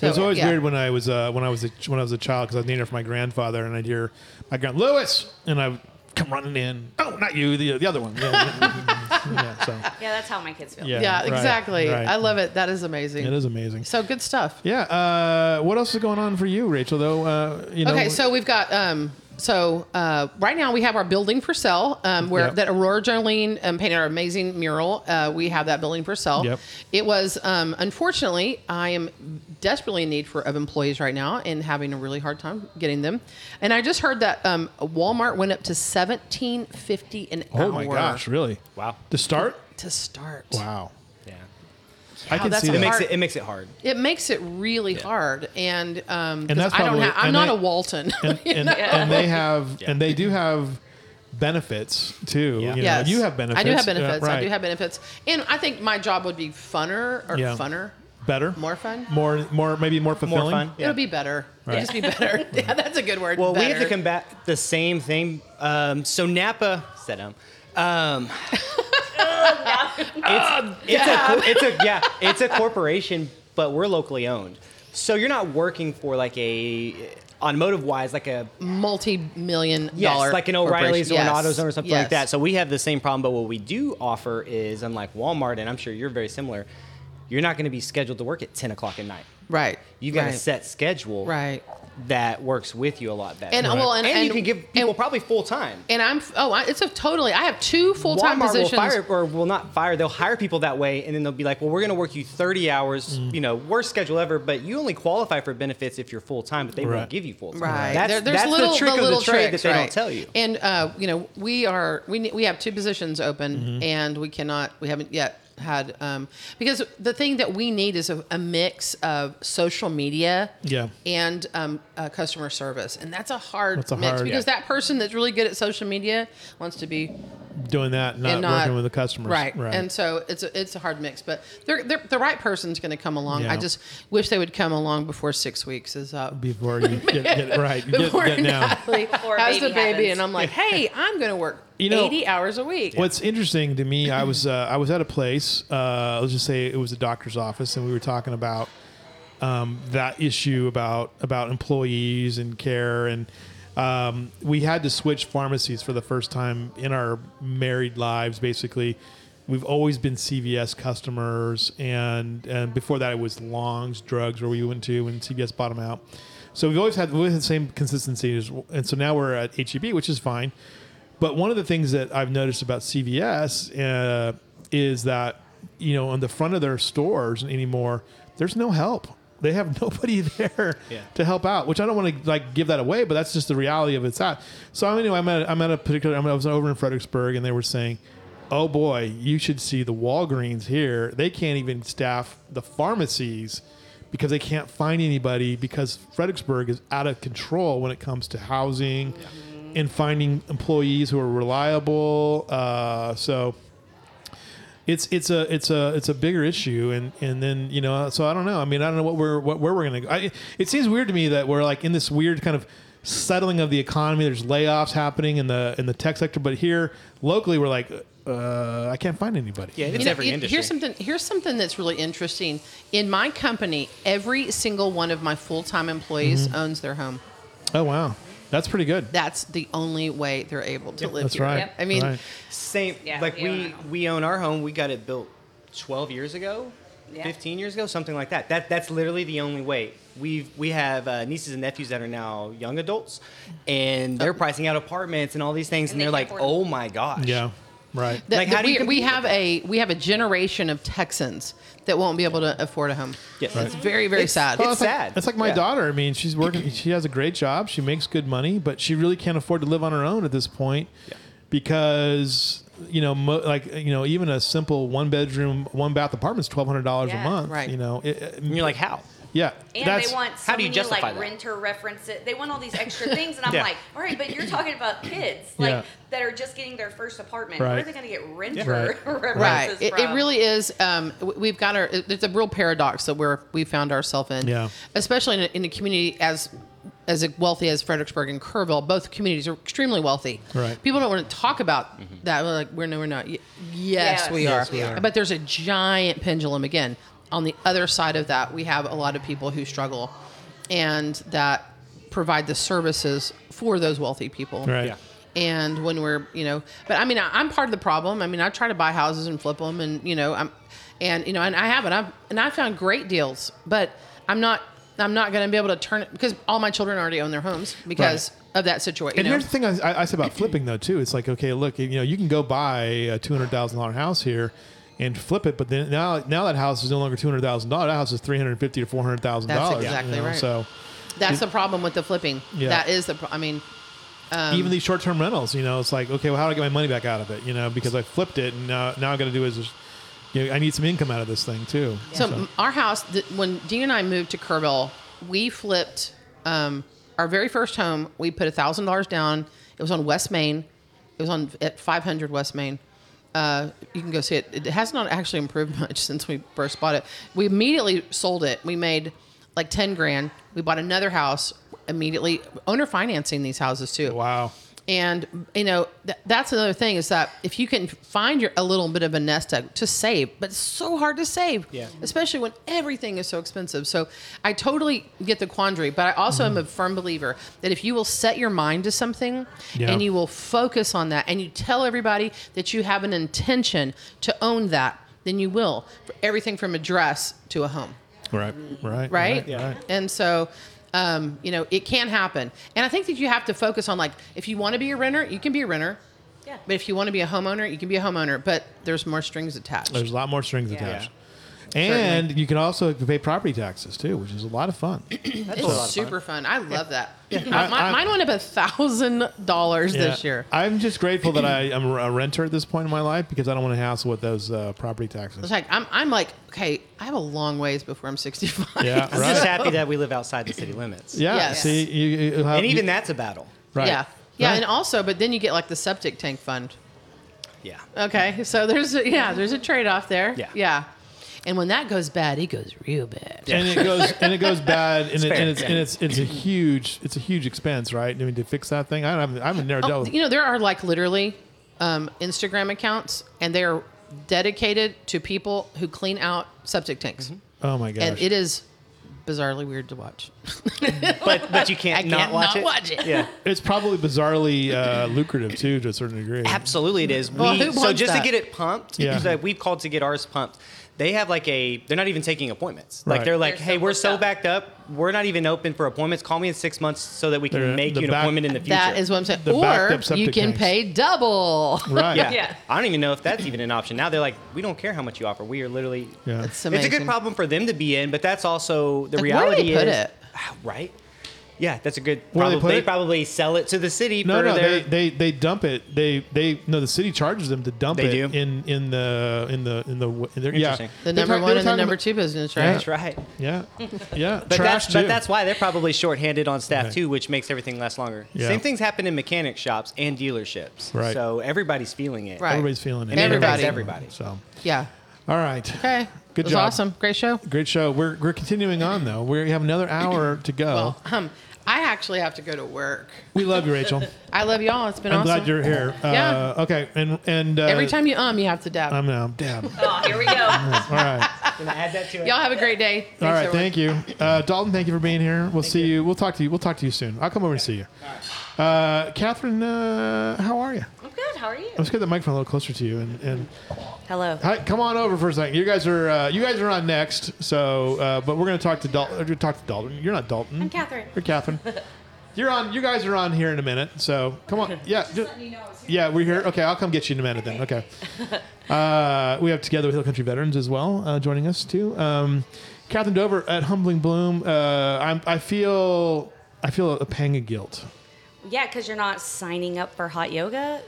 Speaker 2: It was
Speaker 3: So,
Speaker 2: always
Speaker 3: yeah.
Speaker 2: weird when I was uh, when I was a, when I was a child because I was named after my grandfather, and I'd hear my grand Lewis, and I would come running in. Oh, not you, the the other one. Yeah, yeah, yeah, so,
Speaker 6: Yeah, that's how my kids feel.
Speaker 2: yeah,
Speaker 3: Yeah,
Speaker 2: right,
Speaker 3: exactly.
Speaker 2: right.
Speaker 3: I love it. That is amazing.
Speaker 2: It is amazing.
Speaker 3: So good stuff.
Speaker 2: Yeah. Uh, what else is going on for you, Rachel? Though, uh, you know.
Speaker 3: Okay, so we've got um, so uh, right now we have our building for sale um, where
Speaker 2: Yep.
Speaker 3: that Aurora Jolene um, painted our amazing mural. Uh, we have that building for sale.
Speaker 2: Yep.
Speaker 3: It was um, unfortunately I am desperately in need for of employees right now and having a really hard time getting them. And I just heard that um, Walmart went up to seventeen fifty an hour.
Speaker 2: oh my gosh, really?
Speaker 7: Wow.
Speaker 2: To start?
Speaker 3: To start,
Speaker 2: Wow.
Speaker 7: Yeah.
Speaker 2: I can
Speaker 3: that's
Speaker 2: see
Speaker 3: a
Speaker 7: It
Speaker 2: that.
Speaker 7: makes
Speaker 3: Hard.
Speaker 7: it, it makes it hard.
Speaker 3: it makes it really hard. And um, 'cause
Speaker 2: that's
Speaker 3: I don't.
Speaker 2: probably-
Speaker 3: Ha- I'm
Speaker 2: and
Speaker 3: not
Speaker 2: that-
Speaker 3: a Walton. you
Speaker 2: and,
Speaker 3: know?
Speaker 2: and they have
Speaker 7: Yeah.
Speaker 2: and they do have benefits too.
Speaker 7: Yeah.
Speaker 2: You, know,
Speaker 3: Yes.
Speaker 2: you have benefits.
Speaker 3: I do have
Speaker 2: Yeah,
Speaker 3: benefits. I
Speaker 2: right.
Speaker 3: do have benefits. And I think my job would be funner or
Speaker 2: Yeah.
Speaker 3: funner.
Speaker 2: better,
Speaker 3: More fun?
Speaker 2: more, more, maybe more fulfilling.
Speaker 7: More fun.
Speaker 3: It'll be better.
Speaker 2: Right.
Speaker 3: It'll just be better. yeah, that's a good word.
Speaker 7: Well, we have to
Speaker 3: better.
Speaker 7: combat the same thing. Um, so Napa, set down. Um, it's, it's, a, cor- it's a yeah, it's a corporation, but we're locally owned. So you're not working for like a automotive wise, like a
Speaker 3: multi-million dollar.
Speaker 7: yes, like an O'Reilly's or
Speaker 3: corporation.
Speaker 7: an
Speaker 3: Yes.
Speaker 7: AutoZone or something
Speaker 3: Yes.
Speaker 7: like that. So we have the same problem, but what we do offer is, unlike Walmart, and I'm sure you're very similar, you're not going to be scheduled to work at 10 o'clock at night.
Speaker 3: right,
Speaker 7: You've got
Speaker 3: right.
Speaker 7: a set schedule
Speaker 3: Right.
Speaker 7: that works with you a lot better.
Speaker 3: And well, and,
Speaker 7: and, you can give people probably full time.
Speaker 3: And I'm oh, I, it's a totally. I have two full-time
Speaker 7: Walmart
Speaker 3: positions.
Speaker 7: will fire or will not fire. They'll hire people that way, and then they'll be like, "Well, we're going to work you 30 hours,
Speaker 2: Mm.
Speaker 7: you know, worst schedule ever, but you only qualify for benefits if you're full time, but they
Speaker 2: Right.
Speaker 7: won't give you full time."
Speaker 3: Right.
Speaker 7: That's,
Speaker 3: There- there's
Speaker 7: that's
Speaker 3: little,
Speaker 7: the trick of
Speaker 3: little
Speaker 7: the trade
Speaker 3: tricks,
Speaker 7: that they
Speaker 3: right.
Speaker 7: don't tell you.
Speaker 3: And uh, you know, we are we ne- we have two positions open, and we cannot we haven't yet had um, because the thing that we need is a, a mix of social media
Speaker 2: Yeah.
Speaker 3: and um, uh, customer service and that's a hard
Speaker 2: That's a
Speaker 3: mix
Speaker 2: hard-
Speaker 3: because that person that's really good at social media wants to be
Speaker 2: Doing that, not,
Speaker 3: and not
Speaker 2: working with the customers.
Speaker 3: right?
Speaker 2: Right.
Speaker 3: And so it's a, it's a hard mix, but they're, they're, the right person's going to come along.
Speaker 2: Yeah.
Speaker 3: I just wish they would come along before six weeks is up.
Speaker 2: before you get, get right, get,
Speaker 3: before
Speaker 2: get down.
Speaker 3: Natalie
Speaker 6: Before
Speaker 3: has
Speaker 6: baby
Speaker 3: the baby,
Speaker 6: happens.
Speaker 3: and I'm like, hey, I'm gonna work
Speaker 2: You know-
Speaker 3: 80 hours a week.
Speaker 2: What's interesting to me, I was uh, I was at a place. Uh, let's just say it was a doctor's office, and we were talking about um, that issue about about employees and care, and um, we had to switch pharmacies for the first time in our married lives. Basically, we've always been CVS customers, and and before that it was Long's Drugs where we went to when CVS bought them out. So we've always had we had the same consistency, as- and so now we're at HEB, which is fine. But one of the things that I've noticed about CVS uh, is that you know on the front of their stores anymore, there's no help. They have nobody there to help out, which I don't want to like give that away, but that's just the reality of it's that. So I mean, anyway, I'm at I'm at a particular I'm, I was over in Fredericksburg, and they were saying, "Oh boy, you should see the Walgreens here. They can't even staff the pharmacies." because they can't find anybody because Fredericksburg is out of control when it comes to housing and finding employees who are reliable. Uh, so it's it's a it's a it's a bigger issue, and and then you know, so I don't know. I mean, I don't know what we're what where we're gonna go. I, it seems weird to me that we're like in this weird kind of settling of the economy. There's layoffs happening in the in the tech sector, but here locally, we're like. Uh, I can't find anybody.
Speaker 7: Yeah, it's
Speaker 3: You know,
Speaker 7: every
Speaker 3: you-
Speaker 7: industry.
Speaker 3: Here's something. Here's something that's really interesting. In my company, every single one of my full-time employees owns their home.
Speaker 2: Mm-hmm. Oh wow, that's pretty good.
Speaker 3: That's the only way they're able to live
Speaker 2: That's
Speaker 3: here.
Speaker 2: right.
Speaker 6: Yep.
Speaker 3: I mean,
Speaker 2: right.
Speaker 7: Same.
Speaker 6: Yeah,
Speaker 7: like
Speaker 6: we own our
Speaker 7: we
Speaker 6: home.
Speaker 7: we own our home. We got it built 12 years ago,
Speaker 6: Yeah.
Speaker 7: 15 years ago, something like that. That that's literally the only way. We've we have uh, nieces and nephews that are now young adults, and
Speaker 3: Oh.
Speaker 7: they're pricing out apartments and all these things, and,
Speaker 6: And they
Speaker 7: they're like,
Speaker 6: can't afford
Speaker 7: oh my gosh.
Speaker 2: Yeah, right.
Speaker 3: that-
Speaker 7: Like,
Speaker 3: that
Speaker 7: how do you
Speaker 3: we, we
Speaker 7: compete with
Speaker 3: have a we have a generation of Texans that won't be able to afford a home.
Speaker 7: Yes.
Speaker 3: It's very very
Speaker 7: It's-
Speaker 3: sad.
Speaker 7: it's
Speaker 2: Well, like-
Speaker 7: sad.
Speaker 2: It's like my
Speaker 7: Yeah.
Speaker 2: daughter. I mean, she's working. she has a great job. She makes good money, but she really can't afford to live on her own at this point because you know, mo- like you know, even a simple one bedroom, one bath apartment is twelve hundred dollars
Speaker 6: Yeah,
Speaker 2: a month.
Speaker 3: right.
Speaker 2: You know, it, it-
Speaker 7: And you're like, how?
Speaker 2: Yeah.
Speaker 6: And
Speaker 2: that's
Speaker 6: they want so
Speaker 7: How do you
Speaker 6: many
Speaker 7: justify
Speaker 6: like
Speaker 7: that?
Speaker 6: renter references. They want all these extra things, and I'm
Speaker 7: Yeah.
Speaker 6: like, all right, but you're talking about kids like
Speaker 2: Yeah.
Speaker 6: that are just getting their first apartment. Where are
Speaker 2: Right.
Speaker 6: they going to get renter
Speaker 2: Right.
Speaker 6: references
Speaker 3: right it, it
Speaker 6: from?
Speaker 3: really is um, w- we've got our it- it's a real paradox that we're we found ourselves in
Speaker 2: Yeah.
Speaker 3: especially in a, in a community as as wealthy as Fredericksburg and Kerrville, both communities are extremely wealthy.
Speaker 2: Right.
Speaker 3: People don't want to talk about that. We're like, we're no, we're not. Y- yes,
Speaker 6: Yes.
Speaker 3: we,
Speaker 2: Yes,
Speaker 3: are.
Speaker 2: we are.
Speaker 3: But there's a giant pendulum again. On the other side of that, we have a lot of people who struggle, and that provide the services for those wealthy people
Speaker 2: Right.
Speaker 7: Yeah.
Speaker 3: and when we're you know but i mean I, i'm part of the problem i mean i try to buy houses and flip them and you know i'm and you know and i haven't i've and i found great deals but i'm not i'm not going to be able to turn it because all my children already own their homes because of that situation
Speaker 2: And here's the thing I, I said about flipping though too. It's like okay, look, you know, you can go buy a two hundred thousand dollar house here and flip it, but then now now that house is no longer two hundred thousand dollars. That house is three hundred fifty to four hundred thousand dollars.
Speaker 3: That's exactly right.
Speaker 2: So
Speaker 3: that's the problem with the flipping
Speaker 2: Yeah.
Speaker 3: that is the pro- i mean um,
Speaker 2: even these short term rentals, you know, it's like okay, well, how do I get my money back out of it? You know, because I flipped it, and now now I got to do is, just, you know, I need some income out of this thing too.
Speaker 3: So, m our house, th- when Dean and I moved to Kerrville, we flipped um, our very first home. We put a thousand dollars down. It was on West Main. It was on at 500 West Main. Uh, you can go see it. It has not actually improved much since we first bought it. We immediately sold it. We made like 10 grand. We bought another house immediately. Owner financing these houses too.
Speaker 2: wow,
Speaker 3: And you know th- that's another thing is that if you can find your a little bit of a nest egg to save, but it's so hard to save,
Speaker 7: Yeah.
Speaker 3: Especially when everything is so expensive. So I totally get the quandary, but I also
Speaker 2: Mm-hmm.
Speaker 3: am a firm believer that if you will set your mind to something
Speaker 2: Yeah.
Speaker 3: and you will focus on that, and you tell everybody that you have an intention to own that, then you will. For everything from a dress to a home
Speaker 2: right, right,
Speaker 3: right?
Speaker 2: yeah. right.
Speaker 3: And so, um, you know, it can happen. And I think that you have to focus on like, if you want to be a renter, you can be a renter.
Speaker 6: Yeah.
Speaker 3: But if you want to be a homeowner, you can be a homeowner. But there's more strings attached.
Speaker 2: There's a lot more strings attached. And
Speaker 3: Certainly.
Speaker 2: you can also pay property taxes too, which is a lot of fun.
Speaker 3: it's
Speaker 7: lot of
Speaker 3: super fun. I love that.
Speaker 2: I-
Speaker 3: My-
Speaker 2: I-
Speaker 3: mine went up a thousand dollars
Speaker 2: Yeah.
Speaker 3: this year.
Speaker 2: I'm just grateful that I am a renter at this point in my life because I don't want to hassle with those uh, property
Speaker 3: It's
Speaker 2: taxes.
Speaker 3: like I'm, I'm like, okay, I have a long ways before I'm 65.
Speaker 2: Yeah,
Speaker 7: I'm
Speaker 2: right.
Speaker 7: just happy that we live outside the city limits.
Speaker 2: Yeah,
Speaker 3: Yes.
Speaker 2: see, you, you you have,
Speaker 7: And
Speaker 2: you-
Speaker 7: even that's a battle.
Speaker 2: right.
Speaker 3: Yeah. Yeah,
Speaker 2: Right.
Speaker 3: and also, but then you get like the septic tank fund.
Speaker 7: Yeah.
Speaker 3: Okay, so there's a, yeah, there's a trade off there.
Speaker 7: Yeah.
Speaker 3: yeah, and when that goes bad, it goes real bad.
Speaker 2: and it goes and it goes bad, and, it,
Speaker 7: fair,
Speaker 2: and it's
Speaker 7: yeah.
Speaker 2: and it's it's a huge it's a huge expense, right? I mean, to fix that thing, I haven't I haven't never
Speaker 3: Oh,
Speaker 2: dealt with.
Speaker 3: you know, there are like literally um, Instagram accounts, and they are dedicated to people who clean out septic tanks,
Speaker 2: oh my gosh!
Speaker 3: and it is bizarrely weird to watch.
Speaker 7: But but you can't,
Speaker 3: I
Speaker 7: not
Speaker 3: can't
Speaker 7: watch
Speaker 3: not
Speaker 7: it.
Speaker 3: watch it.
Speaker 7: Yeah.
Speaker 2: it's probably bizarrely uh, lucrative too, to a certain degree.
Speaker 7: Absolutely, it is. We,
Speaker 3: Well, Oh, who
Speaker 7: so
Speaker 3: wants
Speaker 7: just
Speaker 3: that?
Speaker 7: to get it pumped,
Speaker 2: Yeah.
Speaker 7: so we've called to get ours pumped. They have like a. They're not even taking appointments. Like
Speaker 2: Right.
Speaker 7: they're like,
Speaker 6: They're so
Speaker 7: hey, we're
Speaker 6: booked
Speaker 7: so
Speaker 6: up."
Speaker 7: backed up. We're not even open for appointments. Call me in six months so that we can
Speaker 2: They're-
Speaker 7: make
Speaker 2: the
Speaker 7: you an
Speaker 2: back-
Speaker 7: appointment in the future.
Speaker 3: That is what I'm saying.
Speaker 2: The backed up
Speaker 3: or you
Speaker 2: septic
Speaker 3: can
Speaker 2: tanks.
Speaker 3: pay double.
Speaker 2: Right.
Speaker 7: Yeah.
Speaker 6: Yeah.
Speaker 7: I don't even know if that's even an option. Now they're like, we don't care how much you offer. We are literally.
Speaker 2: Yeah.
Speaker 3: It's
Speaker 7: It's
Speaker 3: amazing.
Speaker 7: a good problem for them to be in, but that's also
Speaker 3: Like, where do
Speaker 7: the
Speaker 3: they
Speaker 7: reality
Speaker 3: put
Speaker 7: is
Speaker 3: it?
Speaker 7: right. Yeah, that's a good.
Speaker 2: Where do they
Speaker 7: probab-
Speaker 2: put
Speaker 7: they
Speaker 2: it?
Speaker 7: probably sell it to the city
Speaker 2: No,
Speaker 7: for
Speaker 2: no, they,
Speaker 7: their.
Speaker 2: they they dump it. They they no, the city charges them to dump
Speaker 7: They
Speaker 2: it
Speaker 7: do?
Speaker 2: in in the in the in the in their, yeah.
Speaker 7: Interesting.
Speaker 3: The
Speaker 2: They're talk-
Speaker 3: number
Speaker 2: they
Speaker 3: one
Speaker 2: were
Speaker 3: and the
Speaker 2: talking
Speaker 3: number
Speaker 2: about-
Speaker 3: two business, right?
Speaker 7: that's right.
Speaker 2: Yeah, yeah.
Speaker 7: But
Speaker 2: Trash
Speaker 7: that's,
Speaker 2: too.
Speaker 7: but that's why they're probably shorthanded on staff
Speaker 2: Okay.
Speaker 7: too, which makes everything last longer.
Speaker 2: Yeah.
Speaker 7: Same things happen in mechanic shops and dealerships.
Speaker 2: Right.
Speaker 7: So everybody's feeling it.
Speaker 3: Right.
Speaker 2: everybody's feeling it.
Speaker 7: And it affects
Speaker 3: Everybody.
Speaker 7: everybody.
Speaker 2: So,
Speaker 3: Yeah.
Speaker 2: all right.
Speaker 3: Okay.
Speaker 2: Good
Speaker 3: it was
Speaker 2: job.
Speaker 3: awesome. Great show.
Speaker 2: Great show. We're we're continuing on though. We have another hour to go.
Speaker 3: Well, um, I actually have to go to work.
Speaker 2: we love you, Rachel.
Speaker 3: I love y'all. It's been
Speaker 2: I'm
Speaker 3: awesome.
Speaker 2: glad you're here.
Speaker 3: Yeah.
Speaker 2: Uh, okay. And and uh,
Speaker 3: Every time you um, you have to dab.
Speaker 2: I'm now. Damn. all
Speaker 6: Oh, here we go.
Speaker 2: right.
Speaker 7: Can I add that to it?
Speaker 3: y'all have a great day. Thanks,
Speaker 2: All right.
Speaker 3: everyone.
Speaker 2: Thank you, uh, Dalton. Thank you for being here. We'll see you. We'll talk to you. We'll talk to you soon. I'll come over and see you. Uh, Catherine, uh, how are you?
Speaker 6: I'm good. How are you?
Speaker 2: Let's get the microphone a little closer to you and, and
Speaker 6: Hello.
Speaker 2: hi, come on over for a second. You guys are uh, you guys are on next, so uh, but we're gonna talk to Dalton. We're gonna talk to Dalton. You're not Dalton. I'm
Speaker 6: Catherine.
Speaker 2: You're Catherine. You're on. You guys are on here in a minute. So come on. Yeah. ju- yeah, we're here. Okay, I'll come get you in a minute then. Okay. Uh, we have Together with Hill Country Veterans as well uh, joining us too. Um, Catherine Dover at Humbling Bloom. Uh, I'm, I feel I feel a pang of guilt.
Speaker 6: Yeah, because you're not signing up for hot yoga.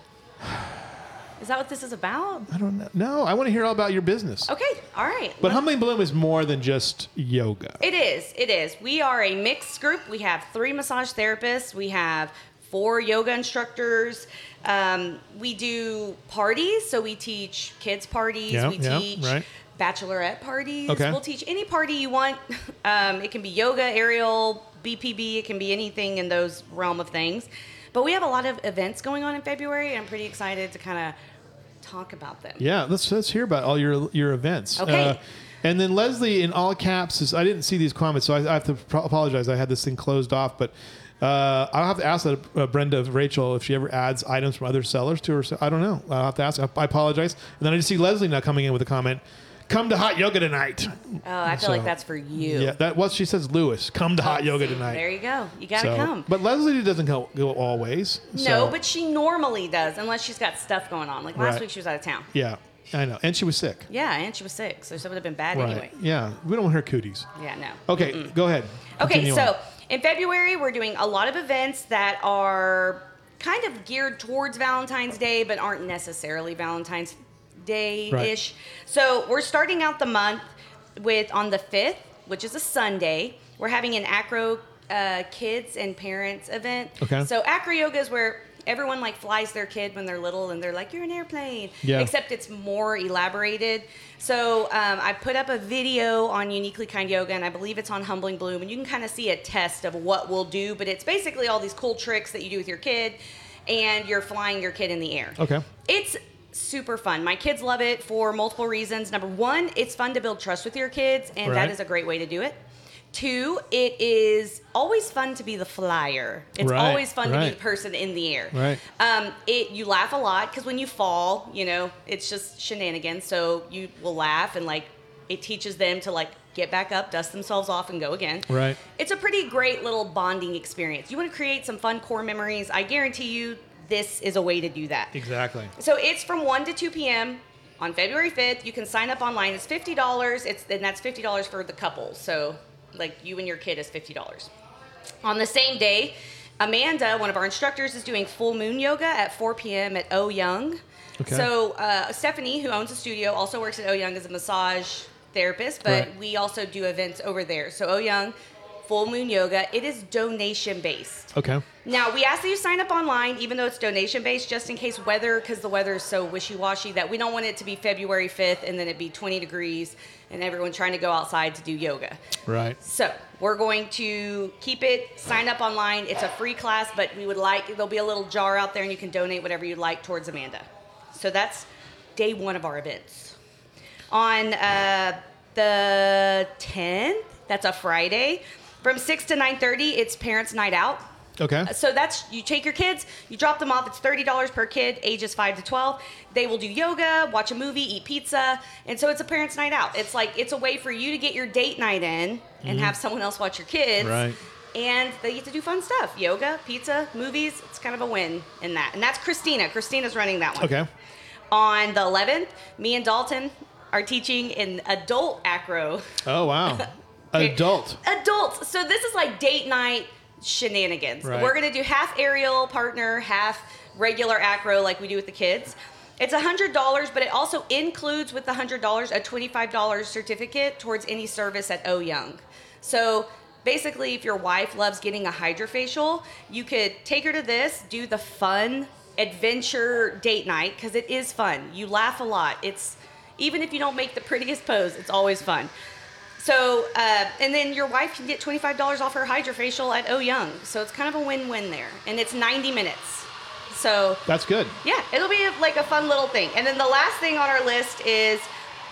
Speaker 6: Is that what this is about?
Speaker 2: I don't know. No, I want to hear all about your business.
Speaker 6: Okay, all right.
Speaker 2: But Humbling Bloom is more than just yoga.
Speaker 6: It is. It is. We are a mixed group. We have three massage therapists. We have four yoga instructors. Um, we do parties. So we teach kids parties.
Speaker 2: Yeah,
Speaker 6: we
Speaker 2: yeah,
Speaker 6: teach
Speaker 2: right.
Speaker 6: bachelorette parties.
Speaker 2: Okay.
Speaker 6: We'll teach any party you want. Um, it can be yoga, aerial, BPB. It can be anything in those realm of things. But we have a lot of events going on in February. and I'm pretty excited to kind of talk about them.
Speaker 2: Yeah, let's let's hear about all your your events. Uh,
Speaker 6: Okay.
Speaker 2: and then Leslie in all caps is I didn't see these comments, so I, I have to pro- apologize. I had this thing closed off, but uh, I'll have to ask that, uh, Brenda Rachel if she ever adds items from other sellers to her. se- I don't know. I'll have to ask. I, I apologize. And then I just see Leslie now coming in with a comment. Come to hot yoga tonight.
Speaker 6: Oh, I feel
Speaker 2: So-
Speaker 6: like that's for you.
Speaker 2: Yeah, that was she says Lewis. Come to hot yoga tonight.
Speaker 6: There you go. You got to
Speaker 2: So-
Speaker 6: come.
Speaker 2: But Leslie doesn't go, go always.
Speaker 6: No,
Speaker 2: so-
Speaker 6: but she normally does, unless she's got stuff going on. Like last
Speaker 2: Right.
Speaker 6: week, she was out of town.
Speaker 2: yeah, I know, and she was sick.
Speaker 6: Yeah, and she was sick, so that would have been bad
Speaker 2: right.
Speaker 6: anyway.
Speaker 2: Yeah, we don't want her cooties.
Speaker 6: Yeah, no.
Speaker 2: Okay, go ahead.
Speaker 6: Okay,
Speaker 2: Continue on.
Speaker 6: so in February, we're doing a lot of events that are kind of geared towards Valentine's Day, but aren't necessarily Valentine's Day ish. So we're starting out the month with on the 5th, which is a Sunday, we're having an acro uh, kids and parents event.
Speaker 2: Okay.
Speaker 6: So acro yoga is where everyone like flies their kid when they're little and they're like you're an airplane
Speaker 2: Yeah.
Speaker 6: except it's more elaborated. So um, I put up a video on Uniquely Kind Yoga, and I believe it's on Humbling Bloom, and you can kind of see a test of what we'll do. But it's basically all these cool tricks that you do with your kid, and you're flying your kid in the air.
Speaker 2: Okay.
Speaker 6: It's super fun. My kids love it for multiple reasons. Number one, it's fun to build trust with your kids, and
Speaker 2: Right.
Speaker 6: that is a great way to do it. Two, it is always fun to be the flyer. It's
Speaker 2: Right,
Speaker 6: always fun to be
Speaker 2: right.
Speaker 6: the person in the air.
Speaker 2: Right.
Speaker 6: Um, it you laugh a lot because when you fall, you know it's just shenanigans. So you will laugh and like it teaches them to like get back up, dust themselves off, and go again.
Speaker 2: Right.
Speaker 6: It's a pretty great little bonding experience. You want to create some fun core memories. I guarantee you, this is a way to do that.
Speaker 2: Exactly.
Speaker 6: So it's from 1 to 2 p.m. on February 5th. You can sign up online. It's $50. It's and that's $50 for the couple. So like you and your kid is $50. On the same day, Amanda, one of our instructors, is doing full moon yoga at 4 p.m. at O Young.
Speaker 2: Okay.
Speaker 6: So uh, Stephanie, who owns a studio, also works at O Young as a massage therapist, but
Speaker 2: Right.
Speaker 6: we also do events over there. So O Young, full moon yoga, it is donation based.
Speaker 2: Okay.
Speaker 6: Now, we ask that you sign up online, even though it's donation based, just in case weather, because the weather is so wishy washy that we don't want it to be February 5th and then it be 20 degrees and everyone trying to go outside to do yoga.
Speaker 2: Right.
Speaker 6: So, we're going to keep it, sign up online. It's a free class, but we would like, there'll be a little jar out there and you can donate whatever you'd like towards Amanda. So, that's day one of our events. On uh, the 10th, that's a Friday, from 6 to 9.30, it's Parents Night Out. Uh,
Speaker 2: Okay.
Speaker 6: So that's you take your kids, you drop them off. It's thirty dollars per kid, ages five to twelve. They will do yoga, watch a movie, eat pizza, and so it's a parents' night out. It's like it's a way for you to get your date night in and have someone else watch your kids.
Speaker 2: Mm-hmm. Right.
Speaker 6: And they get to do fun stuff: yoga, pizza, movies. It's kind of a win in that. And that's Christina. Christina's running that one.
Speaker 2: Okay.
Speaker 6: On the 11th, me and Dalton are teaching an adult acro
Speaker 2: Oh wow. Adult.
Speaker 6: adults. So this is like date night shenanigans.
Speaker 2: Right.
Speaker 6: We're gonna do half aerial partner, half regular acro like we do with the kids. It's hundred dollars, but it also includes with the hundred dollars a twenty-five dollars certificate towards any service at O Young. So basically, if your wife loves getting a hydrofacial, you could take her to this, do the fun adventure date night because it is fun. You laugh a lot. It's even if you don't make the prettiest pose, it's always fun. So, uh, and then your wife can get $25 off her hydrofacial at O Young. So it's kind of a win win there. And it's 90 minutes. So,
Speaker 2: That's good.
Speaker 6: yeah, it'll be like a fun little thing. And then the last thing on our list is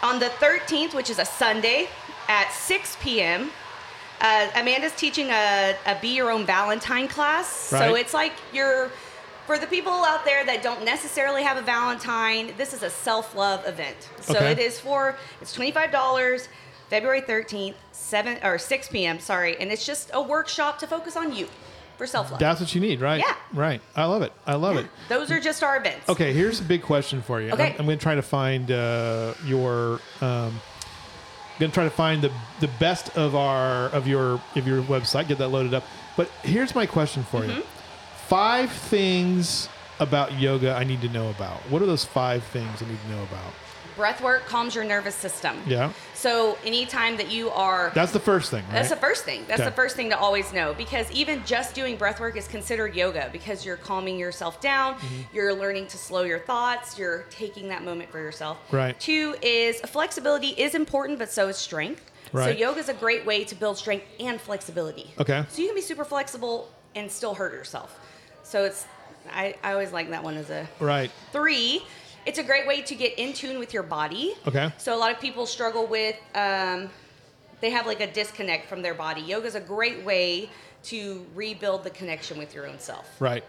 Speaker 6: on the 13th, which is a Sunday at 6 p.m. Uh, Amanda's teaching a, a Be Your Own Valentine class. So
Speaker 2: Right.
Speaker 6: it's like you're, for the people out there that don't necessarily have a Valentine, this is a self love event. So
Speaker 2: Okay.
Speaker 6: it is for, it's $25. February 13th, 7 or 6 p.m., sorry, and it's just a workshop to focus on you for self-love.
Speaker 2: That's what you need, right?
Speaker 6: Yeah.
Speaker 2: Right. I love it. I love it.
Speaker 6: Those are just our events.
Speaker 2: Okay. Here's a big question for you.
Speaker 6: Okay.
Speaker 2: I'm, I'm going to try to find uh, your. Um, going to try to find the the best of our of your of your
Speaker 6: Mm-hmm.
Speaker 2: website. Get that loaded up. But here's my question for you: Five things about yoga I need to know about? What are those five things I need to know about?
Speaker 6: Breath work calms your nervous system.
Speaker 2: Yeah.
Speaker 6: So anytime that you are
Speaker 2: That's the first thing. Right?
Speaker 6: That's the first thing. That's
Speaker 2: Okay.
Speaker 6: the first thing to always know because even just doing breath work is considered yoga because you're calming yourself down,
Speaker 2: Mm-hmm.
Speaker 6: you're learning to slow your thoughts, you're taking that moment for yourself.
Speaker 2: Right.
Speaker 6: Two is flexibility is important, but so is strength. So
Speaker 2: Right.
Speaker 6: yoga is a great way to build strength and flexibility.
Speaker 2: Okay.
Speaker 6: So you can be super flexible and still hurt yourself. So it's I, I always like that one as a
Speaker 2: Right.
Speaker 6: Three, it's a great way to get in tune with your body.
Speaker 2: Okay.
Speaker 6: So a lot of people struggle with, um, they have like a disconnect from their body. Yoga is a great way to rebuild the connection with your own self.
Speaker 2: Right.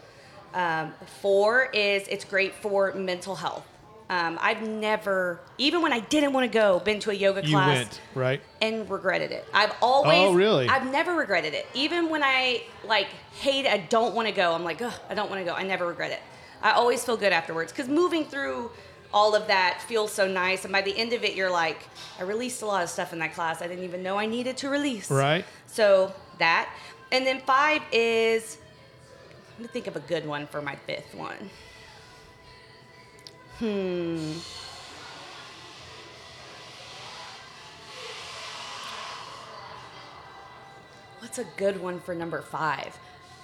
Speaker 6: Um, four is it's great for mental health. Um, I've never, even when I didn't want to go, been to a yoga
Speaker 2: You
Speaker 6: class
Speaker 2: went. Right.
Speaker 6: and regretted it. I've always
Speaker 2: Oh, really?
Speaker 6: I've never regretted it. Even when I like hate I don't want to go. I'm like, "Ugh, I don't want to go. I never regret it. I always feel good afterwards cuz moving through all of that feels so nice and by the end of it you're like, I released a lot of stuff in that class I didn't even know I needed to release.
Speaker 2: Right.
Speaker 6: So, that. And then 5 is let me think of a good one for my fifth one. Hmm. What's a good one for number five?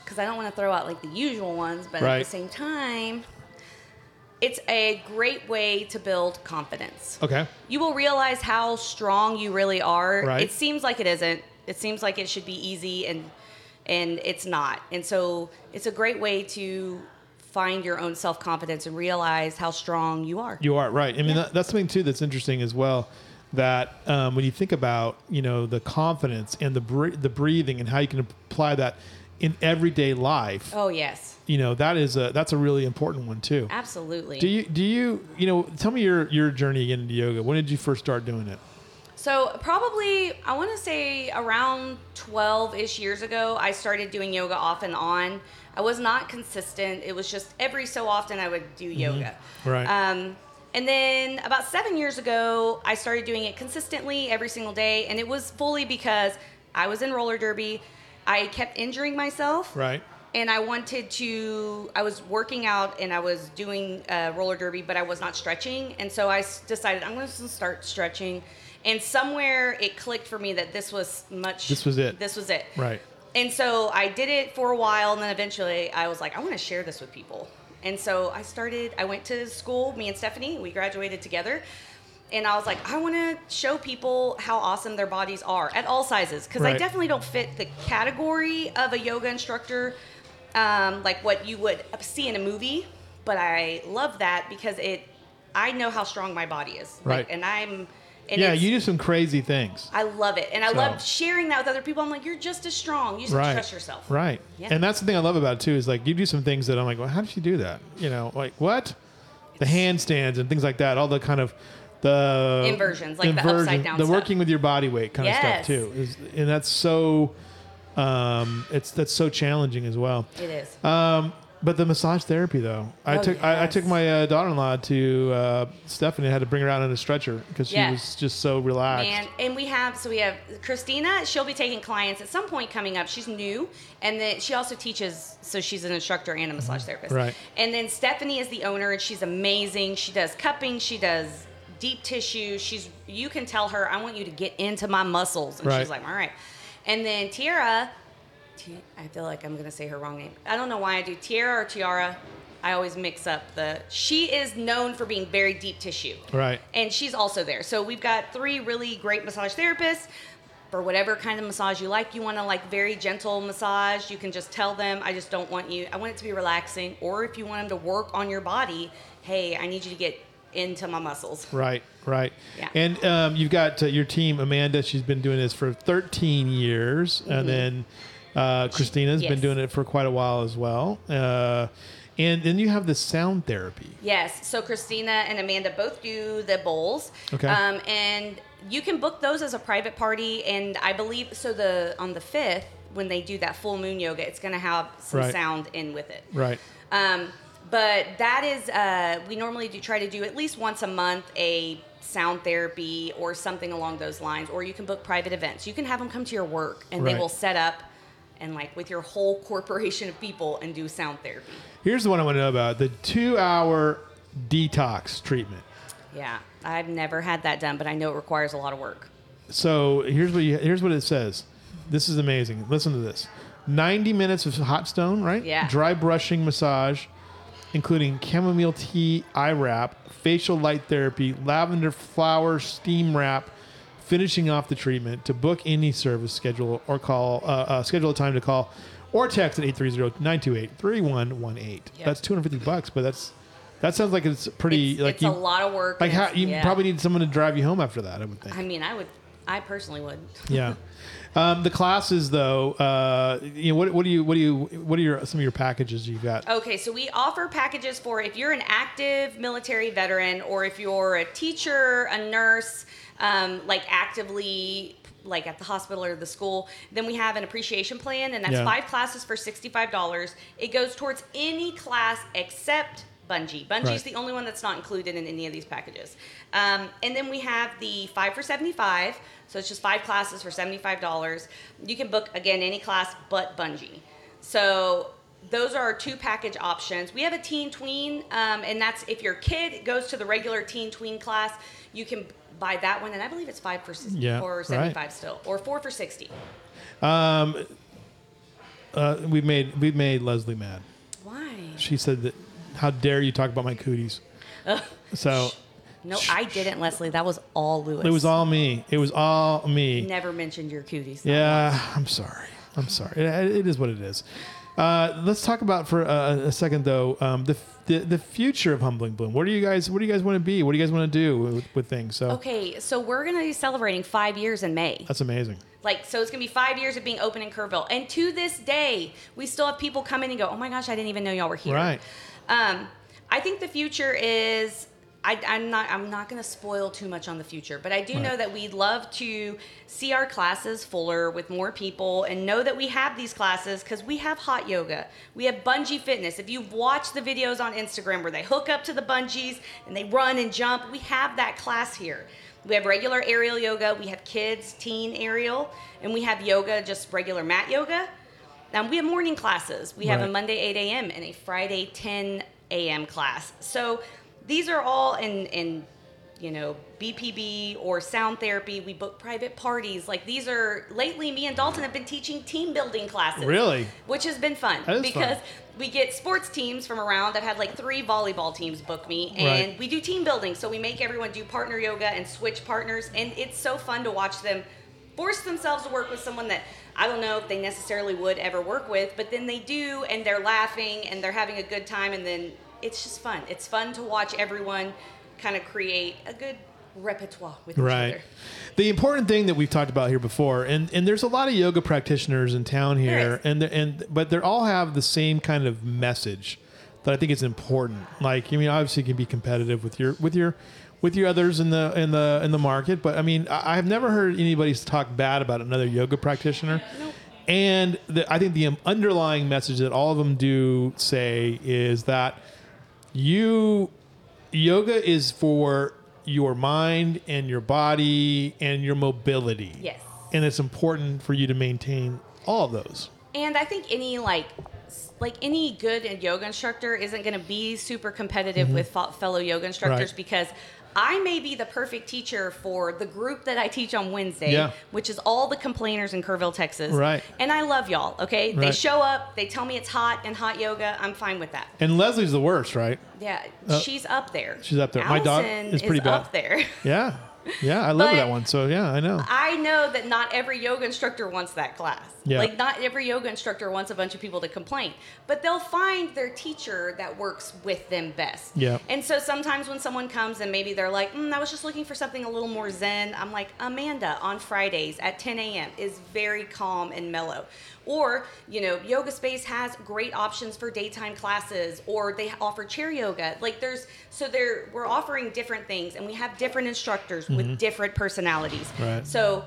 Speaker 6: Because I don't want to throw out like the usual ones, but at
Speaker 2: Right.
Speaker 6: the same time, it's a great way to build confidence.
Speaker 2: Okay.
Speaker 6: You will realize how strong you really are.
Speaker 2: Right.
Speaker 6: It seems like it isn't. It seems like it should be easy, and and it's not. And so it's a great way to find your own self confidence and realize how strong you are.
Speaker 2: You are right. I mean, that, that's something too that's interesting as well. That um, when you think about you know the confidence and the br- the breathing and how you can apply that in everyday life,
Speaker 6: oh yes,
Speaker 2: you know that is a that's a really important one too.
Speaker 6: absolutely.
Speaker 2: Do you do you you know tell me your your journey again into yoga? When did you first start doing it?
Speaker 6: So probably I want to say around 12-ish years ago, I started doing yoga off and on. I was not consistent. It was just every so often I would do
Speaker 2: Mm-hmm.
Speaker 6: yoga.
Speaker 2: Right.
Speaker 6: Um, and then about seven years ago, I started doing it consistently every single day, and it was fully because I was in roller derby. I kept injuring myself
Speaker 2: Right.
Speaker 6: and I wanted to. I was working out and I was doing uh, roller derby, but I was not stretching, and so I s- decided I'm going to start stretching. And somewhere it clicked for me that this was much.
Speaker 2: This was it.
Speaker 6: This was it.
Speaker 2: Right.
Speaker 6: And so I did it for a while, and then eventually I was like, I want to share this with people. And so I started. I went to school. Me and Stephanie, we graduated together. And I was like, I want to show people how awesome their bodies are at all sizes because I
Speaker 2: Right.
Speaker 6: definitely don't fit the category of a yoga instructor, um, like what you would see in a movie. But I love that because it, I know how strong my body is,
Speaker 2: Right.
Speaker 6: Like, and I'm, and
Speaker 2: yeah,
Speaker 6: it's-
Speaker 2: you do some crazy things.
Speaker 6: I love it, and I
Speaker 2: So-
Speaker 6: love sharing that with other people. I'm like, you're just as strong. You just
Speaker 2: right.
Speaker 6: trust yourself,
Speaker 2: Right.
Speaker 6: Yeah.
Speaker 2: And that's the thing I love about it too is like you do some things that I'm like, well, how did you do that? You know, like what? The handstands and things like that, all the kind of the
Speaker 6: Inversions, like the upside down
Speaker 2: the
Speaker 6: stuff.
Speaker 2: working with your body weight kind
Speaker 6: Yes.
Speaker 2: of stuff too. Is, and that's so um it's that's so challenging as well.
Speaker 6: It is.
Speaker 2: Um, but the massage therapy, though, I
Speaker 6: Oh,
Speaker 2: took I, I
Speaker 6: yes.
Speaker 2: took my uh, daughter-in-law to uh, Stephanie. I had to bring her out on a stretcher because she
Speaker 6: Yes.
Speaker 2: was just so relaxed.
Speaker 6: And and we have so we have Christina. She'll be taking clients at some point coming up. She's new, and then she also teaches. So she's an instructor and a massage therapist.
Speaker 2: Mm-hmm. Right.
Speaker 6: And then Stephanie is the owner, and she's amazing. She does cupping. She does deep tissue. She's you can tell her I want you to get into my muscles, and
Speaker 2: Right.
Speaker 6: she's like, all right. And then Tiara, Ti- I feel like I'm gonna say her wrong name. I don't know why I do Tiara or Tiara. I always mix up the. She is known for being very deep tissue
Speaker 2: Right.
Speaker 6: and she's also there. So we've got three really great massage therapists for whatever kind of massage you like. You want to like very gentle massage, you can just tell them, I just don't want you, I want it to be relaxing. Or if you want them to work on your body, hey, I need you to get into my muscles.
Speaker 2: Right, right.
Speaker 6: Yeah.
Speaker 2: And um, you've got uh, your team, Amanda. She's been doing this for 13 years, and then uh, Christina's been
Speaker 6: Mm-hmm. yes.
Speaker 2: doing it for quite a while as well. Uh, and then you have the sound therapy.
Speaker 6: Yes. So Christina and Amanda both do the bowls.
Speaker 2: Okay.
Speaker 6: Um, and you can book those as a private party, and I believe so. The on the fifth when they do that full moon yoga, it's going to have some
Speaker 2: Right.
Speaker 6: sound in with it.
Speaker 2: Right.
Speaker 6: Um, but that is, uh, we normally do try to do at least once a month a sound therapy or something along those lines. Or you can book private events. You can have them come to your work and
Speaker 2: Right.
Speaker 6: they will set up and like with your whole corporation of people and do sound therapy.
Speaker 2: Here's the one I want to know about the two hour detox treatment.
Speaker 6: Yeah, I've never had that done, but I know it requires a lot of work.
Speaker 2: So here's what you, here's what it says. This is amazing. Listen to this. 90 minutes of hot stone, right?
Speaker 6: Yeah.
Speaker 2: Dry brushing massage, including chamomile tea eye wrap, facial light therapy, lavender flower steam wrap, finishing off the treatment. To book any service, schedule or call, uh, uh, schedule a time to call or text at 830-928-3118. That's 250 bucks, but that's that sounds like it's pretty
Speaker 6: It's,
Speaker 2: like
Speaker 6: it's a lot of work.
Speaker 2: Like
Speaker 6: and
Speaker 2: how,
Speaker 6: it's-
Speaker 2: you
Speaker 6: yeah.
Speaker 2: probably need someone to drive you home after that, I would think.
Speaker 6: I mean, I would. I personally would.
Speaker 2: Yeah. Um, the classes, though, uh, you know, what, what do you, what do you, what are your some of your packages you've got?
Speaker 6: Okay, so we offer packages for if you're an active military veteran or if you're a teacher, a nurse, um, like actively like at the hospital or the school, then we have an appreciation plan and that's
Speaker 2: Yeah.
Speaker 6: five classes for $65. It goes towards any class except bungee. Bungee's
Speaker 2: Right.
Speaker 6: the only one that's not included in any of these packages. Um, and then we have the five for 75. So it's just five classes for $75. You can book again any class but bungee. So those are our two package options. We have a teen tween, um, and that's if your kid goes to the regular teen tween class, you can buy that one. And I believe it's five for, s-
Speaker 2: Yeah,
Speaker 6: for
Speaker 2: right.
Speaker 6: 75 still, or four for 60.
Speaker 2: Um, uh, we made we made Leslie mad.
Speaker 6: Why?
Speaker 2: She said that, "How dare you talk about my cooties?" so
Speaker 6: No, I didn't, Leslie. That was all Lewis.
Speaker 2: it was all me. It was all me.
Speaker 6: Never mentioned your cooties.
Speaker 2: Yeah, I'm sorry. I'm sorry. It, it is what it is. Uh, let's talk about for uh, a second though um, the, f- the the future of Humbling Bloom. What do you guys What do you guys want to be? What do you guys want to do with, with things? So
Speaker 6: Okay, so we're going to be celebrating five years in May.
Speaker 2: that's amazing.
Speaker 6: Like, so it's gonna be five years of being open in Kerrville. And to this day, we still have people come in and go, oh my gosh, I didn't even know y'all were here.
Speaker 2: Right.
Speaker 6: Um, I think the future is. I, I'm not. I'm not going to spoil too much on the future, but I do know that we'd love to see our classes fuller with more people, and know that we have these classes because we have hot yoga, we have bungee fitness. If you've watched the videos on Instagram where they hook up to the bungees and they run and jump, we have that class here. We have regular aerial yoga, we have kids teen aerial, and we have yoga, just regular mat yoga. Um, we have morning classes. We have a
Speaker 2: Right.
Speaker 6: Monday 8 a.m. and a Friday 10 a.m. class. So these are all in in you know BPB or sound therapy. We book private parties. Like these are lately, me and Dalton have been teaching team building classes.
Speaker 2: Really?
Speaker 6: which has been fun
Speaker 2: That is
Speaker 6: because
Speaker 2: fun.
Speaker 6: we get sports teams from around. I've had like three volleyball teams book me, and
Speaker 2: Right.
Speaker 6: we do team building. So we make everyone do partner yoga and switch partners, and it's so fun to watch them force themselves to work with someone that I don't know if they necessarily would ever work with, but then they do, and they're laughing and they're having a good time, and then it's just fun. It's fun to watch everyone kind of create a good repertoire with each
Speaker 2: Right.
Speaker 6: other.
Speaker 2: The important thing that we've talked about here before, and, and there's a lot of yoga practitioners in town
Speaker 6: There
Speaker 2: here,
Speaker 6: is.
Speaker 2: and they're- and but they all have the same kind of message that I think is important. Like I mean, obviously you can be competitive with your with your with your others in the in the in the market, but I mean, I, I've never heard anybody talk bad about another yoga practitioner. And the, I think the underlying message that all of them do say is that you yoga is for your mind and your body and your mobility.
Speaker 6: Yes.
Speaker 2: And it's important for you to maintain all of those.
Speaker 6: And I think any like s- like any good yoga instructor isn't going to be super competitive with fo- fellow yoga instructors
Speaker 2: Mm-hmm. Right.
Speaker 6: because I may be the perfect teacher for the group that I teach on Wednesday,
Speaker 2: Yeah.
Speaker 6: which is all the complainers in Kerrville, Texas.
Speaker 2: Right.
Speaker 6: And I love y'all, okay? They
Speaker 2: Right.
Speaker 6: show up, they tell me it's hot and hot yoga. I'm fine with that.
Speaker 2: And Leslie's the worst, right?
Speaker 6: Yeah,
Speaker 2: Uh,
Speaker 6: she's up there.
Speaker 2: she's up there. My dog
Speaker 6: Allison
Speaker 2: is pretty
Speaker 6: up
Speaker 2: bad.
Speaker 6: there.
Speaker 2: Yeah. Yeah, I love
Speaker 6: But-
Speaker 2: that one. So yeah, I know.
Speaker 6: I know that not every yoga instructor wants that class.
Speaker 2: Yeah.
Speaker 6: Like not every yoga instructor wants a bunch of people to complain, but they'll find their teacher that works with them best.
Speaker 2: Yeah.
Speaker 6: And so sometimes when someone comes and maybe they're like, mm, "I was just looking for something a little more zen," I'm like, "Amanda on Fridays at 10 a.m. is very calm and mellow." Or you know, Yoga Space has great options for daytime classes, or they offer chair yoga. Like there's so there we're offering different things, and we have different instructors
Speaker 2: Mm-hmm.
Speaker 6: with different personalities.
Speaker 2: Right.
Speaker 6: So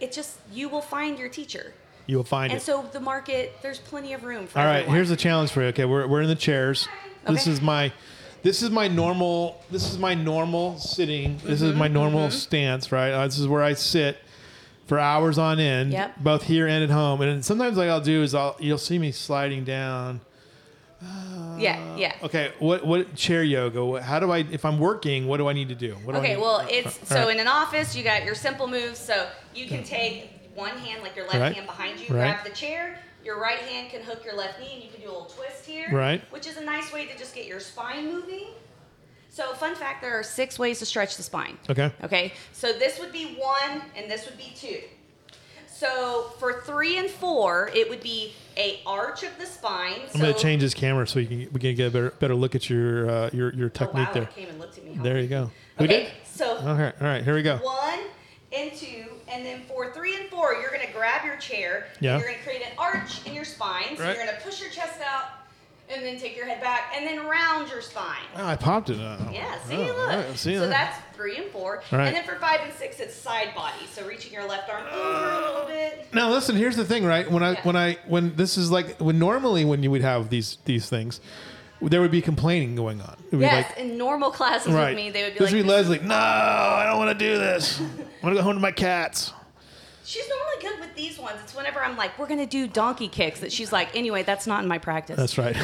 Speaker 6: it just you will find your teacher.
Speaker 2: you will find
Speaker 6: And
Speaker 2: it.
Speaker 6: so the market, there's plenty of room for
Speaker 2: All right,
Speaker 6: everyone.
Speaker 2: here's the challenge for you. Okay, we're, we're in the chairs. This
Speaker 6: Okay.
Speaker 2: is my this is my normal
Speaker 6: Mm-hmm,
Speaker 2: this is my normal sitting. This is my normal stance, right? Uh, This is where I sit for hours on end,
Speaker 6: Yep.
Speaker 2: both here and at home. And sometimes, like I'll do is I'll you'll see me sliding down.
Speaker 6: yeah, yeah.
Speaker 2: Okay, what what chair yoga? What, how do I if I'm working? What do I need to do? What do I
Speaker 6: Okay,
Speaker 2: need-
Speaker 6: well, it's
Speaker 2: All
Speaker 6: so
Speaker 2: right.
Speaker 6: in an office, you got your simple moves. So you can take one hand, like your left
Speaker 2: Right.
Speaker 6: hand behind you,
Speaker 2: Right.
Speaker 6: grab the chair. Your right hand can hook your left knee, and you can do a little twist here.
Speaker 2: Right.
Speaker 6: Which is a nice way to just get your spine moving. So, fun fact: there are six ways to stretch the spine.
Speaker 2: Okay.
Speaker 6: Okay. So this would be one, and this would be two. So for three and four, it would be a arch of the spine.
Speaker 2: I'm
Speaker 6: so,
Speaker 2: gonna change this camera so you can we can get a better better look at your uh, your your
Speaker 6: Oh, wow!
Speaker 2: technique
Speaker 6: It
Speaker 2: there.
Speaker 6: came and looked at me. How
Speaker 2: There you go.
Speaker 6: Okay,
Speaker 2: We did.
Speaker 6: So
Speaker 2: All right, all right. Here we go.
Speaker 6: one and two, and then for three and four, you're gonna grab your chair. and
Speaker 2: Yeah.
Speaker 6: you're gonna create an arch in your spine. So
Speaker 2: Right.
Speaker 6: you're gonna push your chest out, and then take your head back, and then round your spine.
Speaker 2: Oh, I popped it. Oh,
Speaker 6: Yeah, see,
Speaker 2: oh, all
Speaker 6: look.
Speaker 2: right, see,
Speaker 6: so
Speaker 2: all right.
Speaker 6: that's three and four.
Speaker 2: All right.
Speaker 6: And then for five and six, it's side body. So reaching your left arm over a little bit.
Speaker 2: Now listen, here's the thing, right? When I
Speaker 6: Yeah.
Speaker 2: when I when this is like when normally when you would have these these things, there would be complaining going on. It would
Speaker 6: Yes,
Speaker 2: be like,
Speaker 6: in normal classes
Speaker 2: right.
Speaker 6: with me, they would be
Speaker 2: this
Speaker 6: like,
Speaker 2: would be Leslie. No, I don't want to do this. I want to go home to my cats.
Speaker 6: She's normally good with these ones. It's whenever I'm like, we're going to do donkey kicks, that she's like, anyway, that's not in my practice.
Speaker 2: That's right.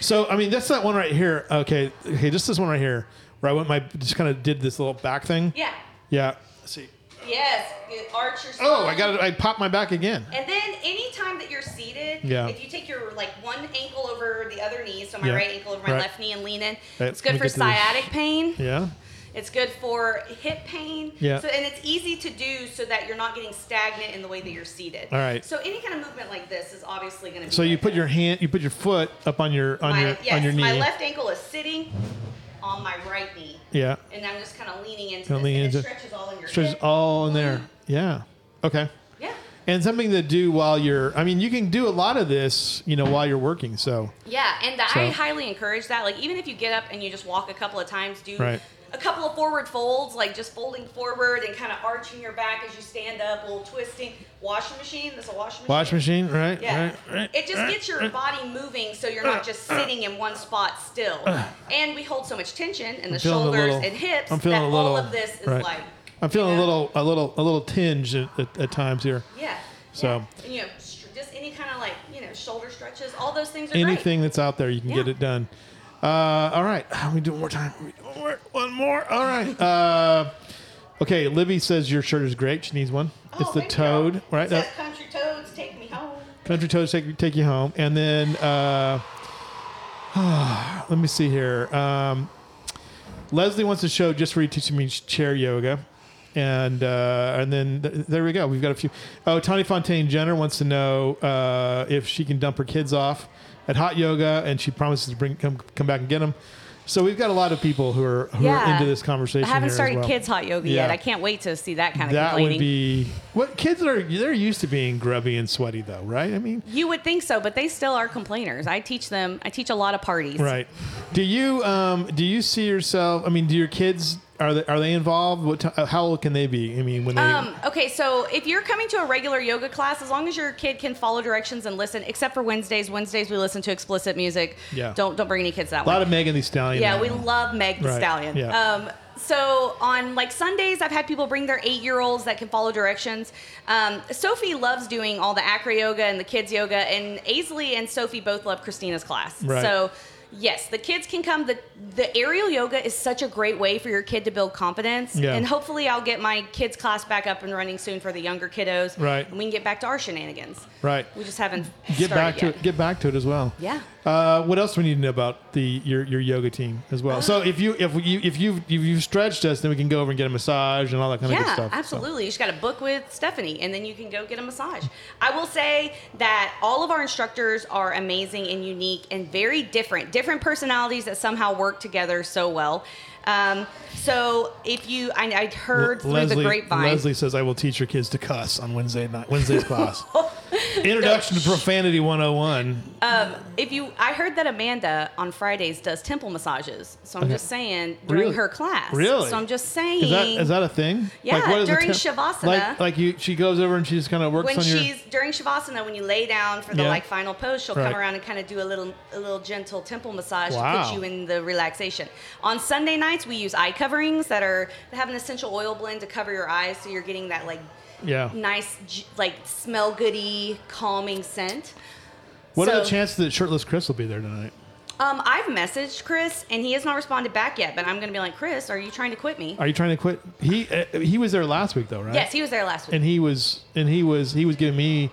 Speaker 2: so I mean, that's that one right here. Okay, okay, just this one right here, where I went my just kind of did this little back thing.
Speaker 6: yeah.
Speaker 2: Yeah. Let's see.
Speaker 6: Yes. you Arch your spine.
Speaker 2: Oh, I got it. I popped my back again.
Speaker 6: And then anytime that you're seated,
Speaker 2: Yeah.
Speaker 6: if you take your like one ankle over the other knee, so my
Speaker 2: Yeah.
Speaker 6: right ankle over my
Speaker 2: Right.
Speaker 6: left knee and lean in,
Speaker 2: Right,
Speaker 6: it's good
Speaker 2: let
Speaker 6: for
Speaker 2: me get to this.
Speaker 6: sciatic pain.
Speaker 2: Yeah.
Speaker 6: It's good for hip pain.
Speaker 2: Yeah.
Speaker 6: So, and it's easy to do so that you're not getting stagnant in the way that you're seated.
Speaker 2: All right.
Speaker 6: So any kind of movement like this is obviously going to be.
Speaker 2: So you
Speaker 6: like
Speaker 2: put
Speaker 6: that.
Speaker 2: your hand, you put your foot up on your on
Speaker 6: my,
Speaker 2: your
Speaker 6: yes,
Speaker 2: on your knee.
Speaker 6: my left ankle is sitting on my right knee.
Speaker 2: Yeah.
Speaker 6: And I'm just kind of leaning into
Speaker 2: Kinda
Speaker 6: this,
Speaker 2: leaning
Speaker 6: and
Speaker 2: into-
Speaker 6: it stretches all in your
Speaker 2: Stretches
Speaker 6: hip. Mm-hmm.
Speaker 2: all in there. Yeah. Okay.
Speaker 6: Yeah.
Speaker 2: And something to do while you're. I mean, you can do a lot of this, you know, while you're working. So
Speaker 6: Yeah, and
Speaker 2: So-
Speaker 6: I highly encourage that. Like, even if you get up and you just walk a couple of times, do
Speaker 2: Right.
Speaker 6: a couple of forward folds, like just folding forward and kind of arching your back as you stand up, a little twisting. Washing machine, there's a washing machine.
Speaker 2: wash machine, right?
Speaker 6: Yeah.
Speaker 2: Right, right,
Speaker 6: it just
Speaker 2: right,
Speaker 6: gets your
Speaker 2: right.
Speaker 6: body moving so you're not just sitting in one spot still. And we hold so much tension in the
Speaker 2: feeling a
Speaker 6: shoulders
Speaker 2: little-
Speaker 6: and hips
Speaker 2: I'm feeling
Speaker 6: that
Speaker 2: a little.
Speaker 6: all of this is
Speaker 2: right.
Speaker 6: like,
Speaker 2: I'm feeling
Speaker 6: you know?
Speaker 2: a little, a little, a little tinge at, at, at times here.
Speaker 6: yeah.
Speaker 2: So-
Speaker 6: yeah. And, you know, str- just any kind of like, you know, shoulder stretches, all those things are great.
Speaker 2: Anything that's out there, you can get
Speaker 6: Yeah.
Speaker 2: it done. Uh, all right, we do one more time. We do one more. One more. All right. Uh, okay, Libby says your shirt is great. She needs one. it's
Speaker 6: Oh,
Speaker 2: the
Speaker 6: thank you.
Speaker 2: toad, right?
Speaker 6: It says,
Speaker 2: Uh,
Speaker 6: country toads, take me home.
Speaker 2: Country Toast take, take you home, and then uh, let me see here. Um, Leslie wants to show just for you teaching me chair yoga, and uh, and then th- there we go. We've got a few. Oh, Tony Fontaine Jenner wants to know uh, if she can dump her kids off at hot yoga, and she promises to bring come come back and get them. So we've got a lot of people who are who are into this conversation.
Speaker 6: I haven't
Speaker 2: here as
Speaker 6: started
Speaker 2: well.
Speaker 6: kids hot yoga yet.
Speaker 2: Yeah.
Speaker 6: I can't wait to see that kind of
Speaker 2: That
Speaker 6: complaining.
Speaker 2: would be what kids are. They're used to being grubby and sweaty, though, right? I mean,
Speaker 6: you would think so, but they still are complainers. I teach them. I teach a lot of parties.
Speaker 2: Right. Do you um do you see yourself? I mean, do your kids are they are they involved? What ti- uh, how old can they be? I mean, when they
Speaker 6: Um, okay, so if you're coming to a regular yoga class, as long as your kid can follow directions and listen, except for Wednesdays. Wednesdays we listen to explicit music.
Speaker 2: Yeah.
Speaker 6: Don't don't bring any kids
Speaker 2: a
Speaker 6: that way.
Speaker 2: lot of Megan the Stallion.
Speaker 6: Yeah,
Speaker 2: now.
Speaker 6: we love Meg the
Speaker 2: Right,
Speaker 6: Stallion.
Speaker 2: yeah.
Speaker 6: Um, so on like Sundays, I've had people bring their eight-year-olds that can follow directions. Um, Sophie loves doing all the acro yoga and the kids yoga, and Aisley and Sophie both love Christina's class.
Speaker 2: Right.
Speaker 6: So yes, the kids can come. the The aerial yoga is such a great way for your kid to build confidence,
Speaker 2: Yeah.
Speaker 6: and hopefully, I'll get my kids class back up and running soon for the younger kiddos.
Speaker 2: Right.
Speaker 6: and we can get back to our shenanigans.
Speaker 2: Right.
Speaker 6: We just haven't
Speaker 2: Get
Speaker 6: started
Speaker 2: back to
Speaker 6: yet.
Speaker 2: it. Get back to it as well.
Speaker 6: Yeah.
Speaker 2: Uh, what else do we need to know about the your, your yoga team as well? So if you if you if you if you've stretched us, then we can go over and get a massage and all that kind of good
Speaker 6: Yeah,
Speaker 2: stuff. So-
Speaker 6: absolutely. You just got to book with Stephanie, and then you can go get a massage. I will say that all of our instructors are amazing and unique and very different, different personalities that somehow work together so well. Um, so if you, I, I heard through
Speaker 2: Leslie,
Speaker 6: the grapevine.
Speaker 2: Leslie says, "I will teach your kids to cuss on Wednesday night, Wednesday's class." Introduction to Profanity 101.
Speaker 6: um, If you, I heard that Amanda on Fridays does temple massages. So I'm
Speaker 2: Okay.
Speaker 6: just saying during
Speaker 2: Really?
Speaker 6: her class.
Speaker 2: Really?
Speaker 6: So I'm just saying.
Speaker 2: Is that is that a thing?
Speaker 6: Yeah,
Speaker 2: what is a
Speaker 6: during
Speaker 2: temp-
Speaker 6: Shavasana.
Speaker 2: Like, like you, she goes over and she just kind of works
Speaker 6: when
Speaker 2: on your.
Speaker 6: she's during shavasana when you lay down for the
Speaker 2: Yeah.
Speaker 6: like final pose she'll
Speaker 2: Right.
Speaker 6: come around and kind of do a little a little gentle temple massage to
Speaker 2: Wow.
Speaker 6: put you in the relaxation on sunday nights we use eye coverings that are that have an essential oil blend to cover your eyes so you're getting that like
Speaker 2: Yeah.
Speaker 6: nice, j- like smell goody, calming scent.
Speaker 2: What are the
Speaker 6: So-
Speaker 2: chances that shirtless Chris will be there tonight?
Speaker 6: Um, I've messaged Chris and he has not responded back yet, but I'm gonna be like, Chris, are you trying to quit me?
Speaker 2: Are you trying to quit? He uh, he was there last week though, right?
Speaker 6: Yes, he was there last week.
Speaker 2: and he was and he was he was giving me.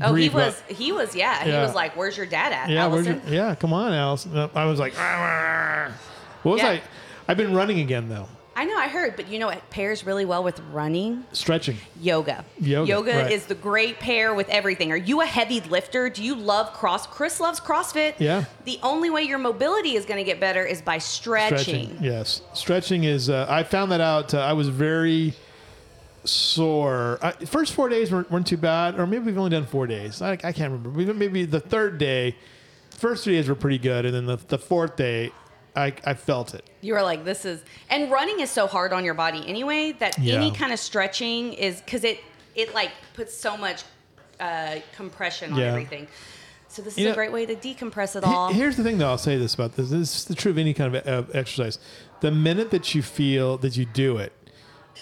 Speaker 6: oh, he
Speaker 2: grief about-
Speaker 6: was. He was. Yeah, he
Speaker 2: Yeah.
Speaker 6: was like, "Where's your dad at,
Speaker 2: Yeah, where's
Speaker 6: Allison?"
Speaker 2: your- yeah. Come on, Allison. Uh, I was like, "Ah." what was
Speaker 6: Yeah.
Speaker 2: I? I've been running again though,
Speaker 6: I know, I heard, but you know, it pairs really well with running.
Speaker 2: stretching.
Speaker 6: Yoga.
Speaker 2: Yoga, right.
Speaker 6: is the great pair with everything. Are you a heavy lifter? Do you love cross? Chris loves CrossFit.
Speaker 2: Yeah.
Speaker 6: The only way your mobility is going to get better is by stretching.
Speaker 2: Yes, stretching is. Uh, I found that out. Uh, I was very sore. I, first four days weren't, weren't too bad, or maybe we've only done four days. I, I can't remember. Maybe- Maybe the third day, first three days were pretty good, and then the, the fourth day, I, I felt it.
Speaker 6: You are like, this is, and running is so hard on your body anyway that
Speaker 2: Yeah.
Speaker 6: any kind of stretching is because it it like puts so much uh, compression on
Speaker 2: Yeah.
Speaker 6: everything. So this is
Speaker 2: You know-
Speaker 6: a great way to decompress it
Speaker 2: He-
Speaker 6: all.
Speaker 2: Here's the thing, though. I'll say this about this. This is the true of any kind of, of exercise. The minute that you feel that you do it,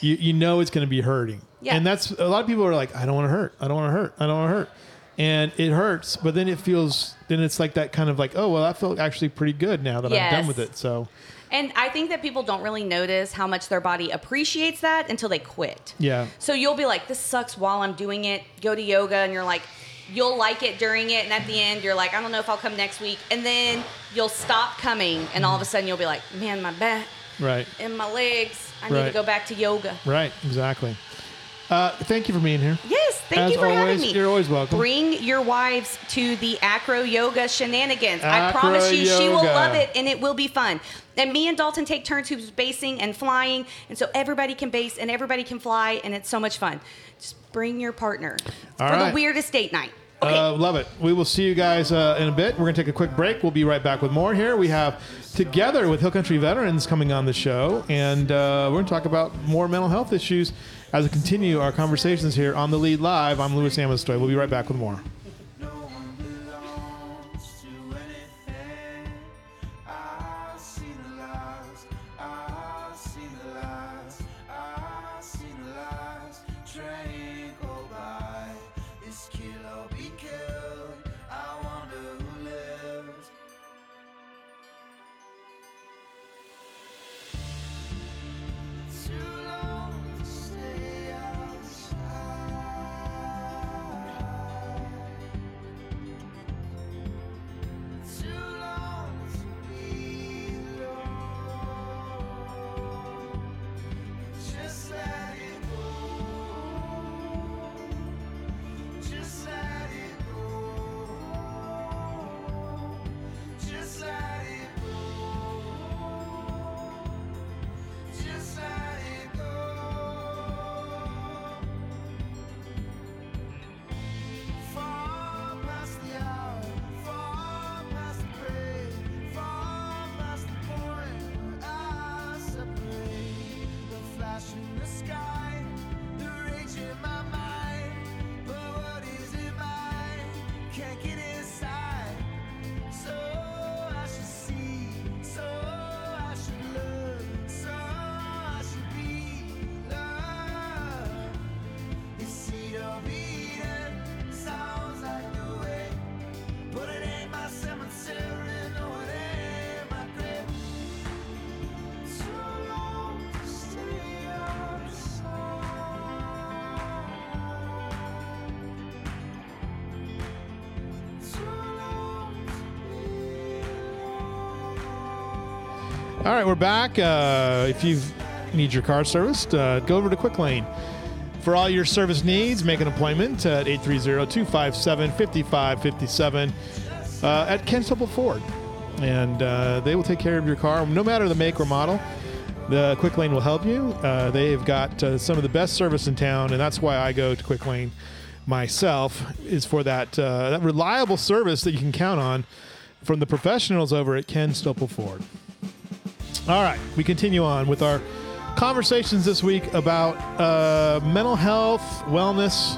Speaker 2: you, you know it's going to be hurting.
Speaker 6: Yeah.
Speaker 2: And that's a lot of people are like, I don't want to hurt. I don't want to hurt. I don't want to hurt. And it hurts, but then it feels, then it's like that kind of like, oh, well, that felt actually pretty good now that I'm done
Speaker 6: Yes.
Speaker 2: with it. So,
Speaker 6: And I think that people don't really notice how much their body appreciates that until they quit.
Speaker 2: Yeah.
Speaker 6: So you'll be like, this sucks while I'm doing it. Go to yoga, and you're like, you'll like it during it. And at the end, you're like, I don't know if I'll come next week. And then you'll stop coming, and all of a sudden, you'll be like, man, my back
Speaker 2: right.
Speaker 6: and my legs. I need to
Speaker 2: Right.
Speaker 6: go back to yoga.
Speaker 2: Right. Exactly. Uh, thank you for being here.
Speaker 6: Yes, thank
Speaker 2: As
Speaker 6: you for having
Speaker 2: always,
Speaker 6: me.
Speaker 2: you're always welcome.
Speaker 6: Bring your wives to the acro yoga shenanigans. I
Speaker 2: Acro
Speaker 6: promise you, she will
Speaker 2: yoga.
Speaker 6: love it and it will be fun. And me and Dalton take turns who's basing and flying, and so everybody can base and everybody can fly, and it's so much fun. Just bring your partner
Speaker 2: All
Speaker 6: for
Speaker 2: right.
Speaker 6: the weirdest date night. Okay.
Speaker 2: Uh, love it. We will see you guys uh, in a bit. We're going to take a quick break. We'll be right back with more here. We have Together with Hill Country Veterans coming on the show, and uh, we're going to talk about more mental health issues as we continue our conversations here on The Lead Live. I'm Louis Amistoy. We'll be right back with more.
Speaker 8: No one belongs to anything. I've seen the lies. I've seen the lies. I've seen the lies. Train go by. This kill or be killed. I wonder who lives. Too long to stay outside. Too long to be alone. Just let it go. Just let it go. Just let it go. Just let it go. Far past the hour, far past the grave, far past the point where I separate. The flash in the sky, the rage in my mind, but what is it mine? Can't get inside. So I should see, so I should look, so I should be loved. This seed of Eden sounds like the way, but it ain't my cemetery, no, it ain't my grave. Too long to stay outside. Too long to be alone.
Speaker 2: All right, we're back. Uh, if you need your car serviced, uh, go over to Quick Lane. For all your service needs, make an appointment at 830-257-5557 uh, at Kentucky Ford. And uh, they will take care of your car, no matter the make or model. The Quick Lane will help you. Uh, they've got uh, some of the best service in town, and that's why I go to Quick Lane myself, is for that, uh, that reliable service that you can count on from the professionals over at Ken Stopel Ford. All right, we continue on with our conversations this week about uh, mental health, wellness,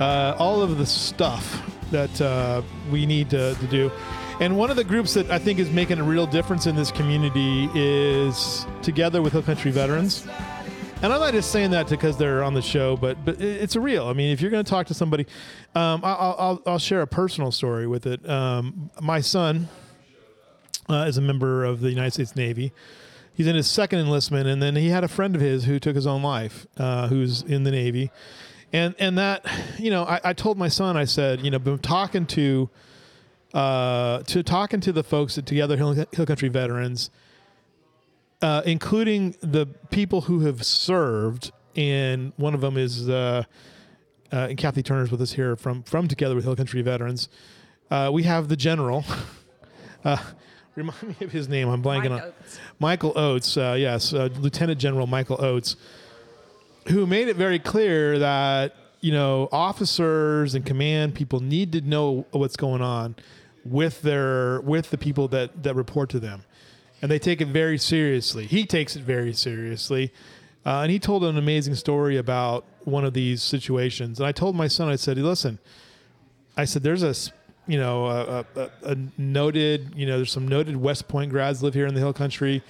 Speaker 2: uh, all of the stuff that uh, we need to, to do. And one of the groups that I think is making a real difference in this community is together with Hill Country Veterans. And And I'm not just saying that because they're on the show, but but it- it's real. I mean, if you're going to talk to somebody, um, I- I'll, I'll I'll share a personal story with it. Um, my son uh, is a member of the United States Navy. He's in his second enlistment, and then he had a friend of his who took his own life, uh, who's in the Navy, and and that, you know, I, I told my son, I said, you know, been talking to, uh, to talking to the folks at Together Hill, Hill Country Veterans, uh, including the people who have served, and one of them is, uh, uh, and Kathy Turner's with us here from from Together with Hill Country Veterans. Uh, we have the general. Uh, remind me of his name. I'm blanking
Speaker 6: Mike
Speaker 2: on
Speaker 6: Oates.
Speaker 2: Michael Oates. Uh, yes, uh, Lieutenant General Michael Oates, who made it very clear that you know officers and command people need to know what's going on with their with the people that that report to them, and they take it very seriously. He takes it very seriously. Uh, and he told an amazing story about one of these situations. And I told my son, I said, listen, I said, "There's a, s- you know, a, a- a, a noted, you know, there's some noted West Point grads live here in the Hill Country.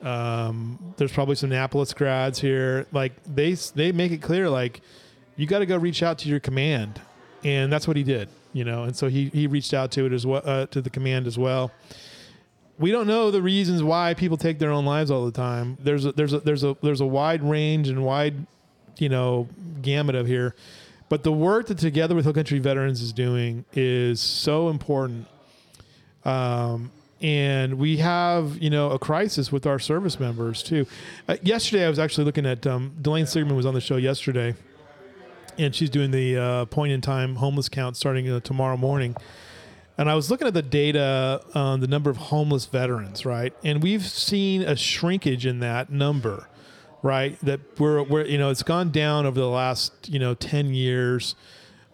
Speaker 2: Um, there's probably some Annapolis grads here. Like they s- they make it clear, like you got to go reach out to your command, and that's what he did, you know. And so he he reached out to it as well uh, to the command as well. We don't know the reasons why people take their own lives all the time. There's a, there's a, there's a there's a wide range and wide you know gamut of here but the work that together with hill country veterans is doing is so important um, and we have you know a crisis with our service members too uh, yesterday i was actually looking at um, Delane sigmund was on the show yesterday and she's doing the uh, point in time homeless count starting uh, tomorrow morning and I was looking at the data on the number of homeless veterans, right? And we've seen a shrinkage in that number, right? That we're, we're you know, it's gone down over the last, you know, 10 years.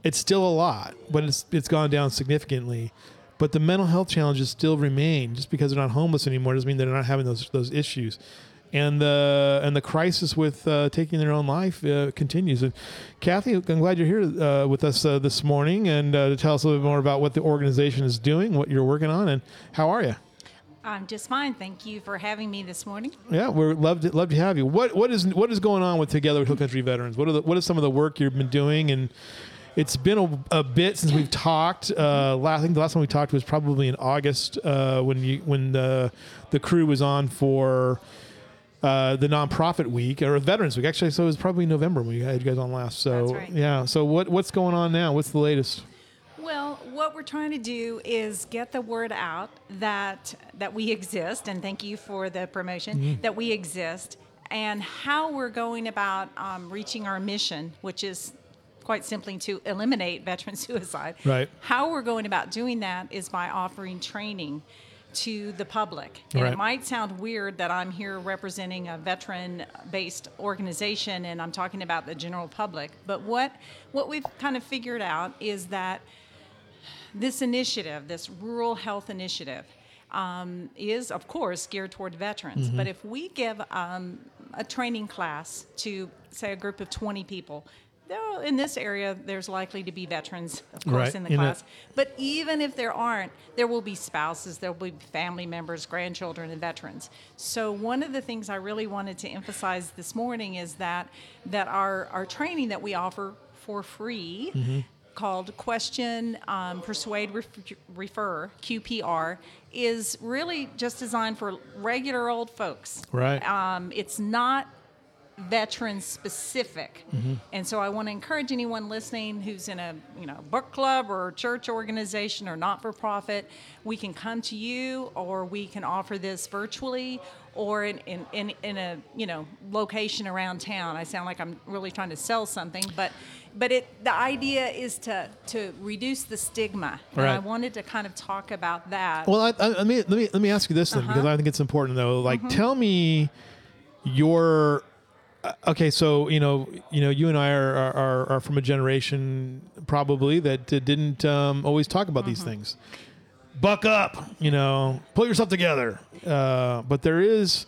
Speaker 2: It's still a lot, but it's it's gone down significantly. But the mental health challenges still remain. Just because they're not homeless anymore doesn't mean they're not having those those issues. And the and the crisis with uh, taking their own life uh, continues. And Kathy, I'm glad you're here uh, with us uh, this morning and uh, to tell us a little bit more about what the organization is doing, what you're working on, and how are you?
Speaker 9: I'm just fine. Thank you for having me this morning.
Speaker 2: Yeah, we're love to, love to have you. What what is what is going on with Together with Hill Country Veterans? What are the, what is some of the work you've been doing? And it's been a, a bit since we've talked. Uh, last, I think the last time we talked was probably in August uh, when you when the the crew was on for uh, the nonprofit week or Veterans Week. Actually, so it was probably November when we had you guys on last. So
Speaker 9: That's right.
Speaker 2: yeah. So what what's going on now? What's the latest?
Speaker 9: Well, what we're trying to do is get the word out that that we exist, and thank you for the promotion
Speaker 2: Mm-hmm.
Speaker 9: that we exist, and how we're going about um, reaching our mission, which is quite simply to eliminate veteran suicide.
Speaker 2: Right.
Speaker 9: How we're going about doing that is by offering training to the public. And
Speaker 2: Right.
Speaker 9: it might sound weird that I'm here representing a veteran-based organization and I'm talking about the general public, but what what we've kind of figured out is that this initiative, this rural health initiative, um, is of course geared toward veterans. But if we give um, a training class to, say, a group of 20 people, though in this area, there's likely to be veterans, of course,
Speaker 2: Right,
Speaker 9: in the
Speaker 2: in
Speaker 9: class.
Speaker 2: it.
Speaker 9: But even if there aren't, there will be spouses, there will be family members, grandchildren, and veterans. So one of the things I really wanted to emphasize this morning is that that our, our training that we offer for free
Speaker 6: Mm-hmm.
Speaker 2: Mm-hmm.
Speaker 9: called Question, um, Persuade, Ref- Refer, QPR, is really just designed for regular old folks.
Speaker 2: Right.
Speaker 9: Um, it's not veteran specific.
Speaker 2: Mm-hmm.
Speaker 9: And so I want to encourage anyone listening who's in a, you know, book club or church organization or not for profit, we can come to you or we can offer this virtually or in, in, in, in a, you know, location around town. I sound like I'm really trying to sell something, but but it the idea is to to reduce the stigma. And I
Speaker 2: Right.
Speaker 9: wanted to kind of talk about that.
Speaker 2: Well, I, I, let me let me let me ask you this then, because
Speaker 9: Uh-huh.
Speaker 2: I think it's important though. Like,
Speaker 9: Mm-hmm.
Speaker 2: tell me your uh, okay. So you know, you know, you and I are are, are, are from a generation probably that uh, didn't um, always talk about these
Speaker 9: Mm-hmm.
Speaker 2: things. Buck up, you know, pull yourself together. Uh, but there is,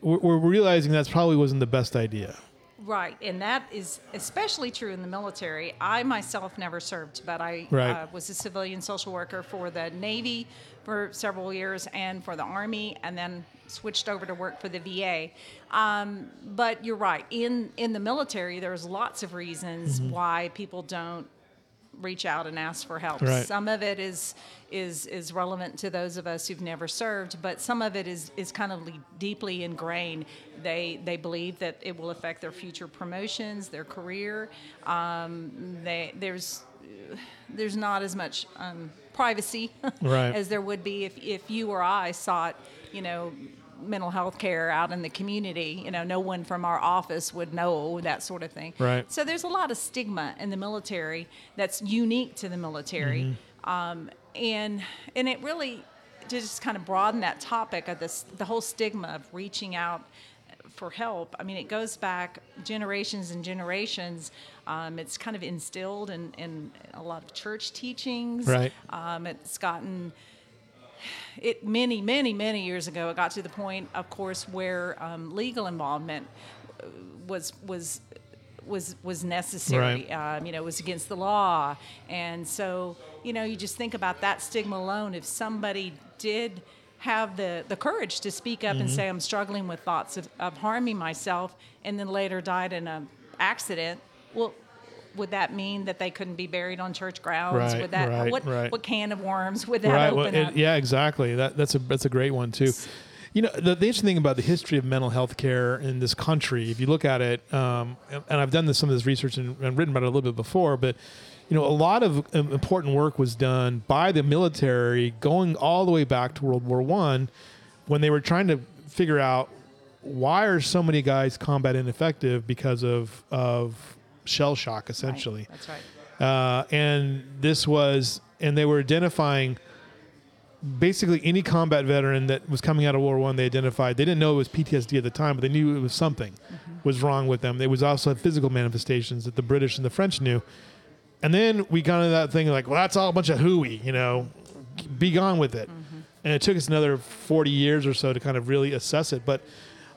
Speaker 2: we're, we're realizing that's probably wasn't the best idea.
Speaker 9: Right, and that is especially true in the military. I myself never served, but I
Speaker 2: Right.
Speaker 9: uh, was a civilian social worker for the Navy for several years and for the Army, and then switched over to work for the VA. Um, but you're right. In in the military, there's lots of reasons why people don't reach out and ask for help.
Speaker 2: Right.
Speaker 9: Some of it is is is relevant to those of us who've never served, but some of it is is kind of le- deeply ingrained. They they believe that it will affect their future promotions, their career. Um, they there's there's not as much um, privacy
Speaker 2: Right.
Speaker 9: as there would be if, if you or I sought, you know, mental health care out in the community. You know, no one from our office would know that sort of thing.
Speaker 2: Right.
Speaker 9: So there's a lot of stigma in the military that's unique to the military,
Speaker 2: Mm-hmm.
Speaker 9: um, and and it really to just kind of broaden that topic of this the whole stigma of reaching out for help. I mean, it goes back generations and generations. Um, it's kind of instilled in, in a lot of church teachings.
Speaker 2: Right.
Speaker 9: Um, it's gotten it many, many, many years ago. It got to the point, of course, where um, legal involvement uh, was was was was necessary. Um, you know, it was against the law, and so you know, you just think about that stigma alone. If somebody did have the, the courage to speak up and
Speaker 2: Mm-hmm.
Speaker 9: say i'm struggling with thoughts of, of harming myself and then later died in an accident well would that mean that they couldn't be buried on church grounds
Speaker 2: Right,
Speaker 9: would that
Speaker 2: right,
Speaker 9: what,
Speaker 2: right.
Speaker 9: what can of worms would that
Speaker 2: right.
Speaker 9: open
Speaker 2: Well, it-
Speaker 9: up
Speaker 2: yeah, exactly. That, that's a that's a great one too. You know, the, the interesting thing about the history of mental health care in this country, if you look at it, um, and and I've done this, some of this research and, and written about it a little bit before, but you know, a lot of um, important work was done by the military, going all the way back to World War One, when they were trying to figure out why are so many guys combat ineffective because of of shell shock, essentially
Speaker 9: That's right.
Speaker 2: uh, and this was and they were identifying basically any combat veteran that was coming out of World War One. They identified they didn't know it was PTSD at the time, but they knew it was something was wrong with them. There was also physical manifestations that the British and the French knew. And then we got into that thing like, well, that's all a bunch of hooey, you know, be gone with it. And it took us another 40 years or so to kind of really assess it. But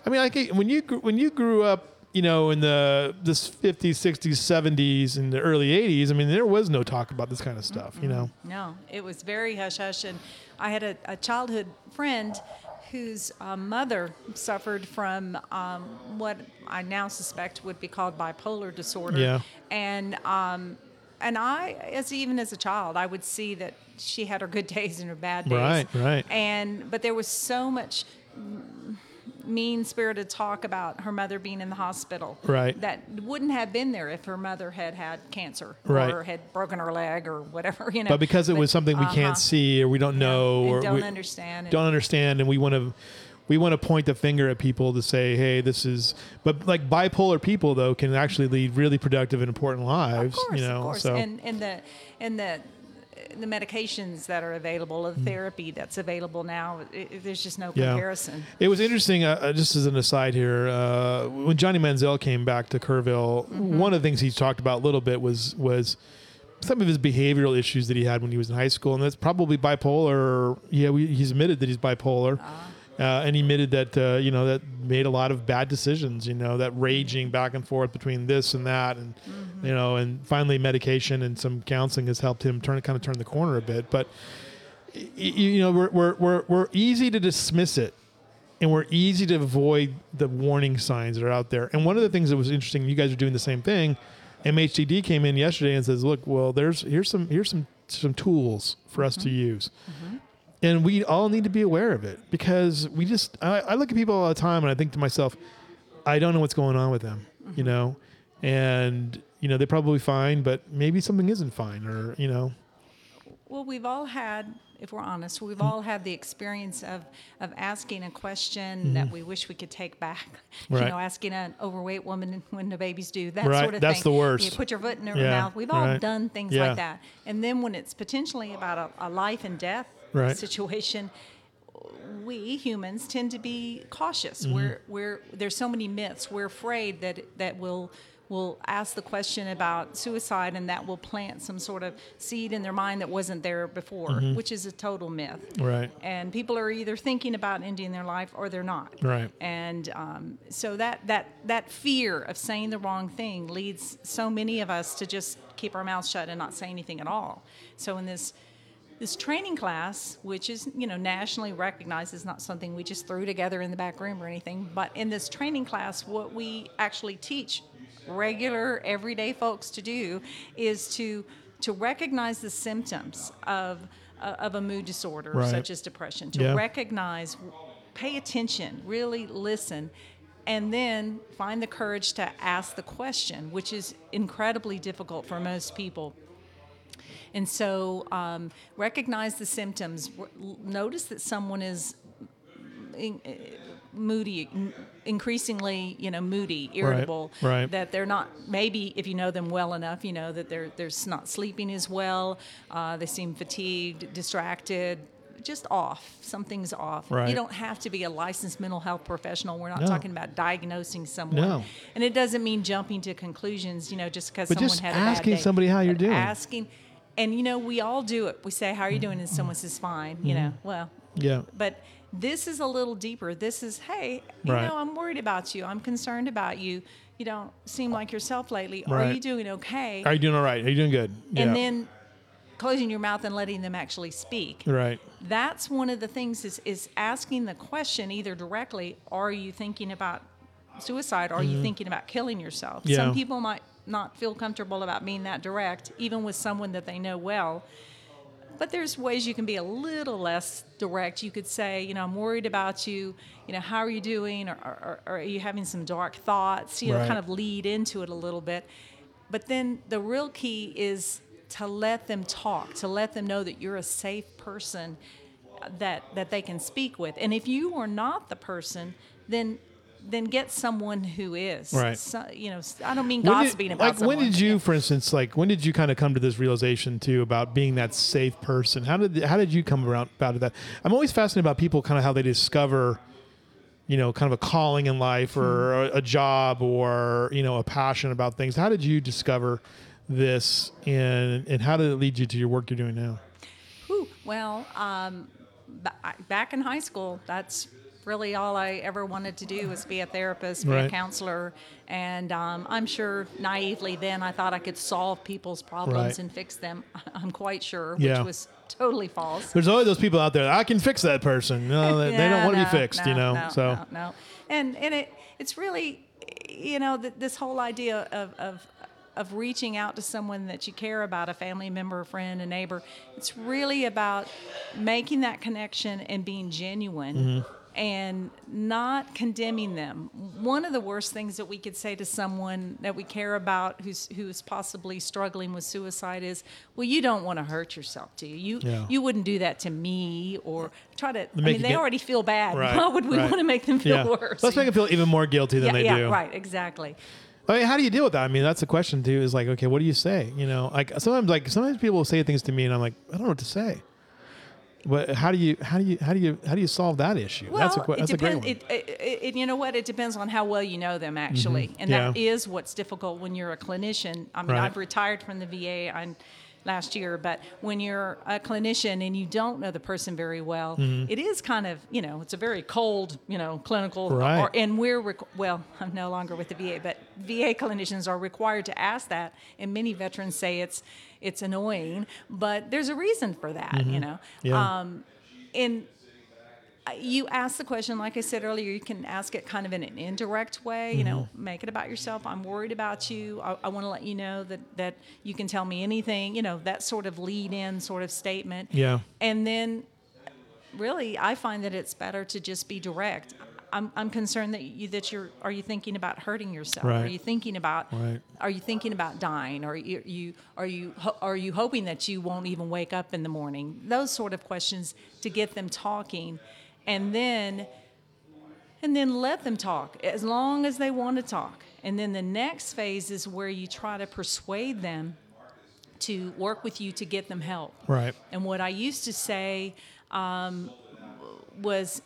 Speaker 2: I mean, like when you gr- when you grew up, you know, in the this 50s, 60s, 70s, and the early 80s, I mean, there was no talk about this kind of stuff, you know.
Speaker 9: No, it was very hush hush. And I had a, a childhood friend whose uh, mother suffered from um, what I now suspect would be called bipolar disorder.
Speaker 2: Yeah.
Speaker 9: And um, and I, as even as a child, I would see that she had her good days and her bad days.
Speaker 2: Right, right.
Speaker 9: And but there was so much mean spirited talk about her mother being in the hospital.
Speaker 2: Right.
Speaker 9: That wouldn't have been there if her mother had had cancer
Speaker 2: Right.
Speaker 9: or had broken her leg or whatever, you know.
Speaker 2: But because it was something we
Speaker 9: uh-huh.
Speaker 2: can't see or we don't know
Speaker 9: and
Speaker 2: or
Speaker 9: don't
Speaker 2: we
Speaker 9: understand and-
Speaker 2: don't understand, and we want to we want to point the finger at people to say, hey, this is. But like bipolar people though can actually lead really productive and important lives,
Speaker 9: Of course,
Speaker 2: you know.
Speaker 9: of course.
Speaker 2: So
Speaker 9: And and the and the the medications that are available,
Speaker 2: Mm.
Speaker 9: the therapy that's available now, i i- there's just no comparison.
Speaker 2: It was interesting, uh, uh, just as an aside here, uh, when Johnny Manziel came back to Kerrville, one of the things he talked about a little bit was was some of his behavioral issues that he had when he was in high school, and that's probably bipolar. Or, yeah, we, he's admitted that he's bipolar. Uh, and he admitted that uh, you know that made a lot of bad decisions. You know that raging back and forth between this and that, and you know, and finally medication and some counseling has helped him turn kind of turn the corner a bit. But y- y- you know, we're we're we're, we're easy to dismiss it and we're easy to avoid the warning signs that are out there. And one of the things that was interesting, you guys are doing the same thing. MHTD came in yesterday and says, "Look, well, there's here's some here's some some tools for us
Speaker 9: Mm-hmm.
Speaker 2: to use." and we all need to be aware of it because we just I, I look at people all the time and i think to myself i don't know what's going on with them
Speaker 9: Mm-hmm.
Speaker 2: you know and you know they're probably fine but maybe something isn't fine or you know
Speaker 9: Well, we've all had, if we're honest, we've all had the experience of of asking a question that we wish we could take back.
Speaker 2: Mm-hmm. Right.
Speaker 9: You know, asking an overweight woman when the baby's due, that
Speaker 2: Right,
Speaker 9: sort of
Speaker 2: that's
Speaker 9: thing.
Speaker 2: the worst.
Speaker 9: You put your foot in her
Speaker 2: Yeah,
Speaker 9: mouth. We've all
Speaker 2: right.
Speaker 9: done things
Speaker 2: Yeah.
Speaker 9: like that. And then when it's potentially about a, a life and death
Speaker 2: Right.
Speaker 9: situation, we humans tend to be cautious.
Speaker 2: Mm-hmm.
Speaker 9: We're, we're there's so many myths. We're afraid that that will will ask the question about suicide and that will plant some sort of seed in their mind that wasn't there before, which is a total myth.
Speaker 2: Right.
Speaker 9: And people are either thinking about ending their life or they're not.
Speaker 2: Right.
Speaker 9: And um, so that that that fear of saying the wrong thing leads so many of us to just keep our mouths shut and not say anything at all. So in this this training class, which is you know nationally recognized, is not something we just threw together in the back room or anything. But in this training class, what we actually teach regular everyday folks to do is to to recognize the symptoms of of a mood disorder
Speaker 2: Right.
Speaker 9: such as depression to
Speaker 2: Yeah.
Speaker 9: recognize pay attention really listen and then find the courage to ask the question which is incredibly difficult for most people and so um, recognize the symptoms. R- l- Notice that someone is in, uh, moody, in- increasingly, you know, moody, irritable.
Speaker 2: right.
Speaker 9: That they're not maybe if you know them well enough, you know that they're they're s- not sleeping as well. Uh, they seem fatigued, distracted. Just off, something's off.
Speaker 2: Right.
Speaker 9: You don't have to be a licensed mental health professional. We're not
Speaker 2: No.
Speaker 9: talking about diagnosing someone,
Speaker 2: No.
Speaker 9: and it doesn't mean jumping to conclusions. You know, just because
Speaker 2: But
Speaker 9: someone
Speaker 2: just
Speaker 9: had a bad
Speaker 2: asking
Speaker 9: day.
Speaker 2: somebody how you're
Speaker 9: But
Speaker 2: doing.
Speaker 9: Asking, and you know, we all do it. We say, "How are you doing?" And someone says, "Fine." You know, well,
Speaker 2: Mm-hmm. Yeah.
Speaker 9: but this is a little deeper. This is, "Hey, you
Speaker 2: Right.
Speaker 9: know, I'm worried about you. I'm concerned about you. You don't seem like yourself lately. Are
Speaker 2: Right.
Speaker 9: you doing okay?"
Speaker 2: Are you doing all right? Are you doing good?
Speaker 9: and
Speaker 2: yeah.
Speaker 9: then closing your mouth and letting them actually speak
Speaker 2: right.
Speaker 9: that's one of the things is is asking the question either directly are you thinking about suicide are you thinking about killing yourself
Speaker 2: Mm-hmm. Yeah.
Speaker 9: some people might not feel comfortable about being that direct even with someone that they know well but there's ways you can be a little less direct you could say you know i'm worried about you you know how are you doing or, or, or are you having some dark thoughts you know
Speaker 2: Right.
Speaker 9: kind of lead into it a little bit but then the real key is to let them talk to let them know that you're a safe person that that they can speak with and if you are not the person then then get someone who is
Speaker 2: Right.
Speaker 9: So- you know i don't mean
Speaker 2: When did-
Speaker 9: gossiping about
Speaker 2: like
Speaker 9: someone
Speaker 2: when did you, for instance, like when did you kind of come to this realization too about being that safe person? How did how did you come around about that? I'm always fascinated about people kind of how they discover, you know, kind of a calling in life or
Speaker 9: Hmm.
Speaker 2: a, a job or you know a passion about things. How did you discover this and and how did it lead you to your work you're doing now?
Speaker 9: Whew. Well, um, ba- I- back in high school, that's really all I ever wanted to do was be a therapist, be a
Speaker 2: Right.
Speaker 9: counselor, and um, I'm sure naively then I thought I could solve people's problems
Speaker 2: Right.
Speaker 9: and fix them. I'm quite sure,
Speaker 2: Yeah.
Speaker 9: which was totally false.
Speaker 2: There's always those people out there. I can fix that person. No, they, they don't
Speaker 9: Yeah,
Speaker 2: want to
Speaker 9: no,
Speaker 2: be fixed. you
Speaker 9: no,
Speaker 2: know,
Speaker 9: no,
Speaker 2: so
Speaker 9: no, no. and and it it's really you know th- this whole idea of of of reaching out to someone that you care about, a family member, a friend, a neighbor. It's really about making that connection and being genuine.
Speaker 2: Mm-hmm.
Speaker 9: And not condemning them. One of the worst things that we could say to someone that we care about, who's who is possibly struggling with suicide, is, "Well, you don't want to hurt yourself, do you? You
Speaker 2: Yeah.
Speaker 9: you wouldn't do that to me, or try to I
Speaker 2: Make
Speaker 9: mean,
Speaker 2: it
Speaker 9: they
Speaker 2: get-
Speaker 9: already feel bad.
Speaker 2: right,
Speaker 9: Why would we
Speaker 2: right.
Speaker 9: want to make them feel
Speaker 2: yeah.
Speaker 9: worse?
Speaker 2: Let's make them feel even more guilty than
Speaker 9: yeah,
Speaker 2: they
Speaker 9: yeah,
Speaker 2: do.
Speaker 9: right, exactly.
Speaker 2: I mean, how do you deal with that? I mean, that's the question too. Is like, okay, what do you say? You know, like sometimes, like sometimes people will say things to me, and I'm like, I don't know what to say. But how do you, how do you, how do you, how do you solve that issue?
Speaker 9: Well,
Speaker 2: that's a, que-
Speaker 9: it
Speaker 2: that's a great
Speaker 9: depends.
Speaker 2: one.
Speaker 9: It, it, it, it- you know what? It depends on how well you know them, actually, and that
Speaker 2: Mm-hmm. Yeah.
Speaker 9: is what's difficult when you're a clinician. I mean,
Speaker 2: Right.
Speaker 9: I've retired from the VA on last year, but when you're a clinician and you don't know the person very well,
Speaker 2: Mm-hmm.
Speaker 9: it is kind of you know it's a very cold you know clinical.
Speaker 2: Right.
Speaker 9: Or, and we're requ- well, I'm no longer with the VA, but VA clinicians are required to ask that, and many veterans say it's it's annoying, but there's a reason for that, you know.
Speaker 2: Mm-hmm. Yeah.
Speaker 9: Um, and you ask the question like i said earlier you can ask it kind of in an indirect way you know make it about yourself i'm worried about you i, I want to let you know that that you can tell me anything you know that sort of lead in sort of statement
Speaker 2: Yeah.
Speaker 9: and then really i find that it's better to just be direct i'm, I'm concerned that you that you're are you thinking about hurting yourself are
Speaker 2: Right.
Speaker 9: you thinking about
Speaker 2: Right.
Speaker 9: are you thinking about dying are you, you are you ho- are you hoping that you won't even wake up in the morning those sort of questions to get them talking and then and then let them talk as long as they want to talk and then the next phase is where you try to persuade them to work with you to get them help
Speaker 2: right.
Speaker 9: and what I used to say um, was,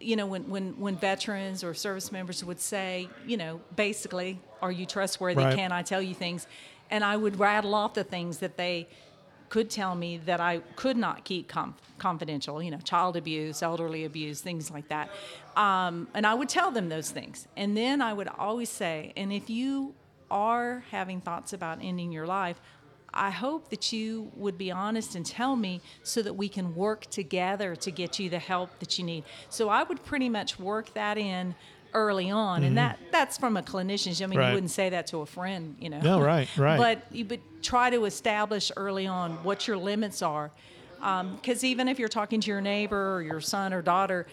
Speaker 9: you know, when, when, when veterans or service members would say, you know, basically, are you trustworthy?
Speaker 2: Right.
Speaker 9: Can I tell you things? And I would rattle off the things that they could tell me that I could not keep com- confidential, you know, child abuse, elderly abuse, things like that. Um, and I would tell them those things. And then I would always say, and if you are having thoughts about ending your life, I hope that you would be honest and tell me so that we can work together to get you the help that you need. So I would pretty much work that in early on, and that that's from a clinician. I mean,
Speaker 2: Mm-hmm. Right.
Speaker 9: you wouldn't say that to a friend, you know.
Speaker 2: No, right, right.
Speaker 9: But you but try to establish early on what your limits are, because even if you're talking to your neighbor or your son or daughter.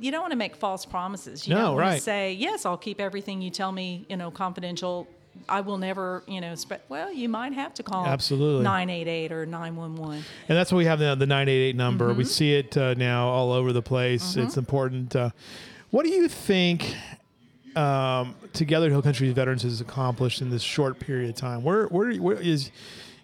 Speaker 9: You don't want to make false promises. You
Speaker 2: No,
Speaker 9: don't want
Speaker 2: right.
Speaker 9: to say, yes, I'll keep everything you tell me, you know, confidential. I will never, you know, spread. Well, you might have to call
Speaker 2: Absolutely.
Speaker 9: 988 or 911.
Speaker 2: And that's what we have now, the 988 number.
Speaker 9: Mm-hmm.
Speaker 2: We see it uh, now all over the place. It's important. Uh, what do you think um, Together Hill Country Veterans has accomplished in this short period of time? Where, where, where is,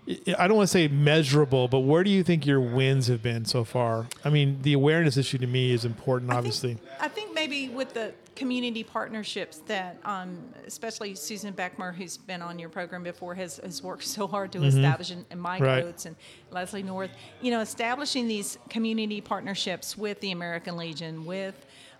Speaker 2: I don't want to say measurable, but where do you think your wins have been so far? I mean, the awareness issue to me is important, obviously.
Speaker 9: I think, I think maybe with the community partnerships that, um, especially Susan Beckmer, who's been on your program before, has, has worked so hard to establish, and, and Mike
Speaker 2: Right.
Speaker 9: Oates and Leslie North, you know, establishing these community partnerships with the American Legion, with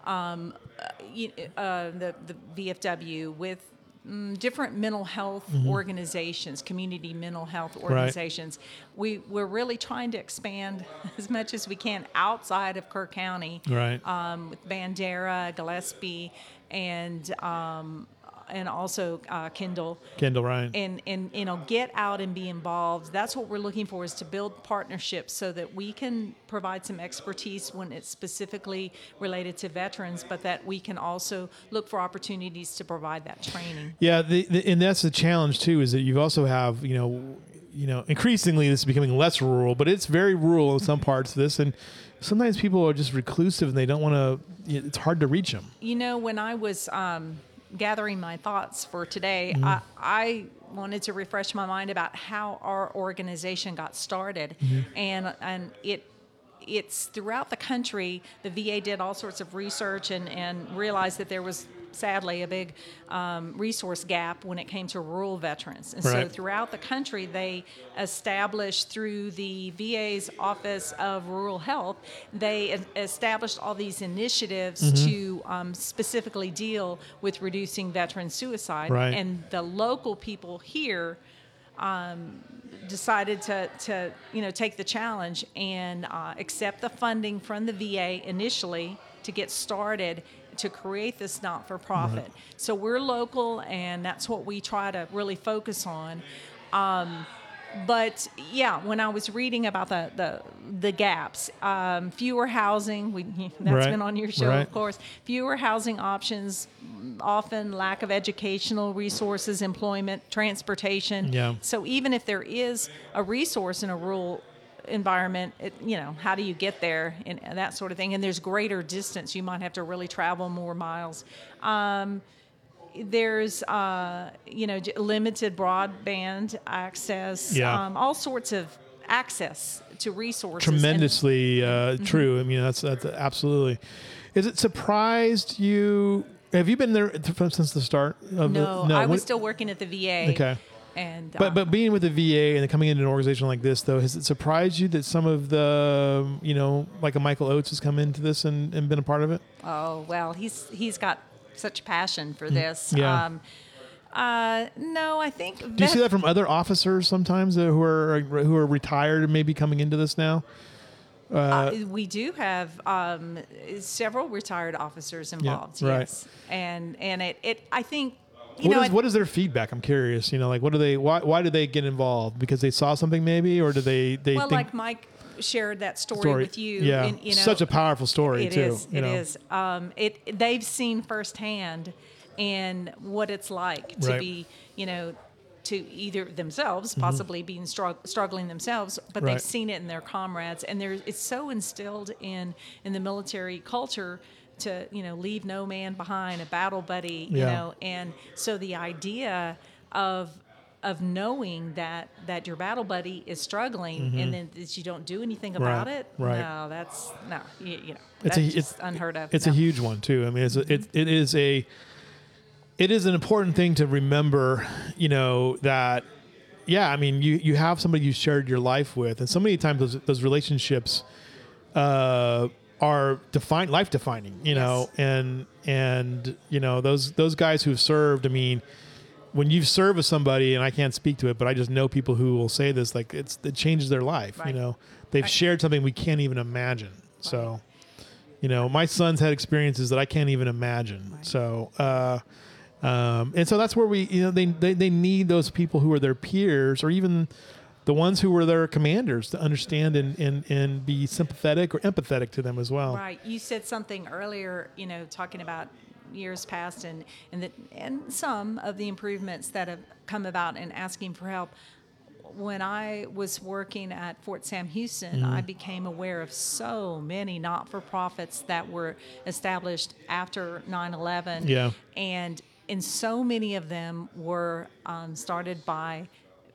Speaker 9: um, uh, you- uh, the, the VFW, with mm, different mental health organizations, community mental health organizations. We, we're really trying to expand as much as we can outside of Kerr County
Speaker 2: Right.
Speaker 9: um, with Bandera, Gillespie, and um, and also uh, Kindle.
Speaker 2: Kendall Ryan.
Speaker 9: And, and you know get out and be involved that's what we're looking for is to build partnerships so that we can provide some expertise when it's specifically related to veterans but that we can also look for opportunities to provide that training
Speaker 2: Yeah, the, the, and that's the challenge too. Is that you also have you know, you know, increasingly this is becoming less rural, but it's very rural in some parts of this, and sometimes people are just reclusive and they don't want to. It's hard to reach them.
Speaker 9: you know, when I was um, gathering my thoughts for today, I, I wanted to refresh my mind about how our organization got started, and and it. It's throughout the country. The VA did all sorts of research and, and realized that there was sadly a big um, resource gap when it came to rural veterans. And so,
Speaker 2: Right.
Speaker 9: throughout the country, they established through the VA's Office of Rural Health, they e- established all these initiatives to um, specifically deal with reducing veteran suicide.
Speaker 2: Right.
Speaker 9: And the local people here um, decided to, to you know take the challenge and uh, accept the funding from the VA initially to get started to create this not for profit. So we're local, and that's what we try to really focus on. Um, but yeah, when I was reading about the the, the gaps, um, fewer housing. We that's
Speaker 2: Right.
Speaker 9: been on your show,
Speaker 2: Right.
Speaker 9: of course. Fewer housing options, often lack of educational resources, employment, transportation.
Speaker 2: Yeah.
Speaker 9: So even if there is a resource in a rural environment, it, you know, how do you get there and, and that sort of thing? And there's greater distance. You might have to really travel more miles. Um, there's, uh, you know, j- limited broadband access,
Speaker 2: Yeah.
Speaker 9: um, all sorts of access to resources. and-
Speaker 2: Tremendously uh,
Speaker 9: Mm-hmm.
Speaker 2: true. I mean, that's that's absolutely. Is it surprised you? Have you been there th- from- since the start? Of
Speaker 9: no,
Speaker 2: the,
Speaker 9: I was
Speaker 2: when-
Speaker 9: still working at the VA.
Speaker 2: Okay.
Speaker 9: And, uh,
Speaker 2: But but being with the VA and coming into an organization like this, though, has it surprised you that some of the um, you know like a Michael Oates has come into this and, and been a part of it?
Speaker 9: Oh well, he's he's got such passion for this.
Speaker 2: Mm, yeah.
Speaker 9: Um, uh, no, I think.
Speaker 2: Do you see that from other officers sometimes uh, who are who are retired and maybe coming into this now? Uh,
Speaker 9: uh, we do have um, several retired officers involved.
Speaker 2: right.
Speaker 9: Yes, and and it, it I think you
Speaker 2: What is
Speaker 9: know it-
Speaker 2: what is their feedback? I'm curious. You know, like what do they? Why why do they get involved? Because they saw something maybe, or do they they
Speaker 9: well,
Speaker 2: think
Speaker 9: like Mike shared that story,
Speaker 2: story?
Speaker 9: with you.
Speaker 2: yeah,
Speaker 9: and, you know,
Speaker 2: such a powerful story
Speaker 9: It
Speaker 2: too.
Speaker 9: is.
Speaker 2: you
Speaker 9: It
Speaker 2: know?
Speaker 9: is. Um, it they've seen firsthand and what it's like to
Speaker 2: Right. Mm-hmm.
Speaker 9: be, you know, to either themselves possibly being strugg- struggling themselves, but
Speaker 2: Right.
Speaker 9: they've seen it in their comrades, and there it's so instilled in in the military culture to you know leave no man behind, a battle buddy, you
Speaker 2: Yeah.
Speaker 9: know, and so the idea of of knowing that that your battle buddy is struggling and then that you don't do anything about
Speaker 2: Mm-hmm. Right,
Speaker 9: it
Speaker 2: right.
Speaker 9: no that's no you, you know it's
Speaker 2: It's a-
Speaker 9: just
Speaker 2: it's-
Speaker 9: unheard of.
Speaker 2: It's
Speaker 9: no. Mm-hmm.
Speaker 2: a huge one too. I mean, it's a, it, it is a it is an important thing to remember. You know that yeah. I mean, you you have somebody you shared your life with, and so many times those those relationships uh, are defined life defining. You know, and and you know those those guys who've served. I mean. when you serve with somebody, and I can't speak to it, but I just know people who will say this, like it's it changes their life. You
Speaker 9: Right.
Speaker 2: know, they've shared something we can't even imagine. So, you know, my son's had experiences that I can't even imagine. So, uh, um, and so that's where we, you know, they, they they need those people who are their peers, or even the ones who were their commanders, to understand and and and be sympathetic or empathetic to them as well.
Speaker 9: Right. You said something earlier, you know, talking about years past and and that and some of the improvements that have come about and asking for help. When I was working at Fort Sam Houston,
Speaker 2: Mm-hmm.
Speaker 9: I became aware of so many not-for-profits that were established after 9/11.
Speaker 2: Yeah.
Speaker 9: And and so many of them were um, started by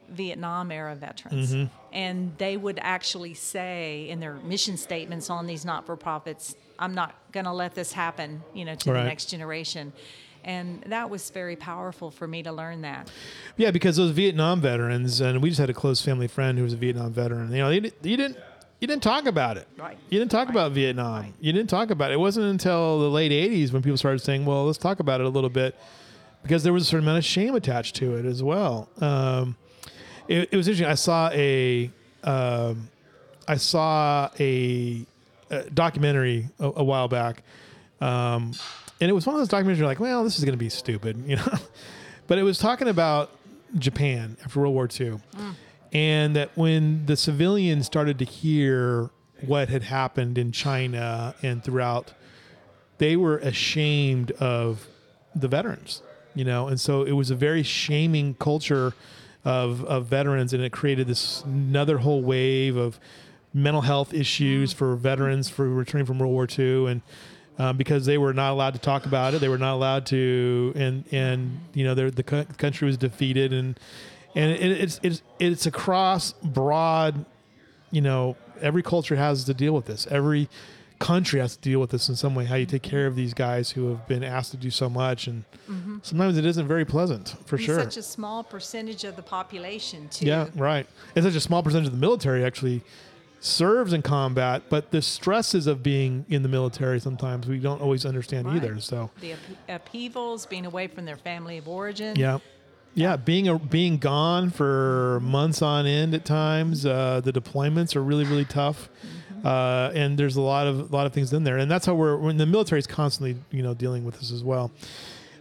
Speaker 9: Vietnam era veterans.
Speaker 2: Mm-hmm.
Speaker 9: And they would actually say in their mission statements on these not for profits, I'm not going to let this happen, you know, to
Speaker 2: Right.
Speaker 9: the next generation. And that was very powerful for me to learn that.
Speaker 2: Yeah, because those Vietnam veterans, and we just had a close family friend who was a Vietnam veteran. You know, you, di- you didn't you didn't talk about it.
Speaker 9: Right.
Speaker 2: You didn't talk about Vietnam. You didn't talk about it. It wasn't until the late '80s when people started saying, "Well, let's talk about it a little bit," because there was a certain amount of shame attached to it as well. Um, it, it was interesting. I saw a um, I saw a, a documentary a, a while back, um, and it was one of those documentaries. You're like, well, this is going to be stupid, you know. but it was talking about Japan after World War II, and that when the civilians started to hear what had happened in China and throughout, they were ashamed of the veterans, you know, and so it was a very shaming culture of of veterans, and it created this another whole wave of mental health issues for veterans for returning from World War II and. Um, because they were not allowed to talk about it, they were not allowed to, and and you know they're- the co- country was defeated, and and it, it's it's it's across broad you know every culture has to deal with this every country has to deal with this in some way how you take care of these guys who have been asked to do so much and sometimes it isn't very pleasant for
Speaker 9: And
Speaker 2: sure
Speaker 9: Mm-hmm. Such a small percentage of the population, too.
Speaker 2: yeah right and such a small percentage of the military actually serves in combat but the stresses of being in the military sometimes we don't always understand
Speaker 9: Right.
Speaker 2: either so
Speaker 9: The up- upheavals, being away from their family of origin.
Speaker 2: Yeah. Yeah, being a, being gone for months on end at times, uh, the deployments are really really tough, uh, and there's a lot of a lot of things in there, and that's how we're when the military is constantly you know dealing with this as well.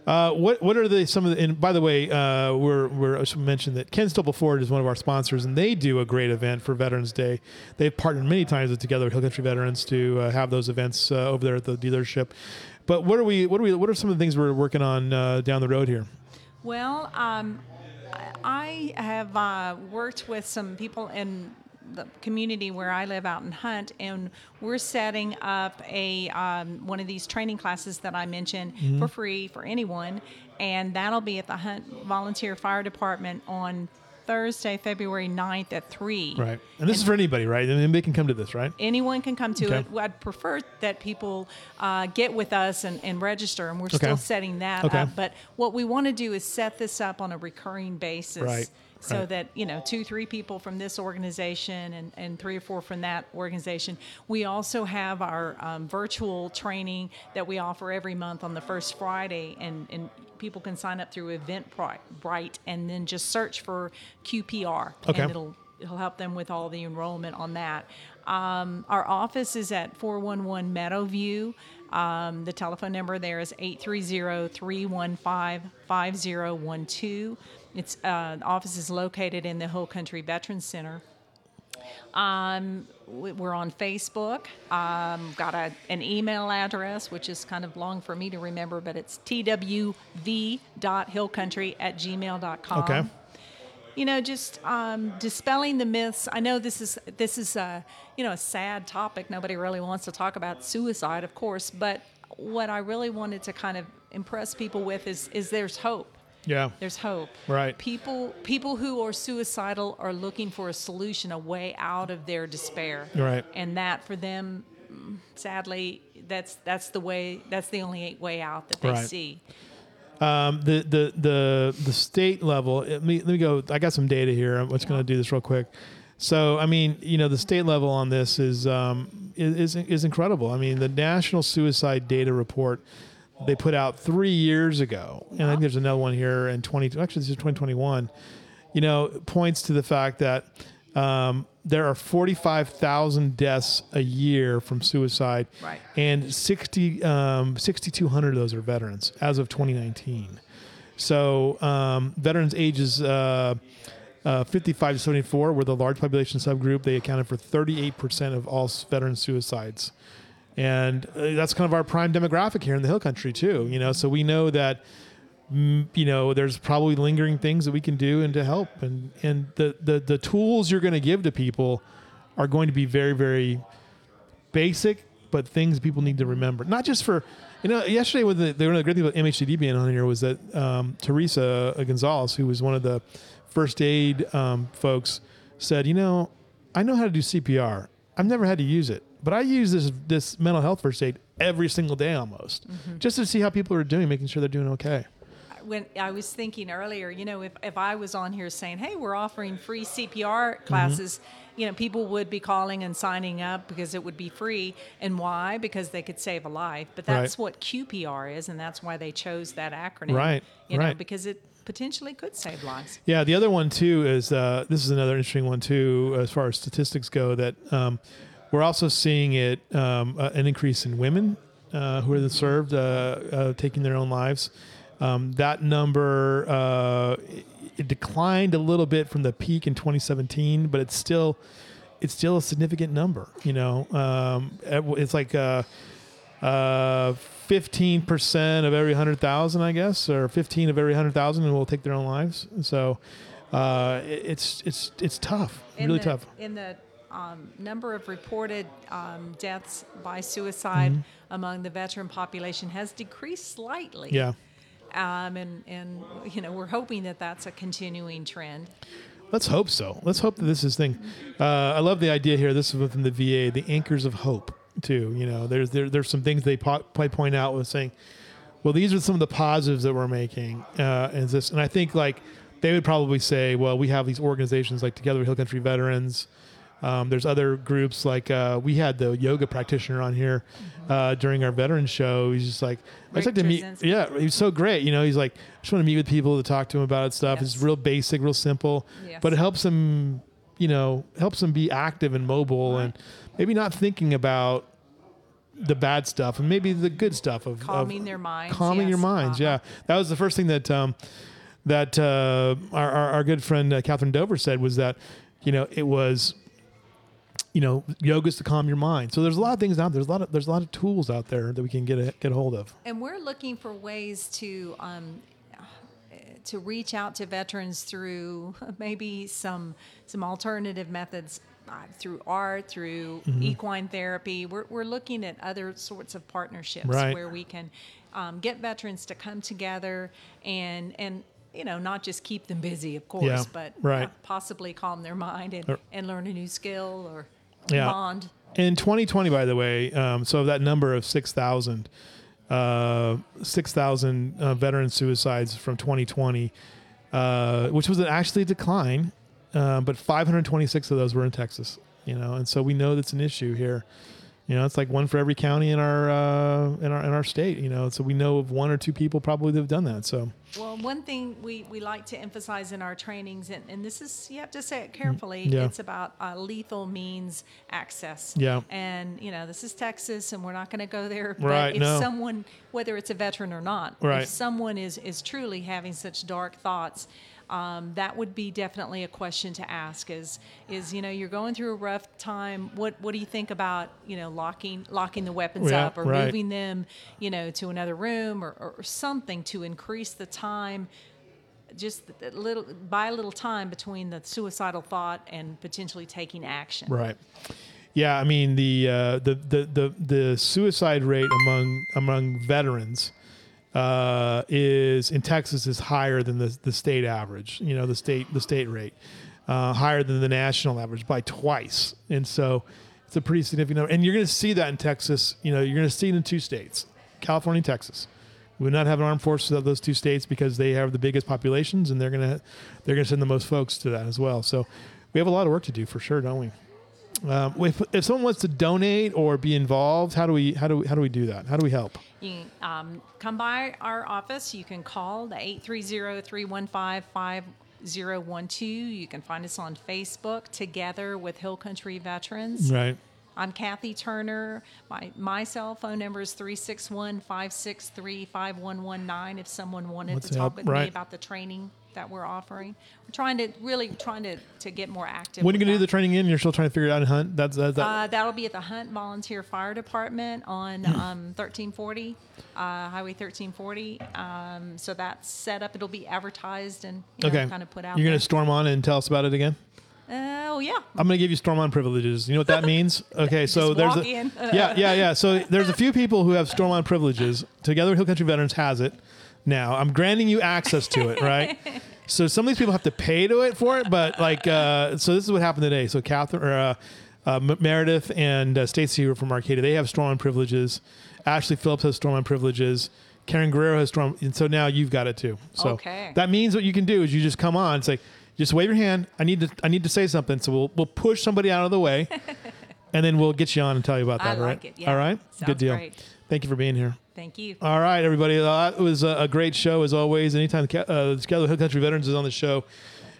Speaker 2: Uh, what what are the some of the and by the way uh, we're we're I should mention that Ken Stubble Ford is one of our sponsors and they do a great event for Veterans Day. They've partnered many times with Together with Hill Country Veterans to uh, have those events uh, over there at the dealership. But what are we what are we what are some of the things we're working on uh, down the road here?
Speaker 9: Well, um, I I have uh, worked with some people in the community where I live out in Hunt, and we're setting up a um, one of these training classes that I mentioned
Speaker 2: Mm-hmm.
Speaker 9: for free for anyone, and that'll be at the Hunt Volunteer Fire Department on Thursday, February 9th at three.
Speaker 2: Right. And this is for anybody, right? I mean, they can come to this, right?
Speaker 9: Anyone can come to
Speaker 2: Okay.
Speaker 9: it. I'd prefer that people uh, get with us and, and register, and we're
Speaker 2: Okay.
Speaker 9: still setting that
Speaker 2: Okay.
Speaker 9: up. But what we want to do is set this up on a recurring basis.
Speaker 2: Right,
Speaker 9: So
Speaker 2: right.
Speaker 9: that, you know, two, three people from this organization and, and three or four from that organization. We also have our um, virtual training that we offer every month on the first Friday, and, and people can sign up through Eventbrite and then just search for QPR.
Speaker 2: Okay.
Speaker 9: And it'll It'll help them with all the enrollment on that. Um, our office is at 411 Meadowview. Um, the telephone number there is 830 315 5012. Its uh, the office is located in the Hill Country Veterans Center. Um, we- we're on Facebook. Um, got a, an email address, which is kind of long for me to remember, but it's twv.hillcountry at gmail.com
Speaker 2: Okay.
Speaker 9: you know just um, dispelling the myths i know this is this is a you know a sad topic nobody really wants to talk about suicide of course but what i really wanted to kind of impress people with is is there's hope
Speaker 2: Yeah.
Speaker 9: there's hope
Speaker 2: Right.
Speaker 9: people people who are suicidal are looking for a solution a way out of their despair
Speaker 2: Right.
Speaker 9: and that for them mm, sadly that's that's the way that's the only way out that they
Speaker 2: Right.
Speaker 9: see
Speaker 2: Um, the, the the the state level. Let me let me go. I got some data here. I'm just going to do this real quick. So I mean, you know, the state level on this is um, is is incredible. I mean, the National Suicide Data Report they put out three years ago, and I think there's another one here in 20. Actually, this is 2021. You know, points to the fact that um, there are 45,000 deaths a year from suicide,
Speaker 9: Right.
Speaker 2: and 60 um, 6,200 of those are veterans as of 2019. So um, veterans ages uh, uh, 55 to 74 were the large population subgroup. They accounted for 38% of all s- veteran suicides. And uh, that's kind of our prime demographic here in the Hill Country, too. You know, so we know that you know there's probably lingering things that we can do and to help and and the the, the tools you're going to give to people are going to be very very basic but things people need to remember not just for you know yesterday with the, the one of the great things about MHCD being on here was that um, Teresa Gonzalez who was one of the first aid um, folks said you know I know how to do CPR I've never had to use it but I use this this mental health first aid every single day almost just to see how people are doing making sure they're doing okay
Speaker 9: when I was thinking earlier, you know, if, if I was on here saying, hey, we're offering free
Speaker 2: Mm-hmm.
Speaker 9: CPR classes, you know, people would be calling and signing up because it would be free. And why? Because they could save a life. But that's
Speaker 2: Right.
Speaker 9: what QPR is, and that's why they chose that acronym.
Speaker 2: Right,
Speaker 9: You know,
Speaker 2: right.
Speaker 9: because it potentially could save lives.
Speaker 2: Yeah, the other one too is uh, this is another interesting one too, as far as statistics go. That um, we're also seeing it um, uh, an increase in women uh, who are served uh, uh, taking their own lives. Um, that number uh, it- it declined a little bit from the peak in 2017, but it's still it's still a significant number. You know, um, it- it's like. Uh, fifteen percent of every hundred thousand, I guess, or fifteen of every hundred thousand, and will take their own lives. So uh, it- it's it's it's tough,
Speaker 9: in
Speaker 2: really
Speaker 9: the,
Speaker 2: tough.
Speaker 9: In the um, number of reported um, deaths by suicide among the veteran population has decreased slightly.
Speaker 2: Mm-hmm. Yeah.
Speaker 9: Um, and, and, you know, we're hoping that that's a continuing trend.
Speaker 2: Let's hope so. Let's hope that this is thing. Uh, I love the idea here. This is within the VA, the anchors of hope too. You know, there's there, there's some things they po- po- point out with saying, well, these are some of the positives that we're making. Uh, is this, and I think like they would probably say, well, we have these organizations like Together with Hill Country Veterans. Um, there's other groups like uh, we had the yoga practitioner on here uh, during our veterans show. He's just like,
Speaker 9: Rick
Speaker 2: I just like to meet.
Speaker 9: Jasinski.
Speaker 2: Yeah, he's so great. You know, he's like, I just want to meet with people to talk to him about stuff. It's
Speaker 9: Yes.
Speaker 2: real basic, real simple,
Speaker 9: Yes.
Speaker 2: but it helps them, you know, helps them be active and mobile and maybe not thinking about the bad stuff and maybe the good stuff of
Speaker 9: Calming
Speaker 2: of
Speaker 9: their minds,
Speaker 2: Calming your
Speaker 9: yes.
Speaker 2: minds,
Speaker 9: Uh-huh.
Speaker 2: yeah. That was the first thing that um, that uh, our, our our good friend uh, Catherine Dover said was that you know it was you know yoga's to calm your mind. So there's a lot of things out there. There's a lot of there's a lot of tools out there that we can get a, get a hold of.
Speaker 9: And we're looking for ways to um, to reach out to veterans through maybe some some alternative methods uh, through art, through
Speaker 2: Mm-hmm.
Speaker 9: equine therapy. We're, we're looking at other sorts of partnerships
Speaker 2: Right.
Speaker 9: where we can um, get veterans to come together and and you know not just keep them busy, of course,
Speaker 2: Yeah,
Speaker 9: but uh,
Speaker 2: right.
Speaker 9: possibly calm their mind and,
Speaker 2: Or-
Speaker 9: and learn a new skill or
Speaker 2: Yeah.
Speaker 9: bond.
Speaker 2: In 2020, by the way, um, so that number of 6,000, uh, 6,000 uh, veteran suicides from 2020, uh, which was an actually decline, uh, but 526 of those were in Texas, you know, and so we know that's an issue here. You know, it's like one for every county in our uh, in our in our state. You know, so we know of one or two people probably that have done that. So
Speaker 9: Well, one thing we, we like to emphasize in our trainings, and, and this is, you have to say it carefully,
Speaker 2: Mm-hmm. yeah.
Speaker 9: it's about uh, lethal means access.
Speaker 2: Yeah.
Speaker 9: And, you know, this is Texas, and we're not going to go there.
Speaker 2: Right,
Speaker 9: But if
Speaker 2: no.
Speaker 9: someone, whether it's a veteran or not,
Speaker 2: Right.
Speaker 9: if someone is, is truly having such dark thoughts, um, that would be definitely a question to ask is is you know you're going through a rough time what what do you think about you know locking locking the weapons
Speaker 2: Oh, Yeah,
Speaker 9: up or
Speaker 2: right.
Speaker 9: moving them, you know, to another room or, or something to increase the time, just a little by a little time between the suicidal thought and potentially taking action.
Speaker 2: Right. Yeah, I mean the uh, the, the the the suicide rate among among veterans uh, is in Texas is higher than the the state average. You know the state the state rate uh, higher than the national average by twice, and so it's a pretty significant number. And you're going to see that in Texas. You know you're going to see it in two states, California and Texas. We would not have an armed force without those two states because they have the biggest populations, and they're gonna they're gonna send the most folks to that as well. So we have a lot of work to do for sure, don't we? Um, if, if someone wants to donate or be involved, how do we how do we, how do we do that? How do we help?
Speaker 9: You can um, come by our office. You can call the 830 315 5012. You can find us on Facebook together with Hill Country Veterans.
Speaker 2: Right.
Speaker 9: I'm Kathy Turner. My, my cell phone number is 361 563 5119 if someone wanted
Speaker 2: What's
Speaker 9: to talk
Speaker 2: up?
Speaker 9: with
Speaker 2: Right.
Speaker 9: me about the training that we're offering. We're trying to really trying to, to get more active.
Speaker 2: When are you
Speaker 9: with
Speaker 2: gonna do
Speaker 9: that.
Speaker 2: the training in? You're still trying to figure it out and hunt. That's that. that
Speaker 9: Uh, that'll be at the Hunt Volunteer Fire Department on
Speaker 2: Hmm.
Speaker 9: um, 1340, uh, Highway 1340. Um, so that's set up. It'll be advertised and you know,
Speaker 2: okay.
Speaker 9: kind of put out.
Speaker 2: You're
Speaker 9: there.
Speaker 2: gonna storm on and tell us about it again.
Speaker 9: Uh, oh yeah.
Speaker 2: I'm gonna give you storm on privileges. You know what that means? Okay, so
Speaker 9: Just
Speaker 2: there's
Speaker 9: walk
Speaker 2: a,
Speaker 9: in.
Speaker 2: yeah, yeah, yeah. So there's a few people who have storm on privileges. Together, Hill Country Veterans has it. Now I'm granting you access to it, right? so some of these people have to pay to it for it, but like, uh, so this is what happened today. So Catherine or uh, uh, M- Meredith and uh, Stacy who are from Arcadia. They have storm on privileges. Ashley Phillips has storm on privileges. Karen Guerrero has storm, and so now you've got it too. So
Speaker 9: Okay.
Speaker 2: that means what you can do is you just come on. It's like just wave your hand. I need to I need to say something. So we'll we'll push somebody out of the way, and then we'll get you on and tell you about
Speaker 9: I
Speaker 2: that. all right?
Speaker 9: like it, yeah.
Speaker 2: All right. Good
Speaker 9: Sounds
Speaker 2: deal.
Speaker 9: great.
Speaker 2: Thank you for being here.
Speaker 9: Thank you.
Speaker 2: All right, everybody. Uh, That was a, a great show as always. Anytime the Ca- uh, Together Hill Country Veterans is on the show,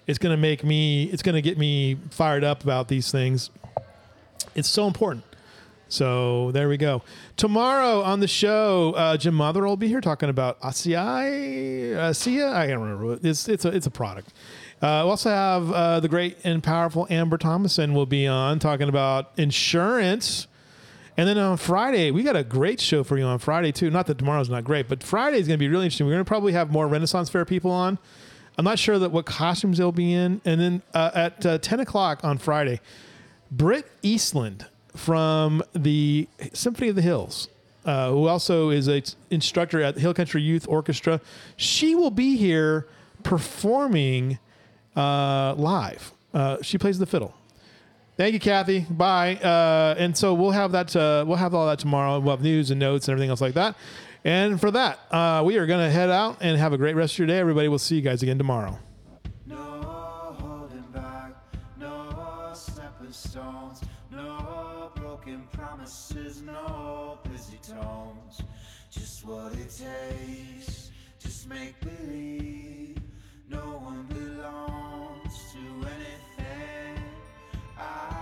Speaker 2: it's gonna make me. It's gonna get me fired up about these things. It's so important. So there we go. Tomorrow on the show, uh, Jim Motherell will be here talking about ASEI. ASEA? I don't remember. what- It's it's a it's a product. Uh, we also have uh, the great and powerful Amber Thomason will be on talking about insurance. And then on Friday, we got a great show for you on Friday too. Not that tomorrow's not great, but Friday is going to be really interesting. We're going to probably have more Renaissance Fair people on. I'm not sure that what costumes they'll be in. And then uh, at uh, 10 o'clock on Friday, Britt Eastland from the Symphony of the Hills, uh, who also is a instructor at Hill Country Youth Orchestra, she will be here performing uh, live. Uh, she plays the fiddle. Thank you, Kathy. Bye. Uh, and so we'll have that. Uh, we'll have all that tomorrow. We'll have news and notes and everything else like that. And for that, uh, we are going to head out and have a great rest of your day, everybody. We'll see you guys again tomorrow.
Speaker 8: No holding back, no stepping stones, no broken promises, no busy tones. Just what it takes, just make believe. No one belongs to anything. I